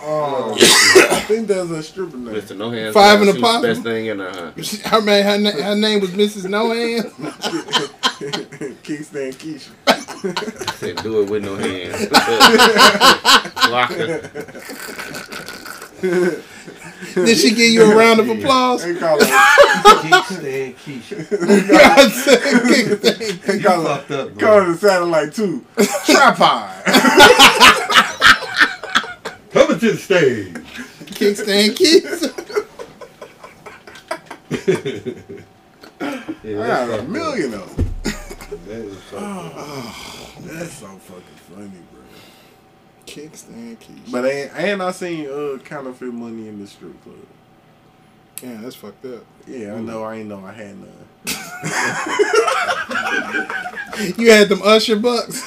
[SPEAKER 1] Oh, I think that's a stripper name.
[SPEAKER 6] Mr. No Hands.
[SPEAKER 3] Five
[SPEAKER 6] Down,
[SPEAKER 3] and a
[SPEAKER 6] she was
[SPEAKER 3] pop.
[SPEAKER 6] the Best thing in the.
[SPEAKER 3] Her, man, her, na- her name was Mrs. No Hands.
[SPEAKER 1] Kickstand Keisha.
[SPEAKER 6] I said, do it with no hands. Lock her.
[SPEAKER 3] Did she give you a round of applause?
[SPEAKER 1] They call her,
[SPEAKER 2] Kickstand Keisha.
[SPEAKER 3] God said, "Kick that."
[SPEAKER 1] they
[SPEAKER 2] You
[SPEAKER 1] call her,
[SPEAKER 2] fucked up,
[SPEAKER 1] call
[SPEAKER 2] bro.
[SPEAKER 1] her the satellite too. Tripod.
[SPEAKER 2] Coming to the stage.
[SPEAKER 3] Kickstand kicks.
[SPEAKER 11] Yeah,
[SPEAKER 1] I
[SPEAKER 11] that's
[SPEAKER 1] got a
[SPEAKER 11] fucked
[SPEAKER 1] million of them.
[SPEAKER 11] up. That is fucked up.
[SPEAKER 1] That's so fucking funny, bro.
[SPEAKER 3] Kickstand kicks.
[SPEAKER 1] But and, and I seen uh counterfeit money in the strip club.
[SPEAKER 3] Yeah, that's fucked up.
[SPEAKER 1] Yeah, I know. I ain't know I had none.
[SPEAKER 3] You had them Usher bucks.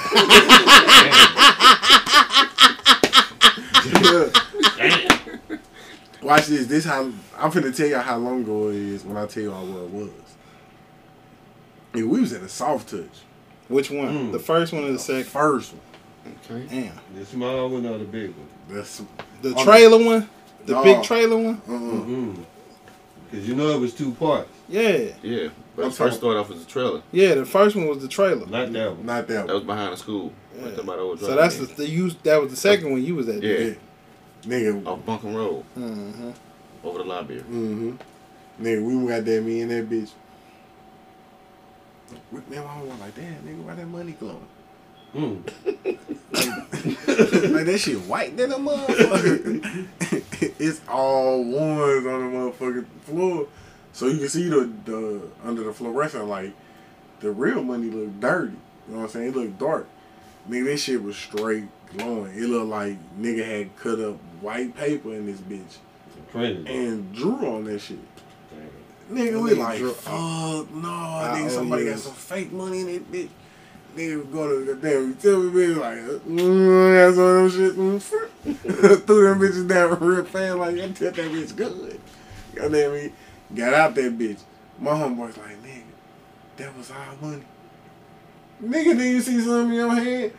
[SPEAKER 1] Watch this. This how I'm finna tell y'all how long ago it is when I tell y'all where it was. Yeah, we was at a soft touch.
[SPEAKER 3] Which one?
[SPEAKER 11] Mm.
[SPEAKER 3] The first one or the
[SPEAKER 1] The
[SPEAKER 3] second?
[SPEAKER 1] first one.
[SPEAKER 6] Okay.
[SPEAKER 3] Damn.
[SPEAKER 11] The small one or the big one?
[SPEAKER 1] That's
[SPEAKER 3] The
[SPEAKER 1] Oh,
[SPEAKER 3] trailer one? The
[SPEAKER 1] no.
[SPEAKER 3] big trailer one?
[SPEAKER 1] uh,
[SPEAKER 11] Mm-hmm. Cause you know it was two parts.
[SPEAKER 3] Yeah.
[SPEAKER 6] Yeah. But
[SPEAKER 1] I'm
[SPEAKER 6] it first started off as a trailer.
[SPEAKER 3] Yeah, the first one was the trailer.
[SPEAKER 11] Not that one.
[SPEAKER 1] not that
[SPEAKER 6] That
[SPEAKER 1] one.
[SPEAKER 6] was behind the school.
[SPEAKER 3] Yeah.
[SPEAKER 6] Right there by the old
[SPEAKER 3] So
[SPEAKER 6] drive
[SPEAKER 3] that's the,
[SPEAKER 6] in.
[SPEAKER 3] the you that was the second one you was at.
[SPEAKER 6] Yeah.
[SPEAKER 1] Nigga,
[SPEAKER 6] Off Buncombe Road
[SPEAKER 3] Mhm.
[SPEAKER 6] over the library.
[SPEAKER 1] mm-hmm. nigga, we got that me and that bitch. Man, why I was like, damn, nigga, why that money glowing?
[SPEAKER 11] Mm.
[SPEAKER 1] like that shit white than a motherfucker. it's all ones on the motherfucking floor, so you can see the the under the fluorescent light. The real money look dirty. You know what I'm saying? It look dark. Nigga, this shit was straight glowing. It looked like nigga had cut up white paper in this bitch
[SPEAKER 12] Crazy.
[SPEAKER 1] and drew on that shit. Nigga, we
[SPEAKER 8] Nigga
[SPEAKER 1] like,
[SPEAKER 8] drew-
[SPEAKER 1] fuck, no,
[SPEAKER 8] I
[SPEAKER 1] I
[SPEAKER 8] owe
[SPEAKER 1] think somebody
[SPEAKER 8] you.
[SPEAKER 1] got some fake money in it, bitch. Nigga, we go to the damn utility, bitch, like, uh, mm, that's all them shit, mm, fruit. threw them bitches down real fast, like, I did that bitch good. Goddamn me, got out that bitch. My homeboy's like, nigga, that was our money. Nigga, did you see something in your hand?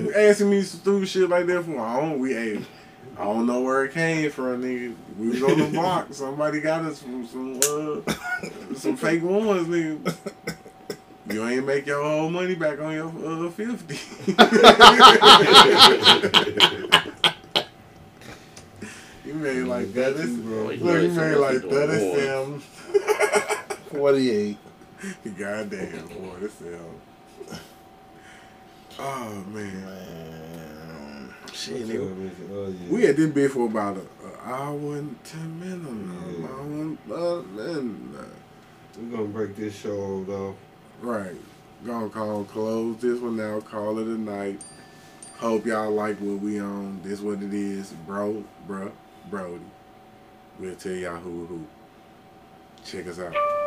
[SPEAKER 1] You asking me stupid shit like that for I don't we hey, I don't know where it came from, nigga. We was on the block. Somebody got us from some uh, some fake ones, nigga. You ain't make your whole money back on your uh, fifty. you made like that. Look, Mm, you made like that.
[SPEAKER 8] Forty-eight.
[SPEAKER 1] Goddamn, boy, this sound. Oh man,
[SPEAKER 8] Man.
[SPEAKER 1] shit, nigga.
[SPEAKER 12] Oh, yeah.
[SPEAKER 1] We had this bitch for about an hour and ten minutes. an hour and- uh, and, uh,
[SPEAKER 12] We're gonna break this show off.
[SPEAKER 1] Right. Gonna call close this one now. Call it a night. Hope y'all like what we on. This what it is, bro, bruh, Brody. We'll tell y'all who who. Check us out.